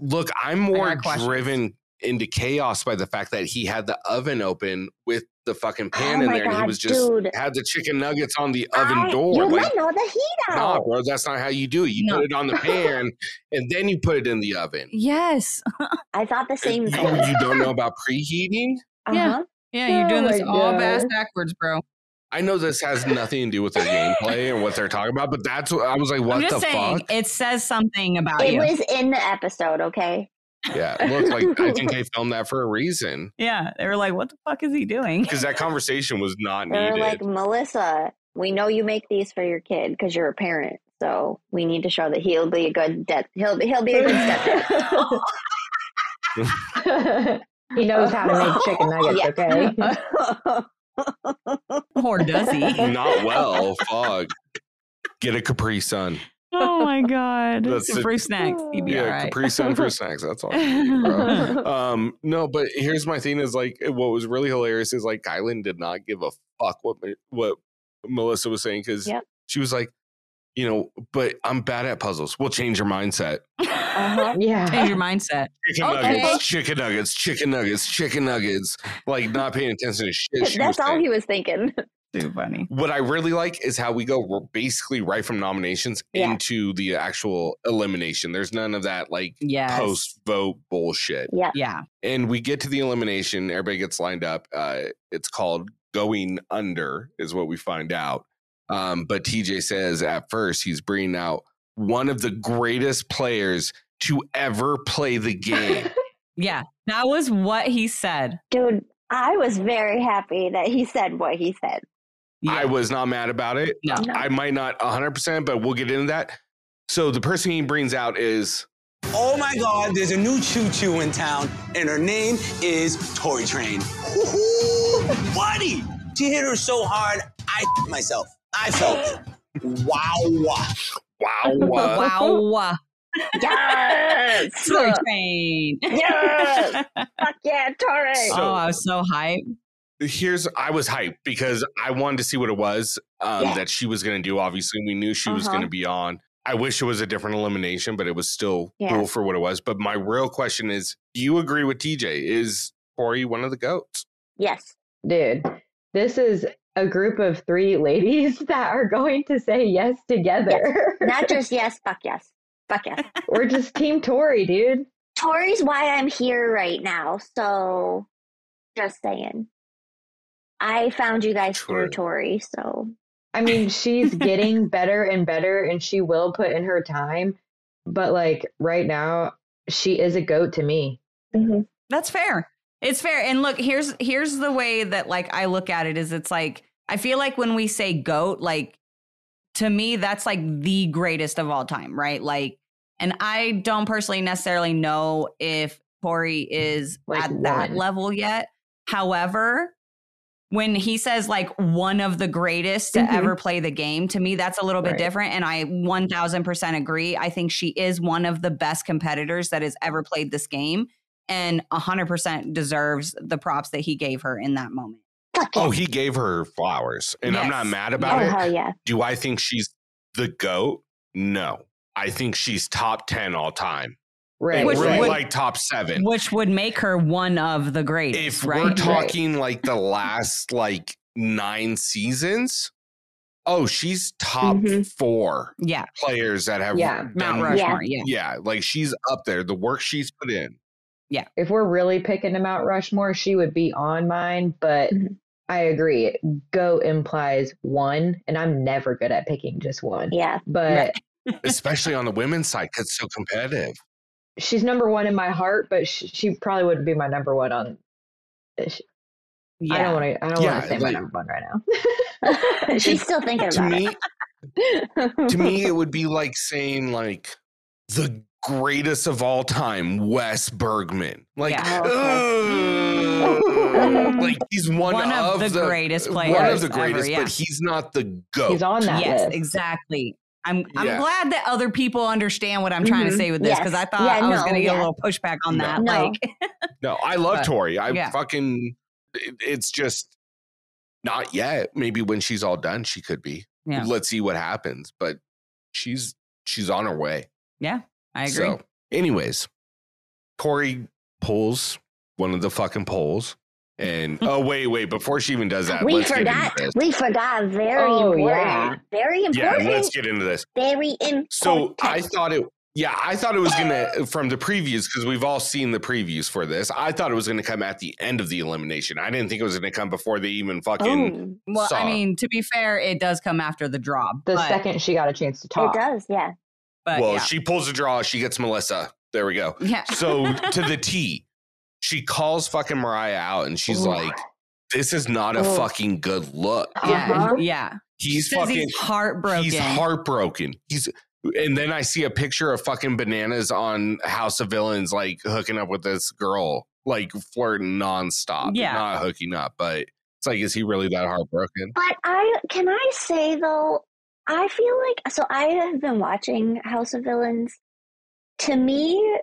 Speaker 1: look? I'm more
Speaker 2: got questions.
Speaker 1: driven into chaos by the fact that he had the oven open with the fucking pan
Speaker 4: Oh
Speaker 1: in
Speaker 4: my
Speaker 1: there, and he
Speaker 4: God,
Speaker 1: was just
Speaker 4: dude.
Speaker 1: had the chicken nuggets on the oven
Speaker 4: I-
Speaker 1: door.
Speaker 4: You
Speaker 1: Like,
Speaker 4: let all the heat
Speaker 1: nah,
Speaker 4: out.
Speaker 1: bro, that's not how you do it. You
Speaker 2: No.
Speaker 1: put it on the pan, and then you put it in the oven.
Speaker 2: yes.
Speaker 4: I thought the same thing.
Speaker 1: Oh, you don't know about preheating?
Speaker 2: Yeah.
Speaker 4: Uh-huh.
Speaker 2: Yeah, you're doing
Speaker 3: Oh
Speaker 2: this
Speaker 3: my
Speaker 2: all bass
Speaker 3: God.
Speaker 2: backwards, bro.
Speaker 1: I know this has nothing to do with their gameplay and what they're talking about, but that's what I was like, what
Speaker 2: I'm just
Speaker 1: the
Speaker 2: saying,
Speaker 1: fuck?
Speaker 2: it says something about
Speaker 4: It
Speaker 2: you.
Speaker 4: was in the episode, okay?
Speaker 1: Yeah, look, like I think they filmed that for a reason
Speaker 2: yeah, they were like, "What the fuck is he doing?" [LAUGHS]
Speaker 1: because that conversation was not
Speaker 4: They
Speaker 1: needed.
Speaker 4: were like, Melissa, we know you make these for your kid because you're a parent. So we need to show that he'll be a good de- he'll be he'll be a good stepdad.
Speaker 3: he knows how to make
Speaker 4: [LAUGHS]
Speaker 3: chicken nuggets,
Speaker 4: Yeah.
Speaker 3: okay?
Speaker 4: [LAUGHS]
Speaker 2: or does
Speaker 1: [LAUGHS]
Speaker 2: he?
Speaker 1: not well. Fuck. Get a Capri Sun.
Speaker 2: Oh my god.
Speaker 1: That's
Speaker 2: Some
Speaker 1: it.
Speaker 2: fruit snacks. You'd be
Speaker 1: yeah,
Speaker 2: all right.
Speaker 1: Capri Sun
Speaker 2: [LAUGHS]
Speaker 1: for snacks. That's all. I need, bro.
Speaker 4: Uh-huh.
Speaker 1: um, no, but here's my thing: is like what was really hilarious is like Kylan did not give a fuck what Ma- what Melissa was saying because
Speaker 4: Yep.
Speaker 1: she was like, you know, but I'm bad at puzzles. We'll change your mindset.
Speaker 4: Uh-huh.
Speaker 2: Change
Speaker 3: Yeah.
Speaker 2: your mindset.
Speaker 1: Chicken
Speaker 2: Okay.
Speaker 1: nuggets, chicken nuggets, chicken nuggets, chicken nuggets. Like not paying attention to shit. she was
Speaker 4: That's all
Speaker 1: saying.
Speaker 4: he was thinking.
Speaker 2: Too funny.
Speaker 1: what I really like is how we go we're basically right from nominations
Speaker 4: Yeah.
Speaker 1: into the actual elimination. There's none of that like
Speaker 2: Yes.
Speaker 1: post vote bullshit.
Speaker 4: Yeah.
Speaker 2: Yeah.
Speaker 1: And we get to the elimination, everybody gets lined up. Uh, it's called going under, is what we find out. Um, but TJ says at first he's bringing out one of the greatest players to ever play
Speaker 4: [LAUGHS]
Speaker 1: the game.
Speaker 2: Yeah. That was what he said.
Speaker 4: Dude, I was very happy that he said what he said.
Speaker 2: Yeah.
Speaker 1: I was not mad about it.
Speaker 2: No.
Speaker 4: No.
Speaker 1: I might not 100%, but we'll get into that. So the person he brings out is
Speaker 8: Oh my God, there's a new choo choo in town, and her name is Toy Train. Ooh, buddy! She hit her so hard, I myself. I felt it. Wow.
Speaker 1: wow. uh,
Speaker 4: [LAUGHS]
Speaker 2: Wow.
Speaker 4: Yes!
Speaker 2: Toy train.
Speaker 4: yes! Fuck yeah,
Speaker 1: [LAUGHS]
Speaker 4: Torres!
Speaker 1: So-
Speaker 2: oh, I was so hyped.
Speaker 1: here's I was hyped because I wanted to see what it was um,
Speaker 4: Yeah.
Speaker 1: that she was going to do. Obviously, we knew she was
Speaker 4: Uh-huh.
Speaker 1: going to be on. I wish it was a different elimination, but it was still
Speaker 4: Yeah.
Speaker 1: cool for what it was. But my real question is: Do you agree with TJ? Is Corey one of the goats?
Speaker 4: yes.
Speaker 3: Dude, this is a group of three ladies [LAUGHS] that are going to say yes together.
Speaker 4: Not just yes, fuck yes. Fuck yes.
Speaker 3: [LAUGHS] We're just Team Tory, dude.
Speaker 4: Tori's why I'm here right now. So just saying. I found you guys
Speaker 1: Tori.
Speaker 4: through Tori, so
Speaker 3: I mean, she's getting better and better, and she will put in her time. But like right now, she is a goat to me. Mm-hmm.
Speaker 2: That's fair. It's fair. And look, here's here's the way that like I look at it is it's like I feel like when we say goat, like to me that's like the greatest of all time, right? Like and I don't personally necessarily know if Corey is
Speaker 3: Like
Speaker 2: at that
Speaker 3: one.
Speaker 2: level yet. However, when he says like one of the greatest to
Speaker 3: Mhm.
Speaker 2: ever play the game, to me that's a little bit
Speaker 3: Right.
Speaker 2: different and I 1000% agree. I think she is one of the best competitors that has ever played this game and 100% deserves the props that he gave her in that moment.
Speaker 4: fuck
Speaker 1: Oh,
Speaker 4: yes.
Speaker 1: he gave her flowers, and I'm not
Speaker 2: Yes.
Speaker 1: mad
Speaker 4: Oh,
Speaker 1: about it.
Speaker 4: hell yeah.
Speaker 1: Do I think she's the goat? No, I think she's top ten all time.
Speaker 3: Right.
Speaker 1: And
Speaker 2: Which
Speaker 1: really
Speaker 2: would-
Speaker 1: like top seven.
Speaker 2: Which would make her one of the greatest,
Speaker 1: if
Speaker 2: right?
Speaker 1: we're talking like the last like nine seasons, oh, she's top
Speaker 4: Mhm.
Speaker 1: four
Speaker 2: yeah,
Speaker 1: players that have
Speaker 3: Yeah.
Speaker 2: Mount
Speaker 1: done-
Speaker 2: Rushmore. Mm-hmm. Yeah.
Speaker 1: Yeah, like she's up there. The work she's put in.
Speaker 3: if we're really picking to Mount Rushmore, she would be on mine, but
Speaker 4: Mhm.
Speaker 3: I agree. Go implies one, and I'm never good at picking just one.
Speaker 4: Yeah.
Speaker 3: But
Speaker 1: Especially on the women's side, because it's so competitive.
Speaker 3: she's number one in my heart, but she, she probably wouldn't be my number one on. sh
Speaker 2: yeah.
Speaker 3: I don't want to. I don't
Speaker 1: Yeah,
Speaker 3: want to say
Speaker 1: like-
Speaker 3: my number one right
Speaker 4: [LAUGHS]
Speaker 3: now.
Speaker 4: She's still thinking
Speaker 1: To
Speaker 4: about
Speaker 1: me,
Speaker 4: it.
Speaker 1: to
Speaker 2: [LAUGHS]
Speaker 4: [LAUGHS]
Speaker 1: me, it would be like saying like the greatest of all time, Wes Bergman. Like,
Speaker 2: Yeah.
Speaker 1: ugh, like he's one,
Speaker 2: One of the greatest
Speaker 1: One of
Speaker 2: players
Speaker 1: the
Speaker 2: ever,
Speaker 1: greatest,
Speaker 2: yeah.
Speaker 1: but he's not the goat.
Speaker 3: He's on that
Speaker 2: yes,
Speaker 3: list.
Speaker 2: exactly. I'm I'm
Speaker 1: Yeah.
Speaker 2: glad that other people understand what I'm trying to
Speaker 4: Mhm.
Speaker 2: say with this because
Speaker 4: Yes.
Speaker 2: I thought
Speaker 4: Yeah,
Speaker 2: I was
Speaker 4: no,
Speaker 2: going to get a
Speaker 4: yeah.
Speaker 2: little pushback on
Speaker 1: No.
Speaker 2: that.
Speaker 4: No.
Speaker 2: Like, [LAUGHS]
Speaker 1: No, I love
Speaker 2: But,
Speaker 1: Tori. I
Speaker 2: yeah.
Speaker 1: fucking it- it's just not yet. Maybe when she's all done, she could be.
Speaker 2: Yeah.
Speaker 1: Let's see what happens. But she's she's on her way.
Speaker 2: I agree.
Speaker 1: So, anyways, Corey pulls one of the fucking poles,
Speaker 2: [LAUGHS]
Speaker 1: and oh wait, wait, before she even
Speaker 2: Ah,
Speaker 1: does that,
Speaker 4: we
Speaker 1: let's get into
Speaker 4: forgot.
Speaker 1: this.
Speaker 4: We forgot. Very
Speaker 3: Oh,
Speaker 4: important.
Speaker 3: yeah.
Speaker 4: Very
Speaker 1: Yeah,
Speaker 4: important.
Speaker 1: let's get into this.
Speaker 4: very important.
Speaker 1: So I thought it. Yeah, I thought it was gonna from the previews because we've all seen the previews for this. I thought it was gonna come at the end of the elimination. I didn't think it was gonna come before they even fucking.
Speaker 4: Boom.
Speaker 2: well,
Speaker 1: saw.
Speaker 2: I mean, to be fair, it does come after the draw.
Speaker 3: The
Speaker 2: but,
Speaker 3: second she got a chance to
Speaker 4: It
Speaker 3: talk,
Speaker 4: does, yeah.
Speaker 2: but
Speaker 1: well,
Speaker 2: yeah.
Speaker 1: she pulls a draw. She gets Melissa. There we go.
Speaker 2: [LAUGHS] yeah.
Speaker 1: So to the T, she calls fucking Mariah out, and she's
Speaker 4: Ooh.
Speaker 1: like, "This is not a
Speaker 4: Ooh.
Speaker 1: fucking good look.
Speaker 2: [LAUGHS] yeah,
Speaker 4: Uh-huh.
Speaker 2: yeah.
Speaker 1: He's
Speaker 2: Says
Speaker 1: fucking.
Speaker 2: he's heartbroken.
Speaker 1: He's heartbroken. He's." And then I see a picture of fucking bananas on House of Villains, like hooking up with this girl, like flirting nonstop.
Speaker 2: Yeah.
Speaker 1: not hooking up, but it's like, is he really that heartbroken?
Speaker 4: But I can I say though, I feel like so I have been watching House of Villains. To me,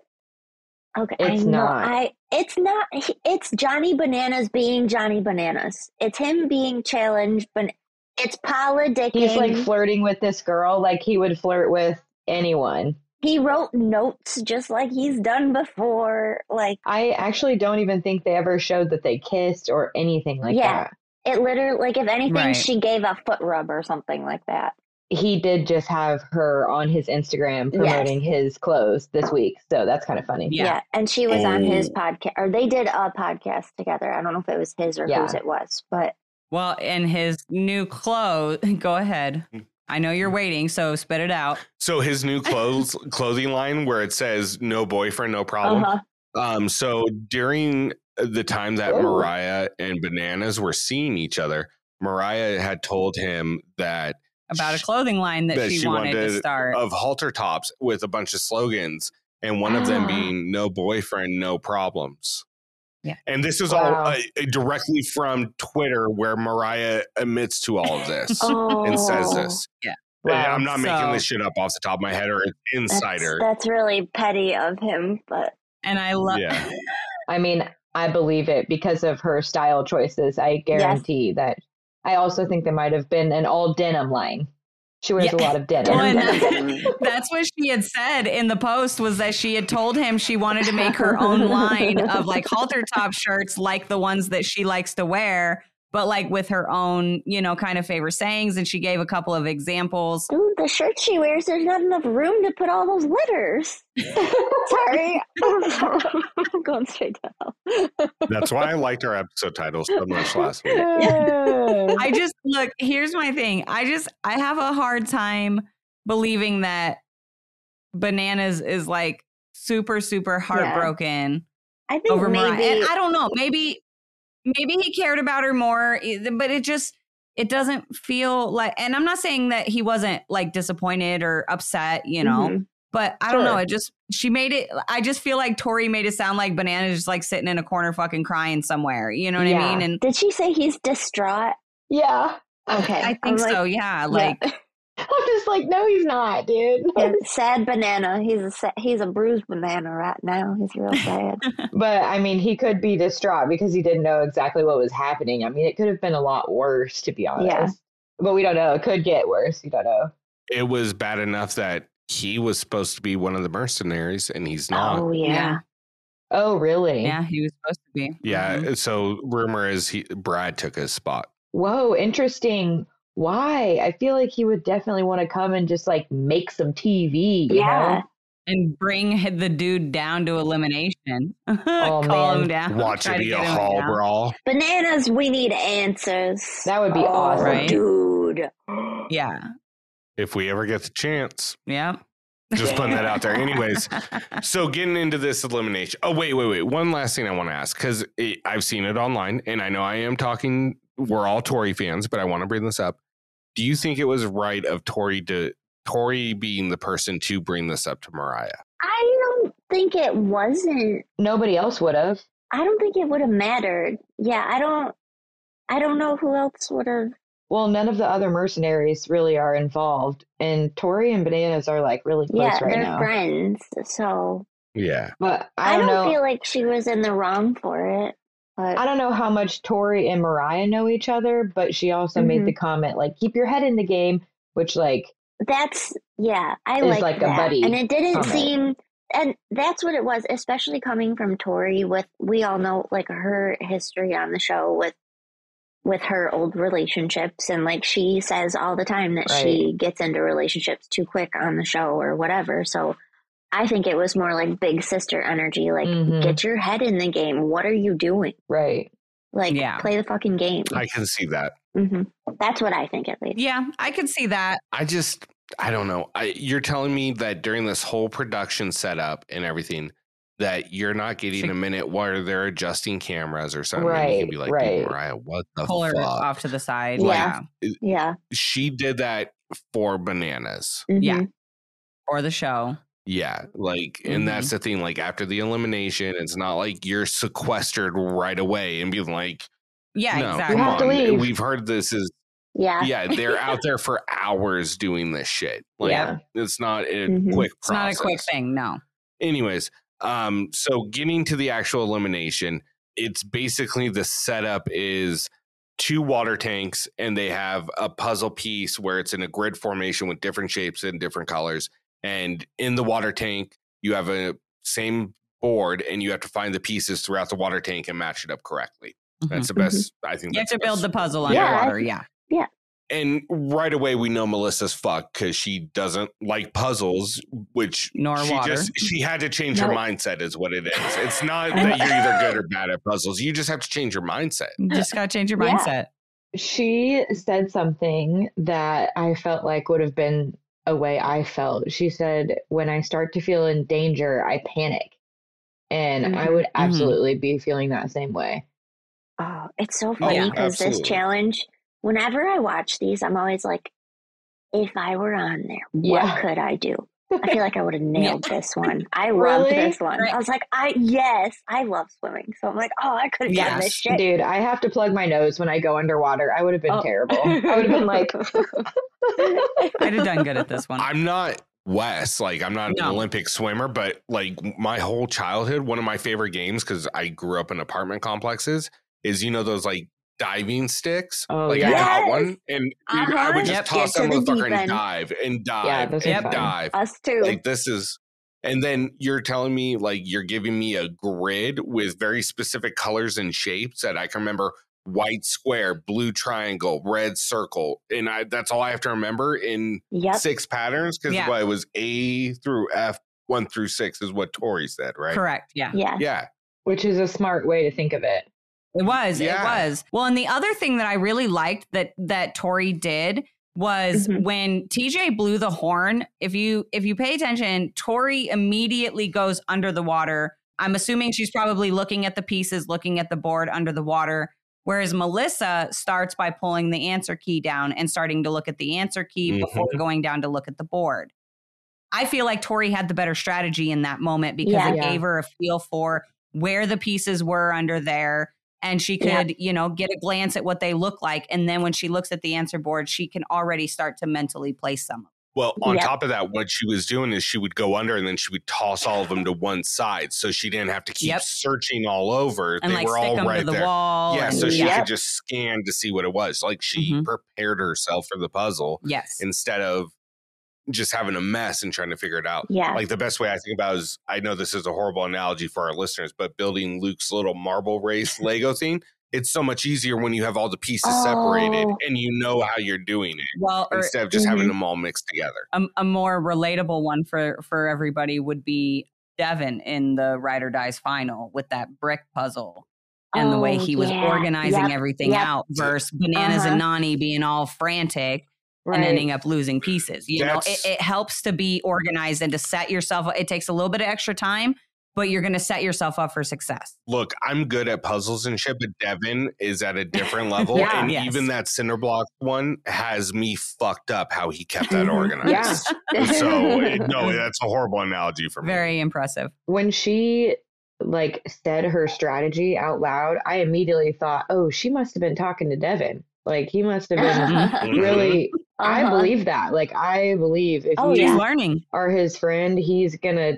Speaker 4: okay,
Speaker 3: It's
Speaker 4: I know
Speaker 3: not.
Speaker 4: I it's not it's Johnny Bananas being Johnny Bananas. It's him being challenged, but it's politicking.
Speaker 3: He's like flirting with this girl like he would flirt with anyone.
Speaker 4: he wrote notes just like he's done before. Like
Speaker 3: I actually don't even think they ever showed that they kissed or anything like
Speaker 4: Yeah.
Speaker 3: that.
Speaker 4: it literally like if anything
Speaker 2: Right.
Speaker 4: she gave a foot rub or something like that.
Speaker 3: He did just have her on his Instagram
Speaker 4: Yes.
Speaker 3: promoting his clothes this week, so that's kind of funny.
Speaker 2: Yeah.
Speaker 4: And she was on his
Speaker 8: Oh.
Speaker 4: podcast or they did a podcast together. I don't know if it was his or
Speaker 3: Yeah.
Speaker 4: whose it was, but
Speaker 2: Well, in his new clothes, [LAUGHS] go ahead.
Speaker 1: Mm.
Speaker 2: I know you're waiting, so spit it out.
Speaker 1: So his new clothes clothing line where it says no boyfriend, no problem.
Speaker 4: uh-huh.
Speaker 1: Um, so during the time that
Speaker 3: Ooh.
Speaker 1: Mariah and Bananas were seeing each other, Mariah had told him that
Speaker 2: About a clothing line that, she, wanted,
Speaker 1: uh,
Speaker 2: to start.
Speaker 1: of halter tops with a bunch of slogans, and one of them
Speaker 4: Ah.
Speaker 1: being "No boyfriend, no problems."
Speaker 2: Yeah.
Speaker 1: and this is
Speaker 3: Wow.
Speaker 1: all uh, directly from Twitter, where Mariah admits to all of this
Speaker 4: [LAUGHS] oh.
Speaker 1: [LAUGHS] and says this.
Speaker 3: Wow.
Speaker 1: Yeah, I'm not making
Speaker 2: So-
Speaker 1: this shit up off the top of my head or an
Speaker 4: That's-
Speaker 1: insider.
Speaker 4: That's, really petty of him, but
Speaker 2: and I love
Speaker 1: Yeah.
Speaker 3: I mean, I believe it because of her style choices. I guarantee that. I also think there might have been an all denim line. She wears
Speaker 2: Yeah.
Speaker 3: a lot of
Speaker 2: [LAUGHS] Well,
Speaker 3: denim.
Speaker 2: and
Speaker 4: Denim.
Speaker 2: that's what she had said in the post was that she had told him she wanted to make her own line
Speaker 1: [LAUGHS]
Speaker 2: of like halter top shirts like the ones that she likes to wear but like with her own you know kind of favorite sayings and she gave a couple of examples
Speaker 4: dude, the shirt she wears, there's not enough room to put all those letters. [LAUGHS] Sorry, [LAUGHS] I'm going straight down.
Speaker 1: That's why I liked our episode title so much last
Speaker 3: [LAUGHS]
Speaker 1: week.
Speaker 3: Yeah.
Speaker 2: I just look, here's my thing. I just I have a hard time believing that bananas is like super super heartbroken
Speaker 4: I think
Speaker 2: over
Speaker 4: maybe
Speaker 2: Mariah. And I don't know, maybe maybe he cared about her more, eh, but it just it doesn't feel like and I'm not saying that he wasn't like disappointed or upset, you know.
Speaker 4: Mhm.
Speaker 2: But I don't
Speaker 3: Sure.
Speaker 2: know. It just she made it. I just feel like Tori made it sound like bananas just like sitting in a corner, fucking crying somewhere. You know what
Speaker 3: Yeah.
Speaker 2: I mean? And
Speaker 4: Did she say he's distraught?
Speaker 3: [LAUGHS] yeah.
Speaker 4: Okay,
Speaker 2: I
Speaker 4: I'm
Speaker 2: think
Speaker 4: like,
Speaker 2: so. Yeah, like
Speaker 3: I'm just like, no, he's not, dude.
Speaker 4: [LAUGHS] yeah, sad banana. He's a sa- he's a bruised banana right now. He's real sad.
Speaker 3: [LAUGHS] But I mean, he could be distraught because he didn't know exactly what was happening. I mean, it could have been a lot worse, to be honest. But we don't know. It could get worse. You don't know.
Speaker 1: It was bad enough that he was supposed to be one of the mercenaries and he's not.
Speaker 4: oh yeah.
Speaker 2: yeah.
Speaker 3: Oh, really?
Speaker 2: Yeah, he was supposed to be.
Speaker 1: Yeah.
Speaker 2: Mhm.
Speaker 1: So rumor is he Brad took his spot.
Speaker 3: Whoa, interesting. Why? I feel like he would definitely want to come and just like make some TV. You
Speaker 4: Yeah.
Speaker 3: Know?
Speaker 2: And bring h- the dude down to elimination. [LAUGHS] Call
Speaker 3: man.
Speaker 2: him down.
Speaker 1: Oh,
Speaker 2: [LAUGHS]
Speaker 1: Watch
Speaker 2: Uh-huh. try
Speaker 1: it
Speaker 2: to
Speaker 1: be a
Speaker 2: get him
Speaker 1: hall
Speaker 2: down.
Speaker 1: brawl.
Speaker 4: Bananas, we need answers.
Speaker 3: That would be
Speaker 4: Oh,
Speaker 3: awesome.
Speaker 2: Right.
Speaker 4: Dude.
Speaker 2: Yeah.
Speaker 1: If we ever get the chance,
Speaker 2: Yeah.
Speaker 1: just putting that out there. Anyways, so getting into this elimination. Oh, wait, wait, wait. One last thing I want to ask because I've seen it online and I know I am talking. We're all Tory fans, but I want to bring this up. Do you think it was right of Tory to Tory being the person to bring this up to Mariah?
Speaker 4: I don't think it wasn't.
Speaker 3: Nobody else would have.
Speaker 4: I don't think it would have mattered. Yeah, I don't. I don't know who else would have.
Speaker 3: Well, none of the other mercenaries really are involved, and Tori and Bananas are like really close
Speaker 4: Yeah,
Speaker 3: right
Speaker 4: they're
Speaker 3: now.
Speaker 4: friends, so
Speaker 1: Yeah.
Speaker 3: But I don't, know.
Speaker 4: feel like she was in the wrong for it. But
Speaker 3: I don't know how much Tori and Mariah know each other, but she also made
Speaker 4: Mhm.
Speaker 3: the comment like "keep your head in the game," which like
Speaker 4: that's yeah, I
Speaker 3: It's
Speaker 4: like,
Speaker 3: like a
Speaker 4: that.
Speaker 3: buddy
Speaker 4: and it didn't
Speaker 3: comment.
Speaker 4: seem. And that's what it was, especially coming from Tori. With we all know like her history on the show with with her old relationships, and like she says all the time that she gets into relationships too quick on the show or whatever. So I think it was more like big sister energy, like
Speaker 3: mhm,
Speaker 4: get your head in the game. What are you doing?
Speaker 3: right.
Speaker 4: Like
Speaker 2: Yeah.
Speaker 4: play the fucking game.
Speaker 1: I can see that.
Speaker 4: hmm That's what I think, at least.
Speaker 2: yeah, I could see that.
Speaker 1: I just I don't know. I you're telling me that during this whole production setup and everything that you're not getting a minute where they're adjusting cameras or something. and you can
Speaker 3: Right,
Speaker 1: be like,
Speaker 3: right.
Speaker 1: dude, Mariah, what the
Speaker 2: Pull her
Speaker 1: fuck?
Speaker 2: off to the side.
Speaker 4: Like-
Speaker 2: yeah.
Speaker 4: Yeah.
Speaker 1: She did that for bananas.
Speaker 4: Mhm.
Speaker 2: Yeah. Or the show.
Speaker 1: Yeah. Like, and that's
Speaker 3: Mm-hmm.
Speaker 1: the thing. Like after the elimination, it's not like you're sequestered right away and being like,
Speaker 2: Yeah,
Speaker 1: no,
Speaker 2: exactly.
Speaker 1: come
Speaker 3: You have to
Speaker 1: on.
Speaker 3: leave.
Speaker 1: We've heard this is
Speaker 4: Yeah.
Speaker 1: yeah, they're
Speaker 3: [LAUGHS]
Speaker 1: out there for hours doing this shit. Like,
Speaker 3: Yeah. Mm-hmm.
Speaker 1: it's not a
Speaker 4: Mhm.
Speaker 1: quick
Speaker 2: It's not a
Speaker 1: process.
Speaker 2: quick thing. No.
Speaker 1: Anyways, um, so getting to the actual elimination, it's basically the setup is two water tanks, and they have a puzzle piece where it's in a grid formation with different shapes and different colors. And in the water tank, you have a same board, and you have to find the pieces throughout the water tank and match it up correctly. That's the
Speaker 4: Mhm.
Speaker 1: best. I think
Speaker 2: Mm-hmm, you have
Speaker 1: that's
Speaker 2: to
Speaker 1: best.
Speaker 2: build the puzzle
Speaker 4: Yeah.
Speaker 2: underwater. Yeah.
Speaker 1: And right away, we know Melissa's fucked because she doesn't like puzzles, which
Speaker 2: Nor
Speaker 1: she
Speaker 2: water.
Speaker 1: just she had to change her
Speaker 3: No.
Speaker 1: mindset, is what it is. It's not that you're
Speaker 4: [LAUGHS]
Speaker 1: either good or bad at puzzles. You just have to change your mindset.
Speaker 2: Just gotta change your
Speaker 1: [LAUGHS]
Speaker 4: Yeah.
Speaker 2: mindset.
Speaker 3: She said something that I felt like would have been a way I felt. She said, When I start to feel in danger, I panic. And I would absolutely be feeling that same way.
Speaker 4: Oh, it's so funny
Speaker 1: yeah,
Speaker 4: because this
Speaker 1: absolutely.
Speaker 4: challenge, whenever I watch these, I'm always like, if I were on there, what
Speaker 3: Yeah.
Speaker 4: could I do? I feel like I would have nailed this one. I loved
Speaker 3: Really?
Speaker 4: this one. I was like, I yes, I love swimming. So I'm like, oh, I could have done this
Speaker 2: Yes,
Speaker 4: shit.
Speaker 3: Dude, I have to plug my nose when I go underwater. I would have been
Speaker 4: Oh.
Speaker 3: terrible. I would have been like,
Speaker 2: I'd have done good
Speaker 1: [LAUGHS]
Speaker 2: at this one.
Speaker 1: I'm not Wes, like I'm not
Speaker 2: No.
Speaker 1: an Olympic swimmer, but like my whole childhood, one of my favorite games because I grew up in apartment complexes is you know those like diving sticks.
Speaker 3: Oh,
Speaker 1: like I
Speaker 4: yeah.
Speaker 1: got
Speaker 4: Yes.
Speaker 1: one, and dude, I
Speaker 4: Uh-huh.
Speaker 1: would just
Speaker 4: Yep.
Speaker 1: toss
Speaker 4: Get
Speaker 1: that
Speaker 4: to the deep
Speaker 1: motherfucker and
Speaker 4: end.
Speaker 1: dive and
Speaker 3: Yeah,
Speaker 1: dive
Speaker 3: those are
Speaker 1: and
Speaker 3: fun.
Speaker 1: dive.
Speaker 4: Us too.
Speaker 1: like this is and then you're telling me like you're giving me a grid with very specific colors and shapes that i can remember white square blue triangle red circle and i that's all i have to remember in
Speaker 4: yep.
Speaker 1: six patterns because
Speaker 2: Yeah.
Speaker 1: it was a through f one through six is what tori said right
Speaker 2: Correct. Yeah.
Speaker 4: Yeah.
Speaker 1: yeah
Speaker 3: which is a smart way to think of it.
Speaker 2: It was.
Speaker 1: Yeah.
Speaker 2: It was. Well, and the other thing that I really liked that that Tori did was
Speaker 4: Mhm.
Speaker 2: when TJ blew the horn. If you if you pay attention, Tori immediately goes under the water. I'm assuming she's probably looking at the pieces, looking at the board under the water. Whereas Melissa starts by pulling the answer key down and starting to look at the answer key before going down to look at the board. I feel like Tori had the better strategy in that moment because
Speaker 4: Yeah.
Speaker 2: it
Speaker 3: Yeah.
Speaker 2: gave her a feel for where the pieces were under there and she could,
Speaker 4: Yeah.
Speaker 2: you know, get a glance at what they look like. And then when she looks at the answer board, she can already start to mentally place some.
Speaker 1: well on
Speaker 4: Yep.
Speaker 1: top of that what she was doing is she would go under and then she would toss all of them to one side so she didn't have to keep
Speaker 2: Yep.
Speaker 1: searching all over
Speaker 2: And
Speaker 1: they
Speaker 2: like
Speaker 1: were
Speaker 2: stick
Speaker 1: all
Speaker 2: them to
Speaker 1: right
Speaker 2: the
Speaker 1: there
Speaker 4: Oh,
Speaker 2: wall.
Speaker 1: yeah,
Speaker 2: and-
Speaker 1: so she
Speaker 4: yeah.
Speaker 1: could just scan to see what it was. Like she
Speaker 4: Mm-hmm.
Speaker 2: Mhm.
Speaker 1: prepared herself for the puzzle
Speaker 2: yes.
Speaker 1: instead of just having a mess and trying to figure it out. [LAUGHS]
Speaker 4: Yeah.
Speaker 1: Like the best way I think about is I know this is a horrible analogy for our listeners, but building Luke's little marble
Speaker 4: [LAUGHS]
Speaker 1: race Lego thing, it's so much easier when you have all the pieces separated
Speaker 4: Oh.
Speaker 1: and you know how you're doing it
Speaker 2: well, or
Speaker 1: instead of just having
Speaker 4: mhm.
Speaker 1: them all mixed together.
Speaker 2: a, a more relatable one for for everybody would be Devin in the Ride or Dies final with that brick puzzle. And the way
Speaker 4: Oh,
Speaker 2: he was
Speaker 4: yeah.
Speaker 2: organizing
Speaker 4: Yep.
Speaker 2: everything
Speaker 4: Yep.
Speaker 2: out versus bananas and
Speaker 1: Uh-huh.
Speaker 2: Nani being all frantic and ending
Speaker 3: [LAUGHS]
Speaker 2: up losing pieces. You know,
Speaker 1: That's-
Speaker 2: it, it helps to be organized and to set yourself. It takes a little bit of extra time, but you're going to set yourself up for success.
Speaker 1: Look, I'm good at puzzles and shit, but Devin is at a
Speaker 3: [LAUGHS]
Speaker 1: different level.
Speaker 3: Yeah.
Speaker 1: and
Speaker 2: Yes.
Speaker 1: even that cinder block one has me fucked up how he kept that
Speaker 4: Mhm.
Speaker 1: organized.
Speaker 3: Mm-hmm. Yeah.
Speaker 1: so it, [LAUGHS]
Speaker 3: [LAUGHS]
Speaker 1: no, that's a horrible analogy for me.
Speaker 2: Very impressive.
Speaker 3: when she like said her strategy out loud, I immediately thought, "Oh, she must have been talking to Devin. Like he must have
Speaker 4: [LAUGHS]
Speaker 3: been [LAUGHS] really." I
Speaker 4: Uh-huh.
Speaker 3: believe that. Like I believe if
Speaker 4: Oh,
Speaker 3: you
Speaker 2: He's
Speaker 4: Yeah.
Speaker 2: learning.
Speaker 3: are his friend, he's gonna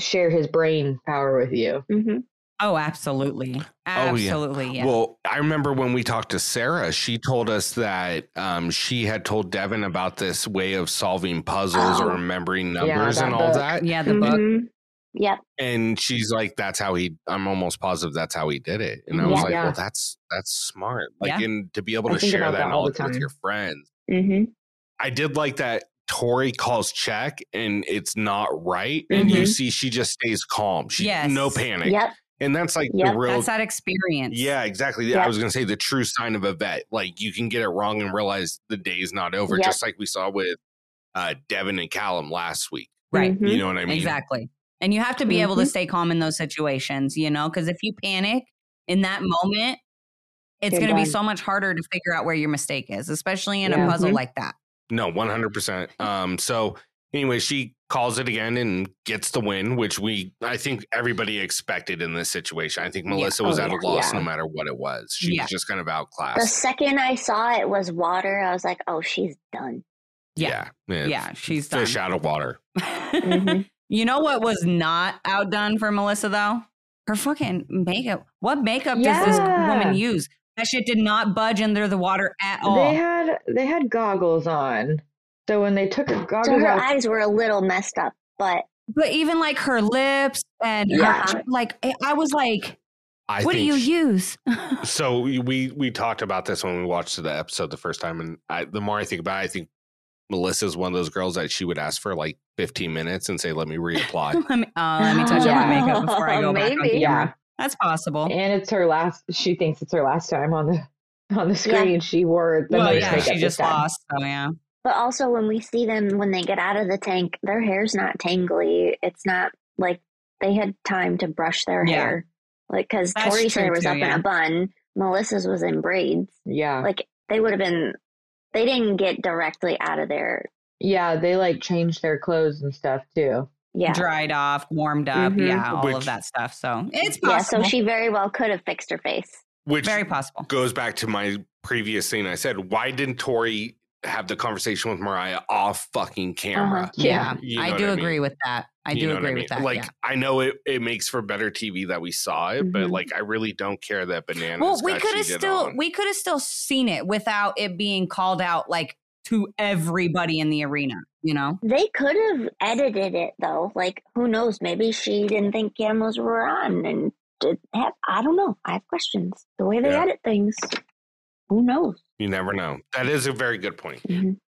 Speaker 3: share his brain power with you.
Speaker 4: Mhm.
Speaker 2: Oh, absolutely. Absolutely. yeah.
Speaker 1: Well, I remember when we talked to Sarah, she told us that um, she had told Devin about this way of solving puzzles or
Speaker 4: Oh.
Speaker 1: remembering
Speaker 3: Yeah,
Speaker 1: numbers and
Speaker 3: that
Speaker 1: all
Speaker 3: book.
Speaker 1: that.
Speaker 2: yeah, the book.
Speaker 4: Mhm. Yep.
Speaker 1: And she's like, "That's how he." I'm almost positive that's how he did it. And I
Speaker 4: Yeah.
Speaker 1: was like,
Speaker 3: Yeah.
Speaker 1: "Well, that's that's smart." Like,
Speaker 2: Yeah.
Speaker 1: and to be able
Speaker 3: I
Speaker 1: to
Speaker 3: think
Speaker 1: share
Speaker 3: about
Speaker 1: that
Speaker 3: that all the
Speaker 1: knowledge with
Speaker 3: time.
Speaker 1: your friends.
Speaker 4: hmm
Speaker 1: I did like that Tori calls check and it's not right, and you
Speaker 4: Mhm.
Speaker 1: see she just stays calm. She
Speaker 2: Yes.
Speaker 1: no panic,
Speaker 4: Yep.
Speaker 1: and that's like
Speaker 4: Yep.
Speaker 1: the real
Speaker 2: That's that experience.
Speaker 1: Yeah, exactly. Yeah, I
Speaker 4: Yep.
Speaker 1: was going to say the true sign of a vet. Like you can get it wrong and realize the day's not over,
Speaker 4: Yep.
Speaker 1: just like we saw with uh, Devin and Callum last week.
Speaker 2: Right.
Speaker 3: Mm-hmm.
Speaker 4: Mhm.
Speaker 1: You know what I mean?
Speaker 2: Exactly. And you have to be able to
Speaker 4: Mhm.
Speaker 2: stay calm in those situations, you know, because if you panic in that moment, it's
Speaker 3: You're
Speaker 2: going to be
Speaker 3: done.
Speaker 2: so much harder to figure out where your mistake is, especially in
Speaker 3: Yeah. Mm-hmm.
Speaker 2: a puzzle
Speaker 4: Mhm.
Speaker 2: like that.
Speaker 1: No, one hundred percent. Um. So anyway, she calls it again and gets the win, which we I think everybody expected in this situation. I think Melissa was
Speaker 4: Oh,
Speaker 1: at a
Speaker 4: yeah,
Speaker 1: loss
Speaker 4: yeah.
Speaker 1: no matter what it was. She
Speaker 2: Yeah.
Speaker 1: was just kind of
Speaker 4: The
Speaker 1: outclassed.
Speaker 4: second I saw it was water, I was like, oh, she's done.
Speaker 2: Yeah.
Speaker 1: yeah,
Speaker 2: Yeah, she's done.
Speaker 1: fish out of water.
Speaker 4: Mhm.
Speaker 2: [LAUGHS] You know what was not outdone for Melissa though? Her fucking makeup. What makeup does this
Speaker 3: Yeah.
Speaker 2: woman use? That shit did not budge under the water at all.
Speaker 3: They had they had goggles on. So when they took her
Speaker 4: So
Speaker 3: goggles
Speaker 4: her
Speaker 3: off,
Speaker 4: eyes were a little messed up, but
Speaker 2: but even like her lips and her-
Speaker 4: Yeah.
Speaker 2: like I- I was like,
Speaker 1: I
Speaker 2: what do
Speaker 1: think
Speaker 2: you
Speaker 1: she-
Speaker 2: use? [LAUGHS]
Speaker 1: so we we talked about this when we watched the episode the first time and I, the more i think about it i think melissa's one of those girls that she would ask for like 15 minutes and say let me
Speaker 2: [LAUGHS]
Speaker 1: reapply
Speaker 2: let me, uh, let me touch up my
Speaker 4: Yeah.
Speaker 2: makeup before I go back. on
Speaker 4: Maybe.
Speaker 2: camera.
Speaker 3: yeah,
Speaker 2: That's possible.
Speaker 3: and it's her last. She thinks it's her last time on the on the screen. She wore the
Speaker 2: well,
Speaker 3: most
Speaker 2: yeah,
Speaker 3: makeup
Speaker 2: she
Speaker 3: this
Speaker 2: just
Speaker 3: time.
Speaker 2: lost. So yeah.
Speaker 4: but also when we see them when they get out of the tank, their hair's not tangly. It's not like they had time to brush their
Speaker 2: Yeah.
Speaker 4: hair, like because
Speaker 2: That's
Speaker 4: Tori's
Speaker 2: true
Speaker 4: hair was
Speaker 2: too,
Speaker 4: up in
Speaker 2: yeah.
Speaker 4: a bun, Melissa's was in braids.
Speaker 3: Yeah,
Speaker 4: Like they would have been, they didn't get directly out of there.
Speaker 3: yeah. They like changed their clothes and stuff too.
Speaker 4: Yeah,
Speaker 2: Dried off, warmed up,
Speaker 4: Mhm.
Speaker 2: yeah, all of
Speaker 1: Which-
Speaker 2: that stuff. So it's
Speaker 4: yeah.
Speaker 2: possible.
Speaker 4: So she very well could have fixed her face.
Speaker 1: which
Speaker 2: very possible.
Speaker 1: goes back to my previous thing i said why didn't tori have the conversation with mariah off fucking camera
Speaker 3: Yeah.
Speaker 1: You know
Speaker 2: Uh-huh. I
Speaker 1: what
Speaker 2: do
Speaker 1: I mean?
Speaker 2: agree with that. I
Speaker 1: You
Speaker 2: do
Speaker 1: know what
Speaker 2: agree
Speaker 1: mean?
Speaker 2: with that.
Speaker 1: like
Speaker 2: yeah.
Speaker 1: i know it, it makes for better tv that we saw it but
Speaker 4: Mhm.
Speaker 1: like i really don't care that banana
Speaker 2: Mm-hmm. Well, we could have still we could have still seen it without it being called out like to everybody in the arena. You know,
Speaker 4: They could have edited it though. Like who knows? Maybe she didn't think cameras were on and did have. I don't know. I have questions. The way they
Speaker 1: Yeah.
Speaker 4: edit things, who knows?
Speaker 1: you never know that is a very good point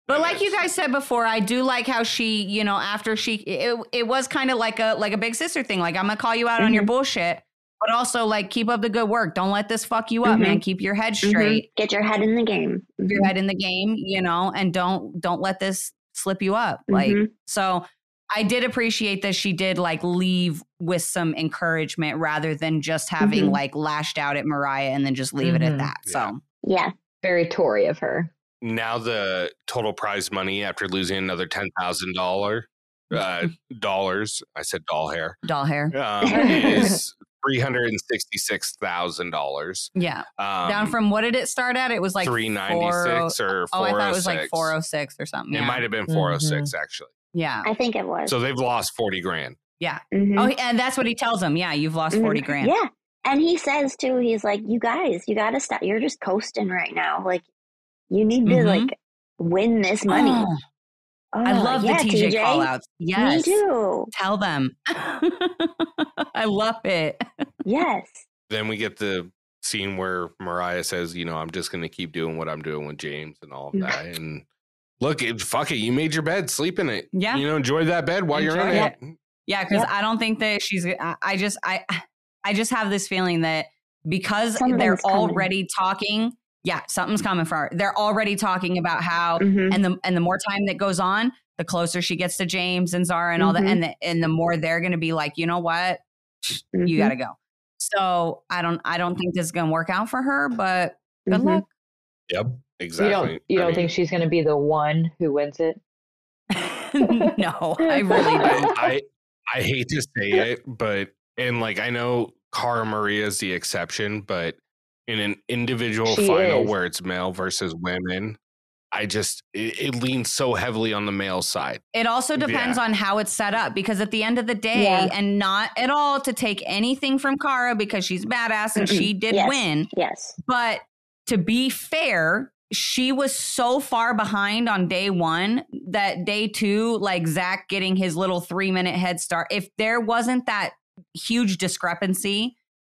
Speaker 2: But
Speaker 1: It
Speaker 2: like you
Speaker 1: is.
Speaker 2: guys said before, I do like how she, you know, after she, it, it was kind of like a like a big sister thing. Like I'm gonna call you out on
Speaker 1: Mm-hmm.
Speaker 2: your bullshit, but also like keep up the good work. Don't let this fuck you up,
Speaker 4: Mhm.
Speaker 1: Mm-hmm.
Speaker 2: man. Keep your head
Speaker 4: Mhm.
Speaker 2: straight,
Speaker 4: Get your head in the game.
Speaker 2: keep your head in the game, you know, and don't don't let this slip you up. Like
Speaker 4: Mhm.
Speaker 2: so, I did appreciate that she did like leave with some encouragement rather than just having
Speaker 4: Mhm.
Speaker 2: like lashed out at Mariah and then just leave it at
Speaker 4: Mm-hmm.
Speaker 3: Mhm.
Speaker 2: that. So
Speaker 4: Yeah.
Speaker 3: Very Tory of her.
Speaker 1: now the total prize money after losing another ten thousand dollar
Speaker 2: [LAUGHS]
Speaker 1: uh, dollars. I said doll hair
Speaker 2: doll hair, [LAUGHS]
Speaker 1: um, is three hundred and sixty six thousand dollars.
Speaker 2: yeah,
Speaker 1: Um,
Speaker 2: down from what did it start at? It was like
Speaker 1: three ninety six or four
Speaker 2: Oh, I thought
Speaker 1: hundred
Speaker 2: it
Speaker 1: six.
Speaker 2: was like 406 or something.
Speaker 1: It
Speaker 2: Yeah. Mm-hmm.
Speaker 1: might have been four hundred six actually.
Speaker 2: yeah.
Speaker 4: I think it was.
Speaker 1: So they've lost forty grand.
Speaker 4: Mhm.
Speaker 2: Oh, and that's what he tells him. Yeah, you've lost
Speaker 4: Mhm.
Speaker 2: 40 grand.
Speaker 4: Yeah. And he says too, he's like, You guys, you gotta stop you're just coasting right now. Like you need to
Speaker 2: Mhm.
Speaker 4: like win this money.
Speaker 2: Oh, I
Speaker 4: Oh,
Speaker 2: love
Speaker 4: yeah,
Speaker 2: the TJ, callouts. Yes.
Speaker 4: Me too.
Speaker 2: Tell them. [LAUGHS] I love it. [LAUGHS]
Speaker 4: Yes.
Speaker 1: Then we get the scene where Mariah says, "You know, I'm just going to keep doing what I'm doing with James and
Speaker 2: Mm.
Speaker 1: all of that." and look, it, fuck it, you made your bed, sleep in it.
Speaker 2: Yeah.
Speaker 1: you know, enjoy that bed while you're
Speaker 2: Enjoy
Speaker 1: in
Speaker 3: Mm-hmm.
Speaker 1: it.
Speaker 2: Yeah, because
Speaker 4: Yeah.
Speaker 2: I don't think that she's. I, I just I I just have this feeling that because they're
Speaker 4: Something's coming.
Speaker 2: already talking. Yeah, something's coming for her. They're already talking about how
Speaker 4: Mhm.
Speaker 2: and the and the more time that goes on, the closer she gets to James and Zara and all
Speaker 4: Mhm.
Speaker 2: that, and the and the more they're going to be like, you know what, you
Speaker 4: Mhm.
Speaker 2: got to go. So I don't I don't think this is going to work out for her, but good
Speaker 4: Mhm.
Speaker 2: luck. [LAUGHS]
Speaker 1: Yep, exactly.
Speaker 3: You don't you
Speaker 1: I
Speaker 3: don't
Speaker 1: mean-
Speaker 3: think she's gonna be the one who wins it?
Speaker 2: no, I
Speaker 1: [LAUGHS]
Speaker 2: really
Speaker 3: [LAUGHS]
Speaker 2: don't.
Speaker 1: I I hate to say it, but and like I know Cara Maria is the exception, but in an individual
Speaker 3: She
Speaker 1: final
Speaker 3: is.
Speaker 1: where it's male versus women, I just it, it leans so heavily on the male side.
Speaker 2: It also depends on how it's set up because at the end of the day,
Speaker 4: Yeah.
Speaker 2: and not at all to take anything from Kara because she's badass and
Speaker 4: Mm-mm. [CLEARS THROAT]
Speaker 2: she did
Speaker 4: Yes.
Speaker 2: win.
Speaker 4: Yes.
Speaker 2: But to be fair, she was so far behind on day one that day two, like Zach getting his little three minute head start, if there wasn't that huge discrepancy,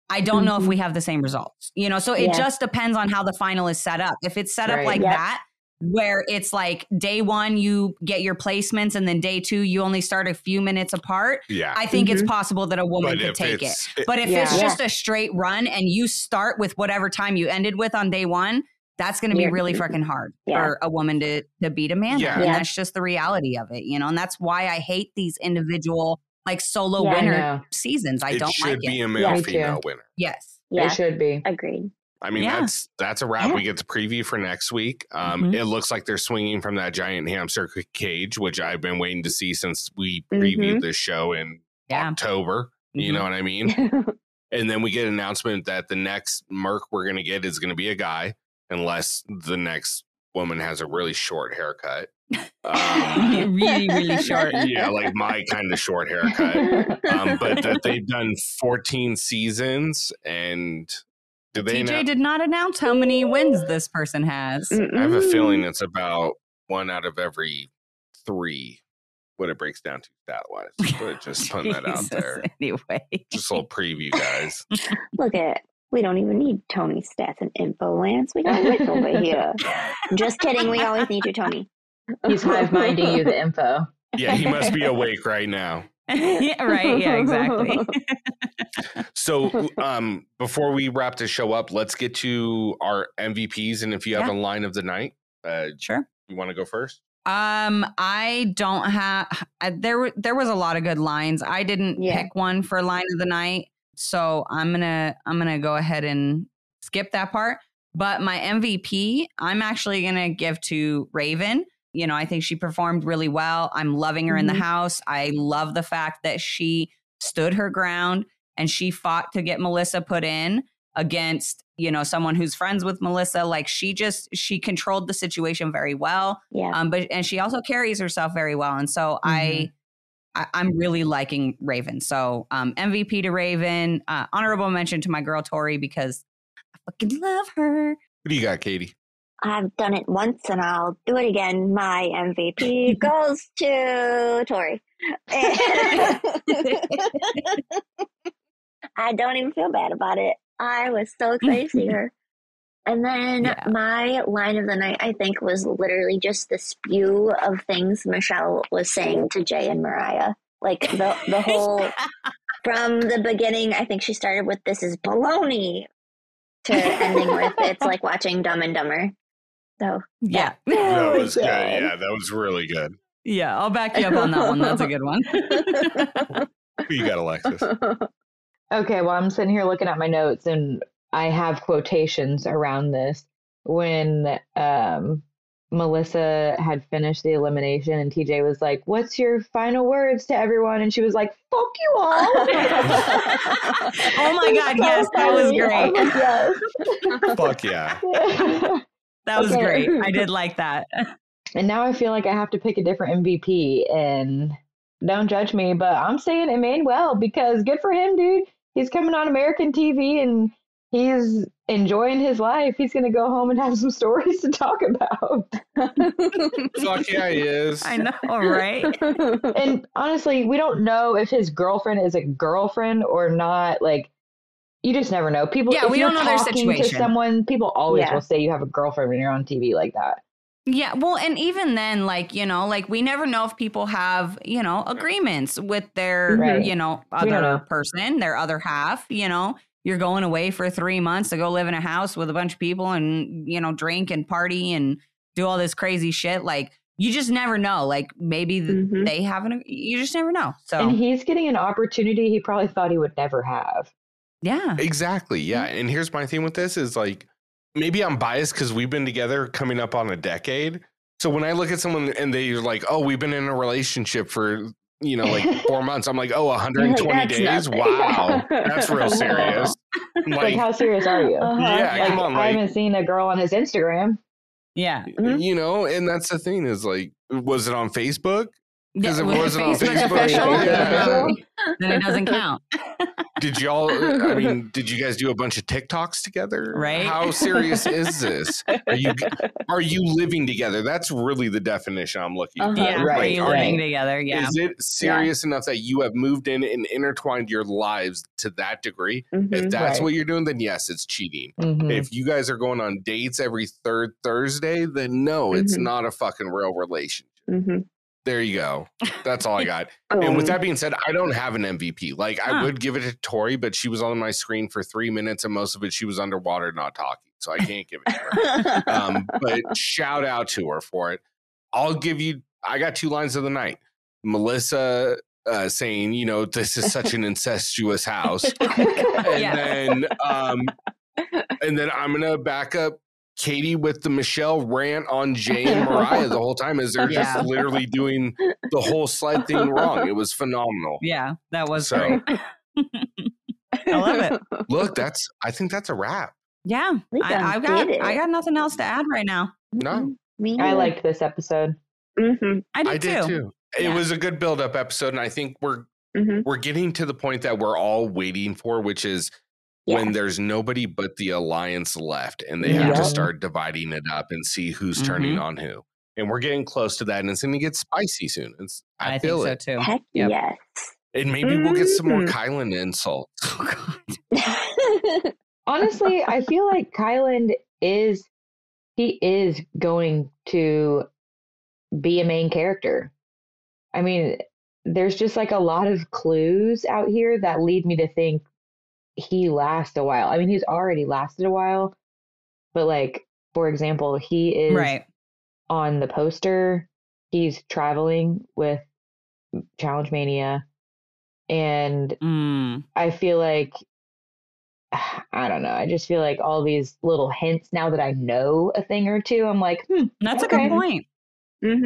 Speaker 2: I don't know if
Speaker 4: Mhm.
Speaker 2: we have the same results. You know, so it
Speaker 4: Yeah.
Speaker 2: just depends on how the final is set up. If it's set up
Speaker 3: Right.
Speaker 2: like
Speaker 4: Yep.
Speaker 2: that, where it's like day one, you get your placements, and then day two, you only start a few minutes apart.
Speaker 1: Yeah.
Speaker 2: I think
Speaker 4: Mm-hmm.
Speaker 2: it's possible that a woman could take it. But if it's
Speaker 3: Yeah.
Speaker 2: just a straight run and you start with whatever time you ended with on day one, that's going to be
Speaker 4: Yeah.
Speaker 2: really freaking hard
Speaker 4: Yeah.
Speaker 2: for a woman to, to beat a man.
Speaker 1: Yeah.
Speaker 2: And
Speaker 4: Yeah.
Speaker 2: that's just the reality of it, you know? And that's why I hate these individual, like solo
Speaker 4: Yeah, I
Speaker 3: I
Speaker 2: winner
Speaker 3: know.
Speaker 2: seasons. I
Speaker 1: it
Speaker 2: don't
Speaker 1: should
Speaker 2: like
Speaker 1: be
Speaker 2: it.
Speaker 1: a male
Speaker 3: Me too.
Speaker 1: female winner.
Speaker 2: Yes.
Speaker 4: Yeah.
Speaker 3: It should be.
Speaker 2: [LAUGHS]
Speaker 4: Agreed.
Speaker 1: I mean,
Speaker 2: Yeah.
Speaker 1: that's that's a wrap.
Speaker 4: Yeah.
Speaker 1: We get the preview for next week. Um,
Speaker 2: Mhm.
Speaker 1: It looks like they're swinging from that giant hamster c- cage, which I've been waiting to see since we previewed this show in
Speaker 2: Mm-hmm.
Speaker 4: [LAUGHS]
Speaker 2: Yeah. Mm-hmm.
Speaker 1: October. You know what I mean? And then we get an announcement that the next Merc we're going to get is going to be a guy, unless the next woman has a really short haircut.
Speaker 2: [LAUGHS]
Speaker 1: Um,
Speaker 2: really, really short.
Speaker 1: yeah, like my kind of short haircut.
Speaker 3: [LAUGHS]
Speaker 1: Um, but
Speaker 2: [LAUGHS]
Speaker 1: that they've done 14 seasons and did they
Speaker 2: TJ
Speaker 1: announce-
Speaker 2: did not announce how many wins this person has.
Speaker 1: I have a feeling it's about one out of every three what it breaks down to stat wise. But just putting that out
Speaker 2: Jesus,
Speaker 1: there.
Speaker 2: [LAUGHS] Anyway.
Speaker 1: Just a little preview, guys.
Speaker 4: Mm-hmm. Look at we don't even need Tony stats and info, Lance. We got Rick over
Speaker 2: [LAUGHS]
Speaker 4: here. Just kidding. We always need you, Tony.
Speaker 3: He's [LAUGHS] hive minding you the info.
Speaker 1: Yeah, he must be awake right now.
Speaker 2: yeah, right. Yeah, exactly.
Speaker 4: [LAUGHS]
Speaker 1: So, um, before we wrap the show up, let's get to our MVPs. And if you have
Speaker 2: Yeah.
Speaker 1: a line of the night, uh,
Speaker 2: sure.
Speaker 1: you want to go first?
Speaker 2: Um, I don't have I- there. were- There was a lot of good lines. I didn't
Speaker 4: Yeah.
Speaker 2: pick one for line of the night, so I'm gonna I'm gonna go ahead and skip that part. But my MVP, I'm actually gonna give to Raven. You know, I think she performed really well. I'm loving her in the
Speaker 4: Mhm.
Speaker 2: house. I love the fact that she stood her ground and she fought to get Melissa put in against you know someone who's friends with Melissa. Like she just she controlled the situation very well
Speaker 4: Yeah.
Speaker 2: um but and she also carries herself very well and so I, I i'm really liking raven so um mvp to raven uh honorable mention to my girl tori because i fucking love her [LAUGHS]
Speaker 1: What do you got, Katie?
Speaker 4: I've done it once and I'll do it again. My MVP goes to Tori. [LAUGHS] I don't even feel bad about it. I was so excited to see her. And then
Speaker 2: Yeah.
Speaker 4: my line of the night, I think, was literally just the spew of things Michelle was saying to Jay and Mariah. Like the, the whole, from the beginning, I think she started with this is baloney to ending with it's like watching Dumb and Dumber. So
Speaker 2: yeah
Speaker 1: That
Speaker 4: Oh my
Speaker 1: was good.
Speaker 4: God.
Speaker 1: Yeah, that was really good.
Speaker 2: yeah i'll back you up on that one that's a good one
Speaker 1: Who you got, Alexis?
Speaker 3: [LAUGHS] okay, well, I'm sitting here looking at my notes and I have quotations around this. When um, Melissa had finished the elimination and TJ was like, What's your final words to everyone? And she was like, Fuck you all.
Speaker 2: Oh my God,
Speaker 3: It
Speaker 2: yes,
Speaker 3: was
Speaker 2: that was
Speaker 3: funny. I
Speaker 2: great.
Speaker 1: Fuck yeah.
Speaker 3: yes. [LAUGHS]
Speaker 2: that was
Speaker 3: Okay.
Speaker 2: great i [LAUGHS] did like that
Speaker 3: and now I feel like I have to pick a different MVP. And don't judge me, but I'm saying Emmanuel because good for him, dude. He's coming on American TV and he's enjoying his life. He's going to go home and have some [LAUGHS] stories to talk about.
Speaker 1: Fuck yeah, he is.
Speaker 2: i [LAUGHS] know right [LAUGHS]
Speaker 3: and honestly, we don't know if his girlfriend is a girlfriend or not. Like, you just never know. People,
Speaker 2: Yeah,
Speaker 3: if
Speaker 2: we
Speaker 3: you're
Speaker 2: don't know their
Speaker 3: talking
Speaker 2: situation.
Speaker 3: To someone, people always
Speaker 4: Yeah.
Speaker 3: will say you have a girlfriend when you're on TV like that.
Speaker 2: Yeah, well, and even then, like, you know, like we never know if people have, you know, agreements with their,
Speaker 3: Right.
Speaker 2: you know,
Speaker 3: We don't
Speaker 2: other
Speaker 3: know.
Speaker 2: person, their other half, you know. You're going away for three months to go live in a house with a bunch of people and, you know, drink and party and do all this crazy shit. Like, you just never know. Like, maybe th-
Speaker 4: Mhm.
Speaker 2: they haven't, you just never know. So,
Speaker 3: Mm-hmm. And he's getting an opportunity he probably thought he would never have.
Speaker 2: yeah.
Speaker 1: Exactly. Yeah. And here's my thing with this is like maybe I'm biased because we've been together coming up on a decade. So when I look at someone and they're like, oh, we've been in a relationship for, you know, like four months, I'm like, oh, 120
Speaker 4: That's
Speaker 1: days?
Speaker 4: nothing.
Speaker 1: Wow. That's real serious.
Speaker 3: Like,
Speaker 1: Like,
Speaker 3: how serious are
Speaker 4: [LAUGHS]
Speaker 3: you?
Speaker 4: Uh-huh.
Speaker 1: yeah,
Speaker 3: Like,
Speaker 1: come on.
Speaker 3: I
Speaker 1: Like,
Speaker 3: haven't seen a girl on his Instagram.
Speaker 2: Yeah.
Speaker 4: Mhm.
Speaker 1: you know, and that's the thing is like, was it on Facebook? Because
Speaker 2: Yeah,
Speaker 1: it
Speaker 2: with the
Speaker 1: wasn't on Facebook.
Speaker 2: official, [LAUGHS]
Speaker 1: Yeah.
Speaker 2: then it doesn't
Speaker 3: [LAUGHS]
Speaker 2: count.
Speaker 1: Did y'all, I mean, did you guys do a bunch of TikToks together?
Speaker 2: Right.
Speaker 1: How serious is this? Are you,
Speaker 2: [LAUGHS]
Speaker 1: are you living together? That's really the definition I'm looking for.
Speaker 3: Uh-huh.
Speaker 2: Yeah.
Speaker 3: Right,
Speaker 2: Are you
Speaker 1: are
Speaker 2: living
Speaker 3: right.
Speaker 2: together? Yeah.
Speaker 1: Is it serious enough that you have moved in and intertwined your lives to that degree? If
Speaker 4: Mhm.
Speaker 1: that's
Speaker 3: Mm-hmm. Right.
Speaker 1: what you're doing, then yes, it's cheating.
Speaker 3: Mhm.
Speaker 1: If you guys are going on dates every third Thursday, then no, it's
Speaker 3: Mm-hmm.
Speaker 4: Mhm.
Speaker 1: not a fucking real relationship.
Speaker 4: Mhm.
Speaker 1: There you go. That's
Speaker 2: [LAUGHS]
Speaker 1: all I got.
Speaker 4: Oh,
Speaker 1: and
Speaker 4: Um,
Speaker 1: with that being said, I don't have an MVP. Like I
Speaker 2: Huh.
Speaker 1: would give it to Tori, but she was on my screen for three minutes and most of it she was underwater not talking. So I can't give it to her um, but shout out to her for it. I'll give you. I got two lines of the night. Melissa uh, saying, you know, this is such an incestuous house, and
Speaker 2: Yeah.
Speaker 1: then um, and then I'm gonna back up Katie with the Michelle rant on Jay
Speaker 2: [LAUGHS]
Speaker 1: and Mariah the whole time as they're
Speaker 2: Yeah.
Speaker 1: just literally doing the whole slide thing wrong. It was phenomenal.
Speaker 2: Yeah, that was
Speaker 1: So-
Speaker 2: great. I love it.
Speaker 1: Look, that's I think that's a wrap.
Speaker 3: [LAUGHS]
Speaker 2: Yeah,
Speaker 4: We
Speaker 2: I,
Speaker 4: done
Speaker 2: I've got
Speaker 4: did it. Mm-hmm.
Speaker 2: I got nothing else to add right now. Mm-hmm.
Speaker 1: No.
Speaker 4: Me
Speaker 3: [LAUGHS] I
Speaker 4: neither.
Speaker 3: liked this episode.
Speaker 4: Mhm,
Speaker 2: I did,
Speaker 1: I did
Speaker 2: too.
Speaker 1: too. It
Speaker 2: Yeah.
Speaker 1: was a good build up episode, and I think we're
Speaker 4: mhm.
Speaker 1: we're getting to the point that we're all waiting for, which is when there's nobody but the alliance left and they have
Speaker 3: Yeah.
Speaker 1: to start dividing it up and see who's
Speaker 2: Mm-hmm.
Speaker 1: turning on who. And we're getting close to that and it's going to get spicy soon. It's, I,
Speaker 2: I, think
Speaker 1: feel
Speaker 2: so
Speaker 1: it.
Speaker 2: too.
Speaker 4: Heck
Speaker 2: Yep.
Speaker 4: yes. [LAUGHS]
Speaker 1: And maybe we'll get some more
Speaker 4: Mm.
Speaker 1: Kylan insults.
Speaker 2: Oh, God.
Speaker 3: Honestly, I feel like Kylan is he is going to be a main character. I mean, there's just like a lot of clues out here that lead me to think he lasts a while. I mean, he's already lasted a while, but like for example, he is
Speaker 2: Right.
Speaker 3: on the poster. He's traveling with Challenge Mania, and
Speaker 2: Mm.
Speaker 3: I feel like [SIGHS] I don't know. I just feel like all these little hints now that I know a thing or two,
Speaker 4: [LAUGHS]
Speaker 3: I'm like, hmm,
Speaker 2: That's a good
Speaker 3: Okay.
Speaker 2: point.
Speaker 4: hmm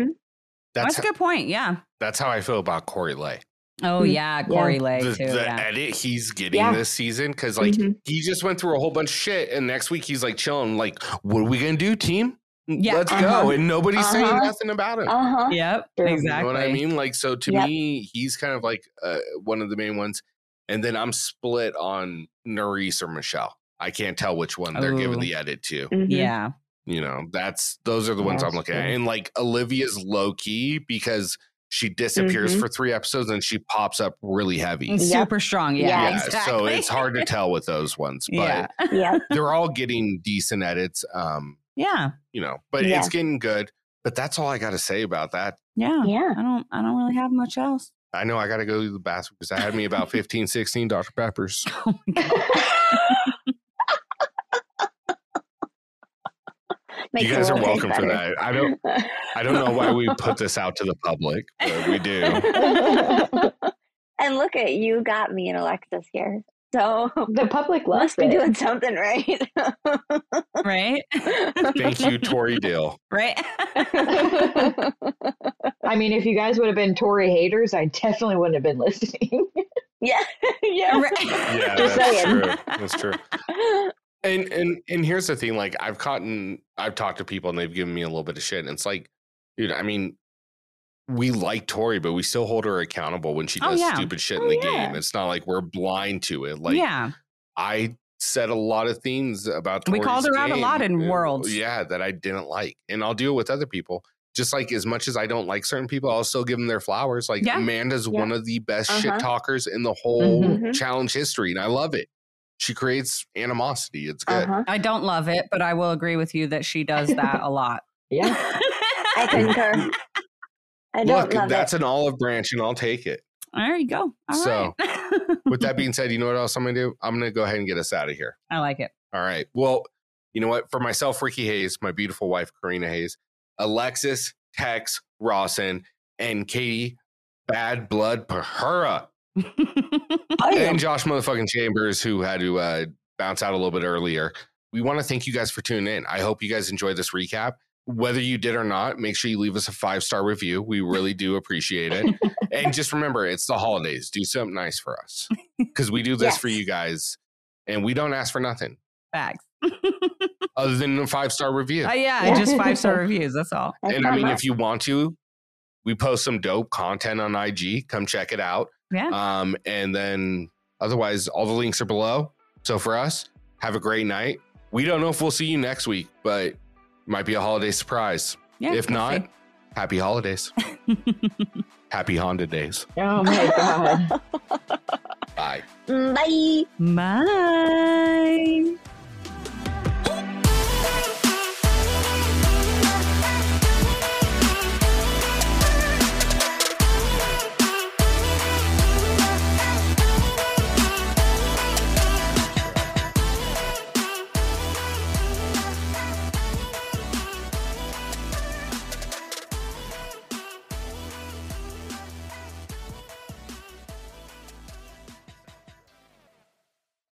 Speaker 1: That's,
Speaker 2: That's a
Speaker 1: how,
Speaker 2: good point. Yeah.
Speaker 1: that's how I feel about Corey Lay.
Speaker 2: Oh
Speaker 3: Mm.
Speaker 2: yeah, Corey Lay
Speaker 1: the
Speaker 2: too.
Speaker 1: the
Speaker 2: yeah.
Speaker 1: edit he's getting
Speaker 3: Yeah.
Speaker 1: this season, because like
Speaker 4: Mhm.
Speaker 1: he just went through a whole bunch of shit and next week he's like chilling, like, what are we going to do, team?
Speaker 2: Yeah.
Speaker 1: Let's
Speaker 4: Uh-huh.
Speaker 1: go. And nobody's saying
Speaker 4: Uh-huh.
Speaker 1: nothing about him.
Speaker 4: Uh-huh.
Speaker 2: Yep.
Speaker 3: Sure. You know
Speaker 2: Exactly.
Speaker 1: You know what I mean? Like, so to
Speaker 4: Yep.
Speaker 1: me, he's kind of like uh, one of the main ones. And then I'm split on Nerys or Michelle. I can't tell which one they're giving
Speaker 2: Ooh.
Speaker 1: the edit to.
Speaker 4: Mhm.
Speaker 2: Yeah.
Speaker 1: You know, that's those are the ones
Speaker 3: Yeah,
Speaker 1: I'm looking at.
Speaker 3: sure.
Speaker 1: And like Olivia's low key because she disappears
Speaker 2: Mm-hmm.
Speaker 4: Mhm.
Speaker 1: for three episodes and she pops up really heavy.
Speaker 2: And
Speaker 4: Yep.
Speaker 2: Super strong. Mm, Yeah.
Speaker 4: Yeah,
Speaker 1: So
Speaker 2: exactly.
Speaker 1: it's hard to tell with those
Speaker 2: [LAUGHS]
Speaker 1: ones, but
Speaker 2: Yeah.
Speaker 4: Yep.
Speaker 1: they're all getting decent edits. Um,
Speaker 2: Yeah.
Speaker 1: you know, but
Speaker 4: Yeah.
Speaker 1: it's getting good. But that's all I got to say about that.
Speaker 2: Yeah.
Speaker 4: Yeah.
Speaker 2: I don't. I don't really have much
Speaker 4: [LAUGHS]
Speaker 2: else.
Speaker 1: I know I got to go to the bathroom because I had me about 15, 16 Dr.
Speaker 4: [LAUGHS]
Speaker 1: Peppers.
Speaker 2: Oh my God.
Speaker 1: you guys are welcome for that. I don't,
Speaker 4: that.
Speaker 1: I don't know why we put this out to the public, but we do.
Speaker 4: [LAUGHS]
Speaker 3: "Hmm,
Speaker 4: and look at you got me and Alexis here.
Speaker 2: [LAUGHS]
Speaker 4: So
Speaker 3: the public loves
Speaker 4: must be
Speaker 3: it.
Speaker 4: doing something right. [LAUGHS]
Speaker 2: Right. [LAUGHS]
Speaker 1: Thank you, Tori Dill.
Speaker 2: Right.
Speaker 3: [LAUGHS]
Speaker 4: [LAUGHS]
Speaker 3: I mean, if you guys would have been Tory haters, I definitely wouldn't have been listening.
Speaker 4: yeah.
Speaker 2: [LAUGHS]
Speaker 4: Yeah.
Speaker 2: right.
Speaker 1: Yeah,
Speaker 4: Just
Speaker 1: that's
Speaker 4: saying.
Speaker 1: true. That's true. Oh, And and and here's the thing: like I've caught and I've talked to people, and they've given me a little bit of shit. And it's like, dude, I mean, we like Tori, but we still hold her accountable when she
Speaker 2: Oh,
Speaker 1: does
Speaker 2: yeah.
Speaker 1: stupid shit
Speaker 4: Oh,
Speaker 1: in the
Speaker 4: yeah.
Speaker 1: game. It's not like we're blind to it. Like,
Speaker 2: yeah.
Speaker 1: I said a lot of things about
Speaker 2: We called
Speaker 1: Tori's
Speaker 2: her out a lot
Speaker 1: game,
Speaker 2: in
Speaker 1: uh,
Speaker 2: Worlds.
Speaker 1: Yeah, that I didn't like, and I'll deal with other people. Just like as much as I don't like certain people, I'll still give them their flowers. Like
Speaker 2: Yeah. Mm-hmm.
Speaker 1: Amanda's
Speaker 4: Yeah.
Speaker 1: one of the best
Speaker 4: Uh-huh.
Speaker 1: shit talkers in the whole
Speaker 4: Mhm.
Speaker 1: challenge history, and I love it. She creates animosity. It's good.
Speaker 4: Uh-huh.
Speaker 2: I don't love it, but I will agree with you that she does that a
Speaker 4: [LAUGHS]
Speaker 2: lot. [LAUGHS]
Speaker 3: yeah.
Speaker 4: I concur.
Speaker 1: [LAUGHS]
Speaker 4: I don't
Speaker 1: Look,
Speaker 4: love
Speaker 1: that's
Speaker 4: it.
Speaker 1: an olive branch, and I'll take it.
Speaker 2: There you go. All
Speaker 1: So-
Speaker 2: right. [LAUGHS]
Speaker 1: With that being said, you know what else I'm going to do? I'm going to go ahead and get us out of here.
Speaker 2: I like it.
Speaker 1: All right. Well, you know what? For myself, Ricky Hayes, my beautiful wife, Karina Hayes, Alexis, Tex, Rawson, and Katie, Bad Blood Pahura, and Josh motherfucking Chambers, who had to uh, bounce out a little bit earlier. We want to thank you guys for tuning in. I hope you guys enjoyed this recap. Whether you did or not, make sure you leave us a five star review. We really do appreciate it. and just remember, it's the holidays. Do something nice for us because we do this for
Speaker 4: Yes.
Speaker 1: you guys and we don't ask for nothing
Speaker 2: Facts. [LAUGHS]
Speaker 1: other than a five star review.
Speaker 2: Uh, yeah,
Speaker 3: Yeah.
Speaker 2: just five star reviews. That's all.
Speaker 4: That's
Speaker 1: and
Speaker 4: not
Speaker 1: I mean,
Speaker 4: much.
Speaker 1: if you want to, we post some dope content on IG. Come check it out.
Speaker 2: Yeah.
Speaker 1: Um, and then otherwise, all the links are below. So for us, have a great night. We don't know if we'll see you next week, but it might be a holiday surprise.
Speaker 2: Yeah.
Speaker 1: if not, happy
Speaker 4: [LAUGHS]
Speaker 1: holidays.
Speaker 2: [LAUGHS]
Speaker 1: happy Honda days.
Speaker 3: [LAUGHS] Oh my god.
Speaker 1: Bye.
Speaker 4: Mm, Bye.
Speaker 2: mine.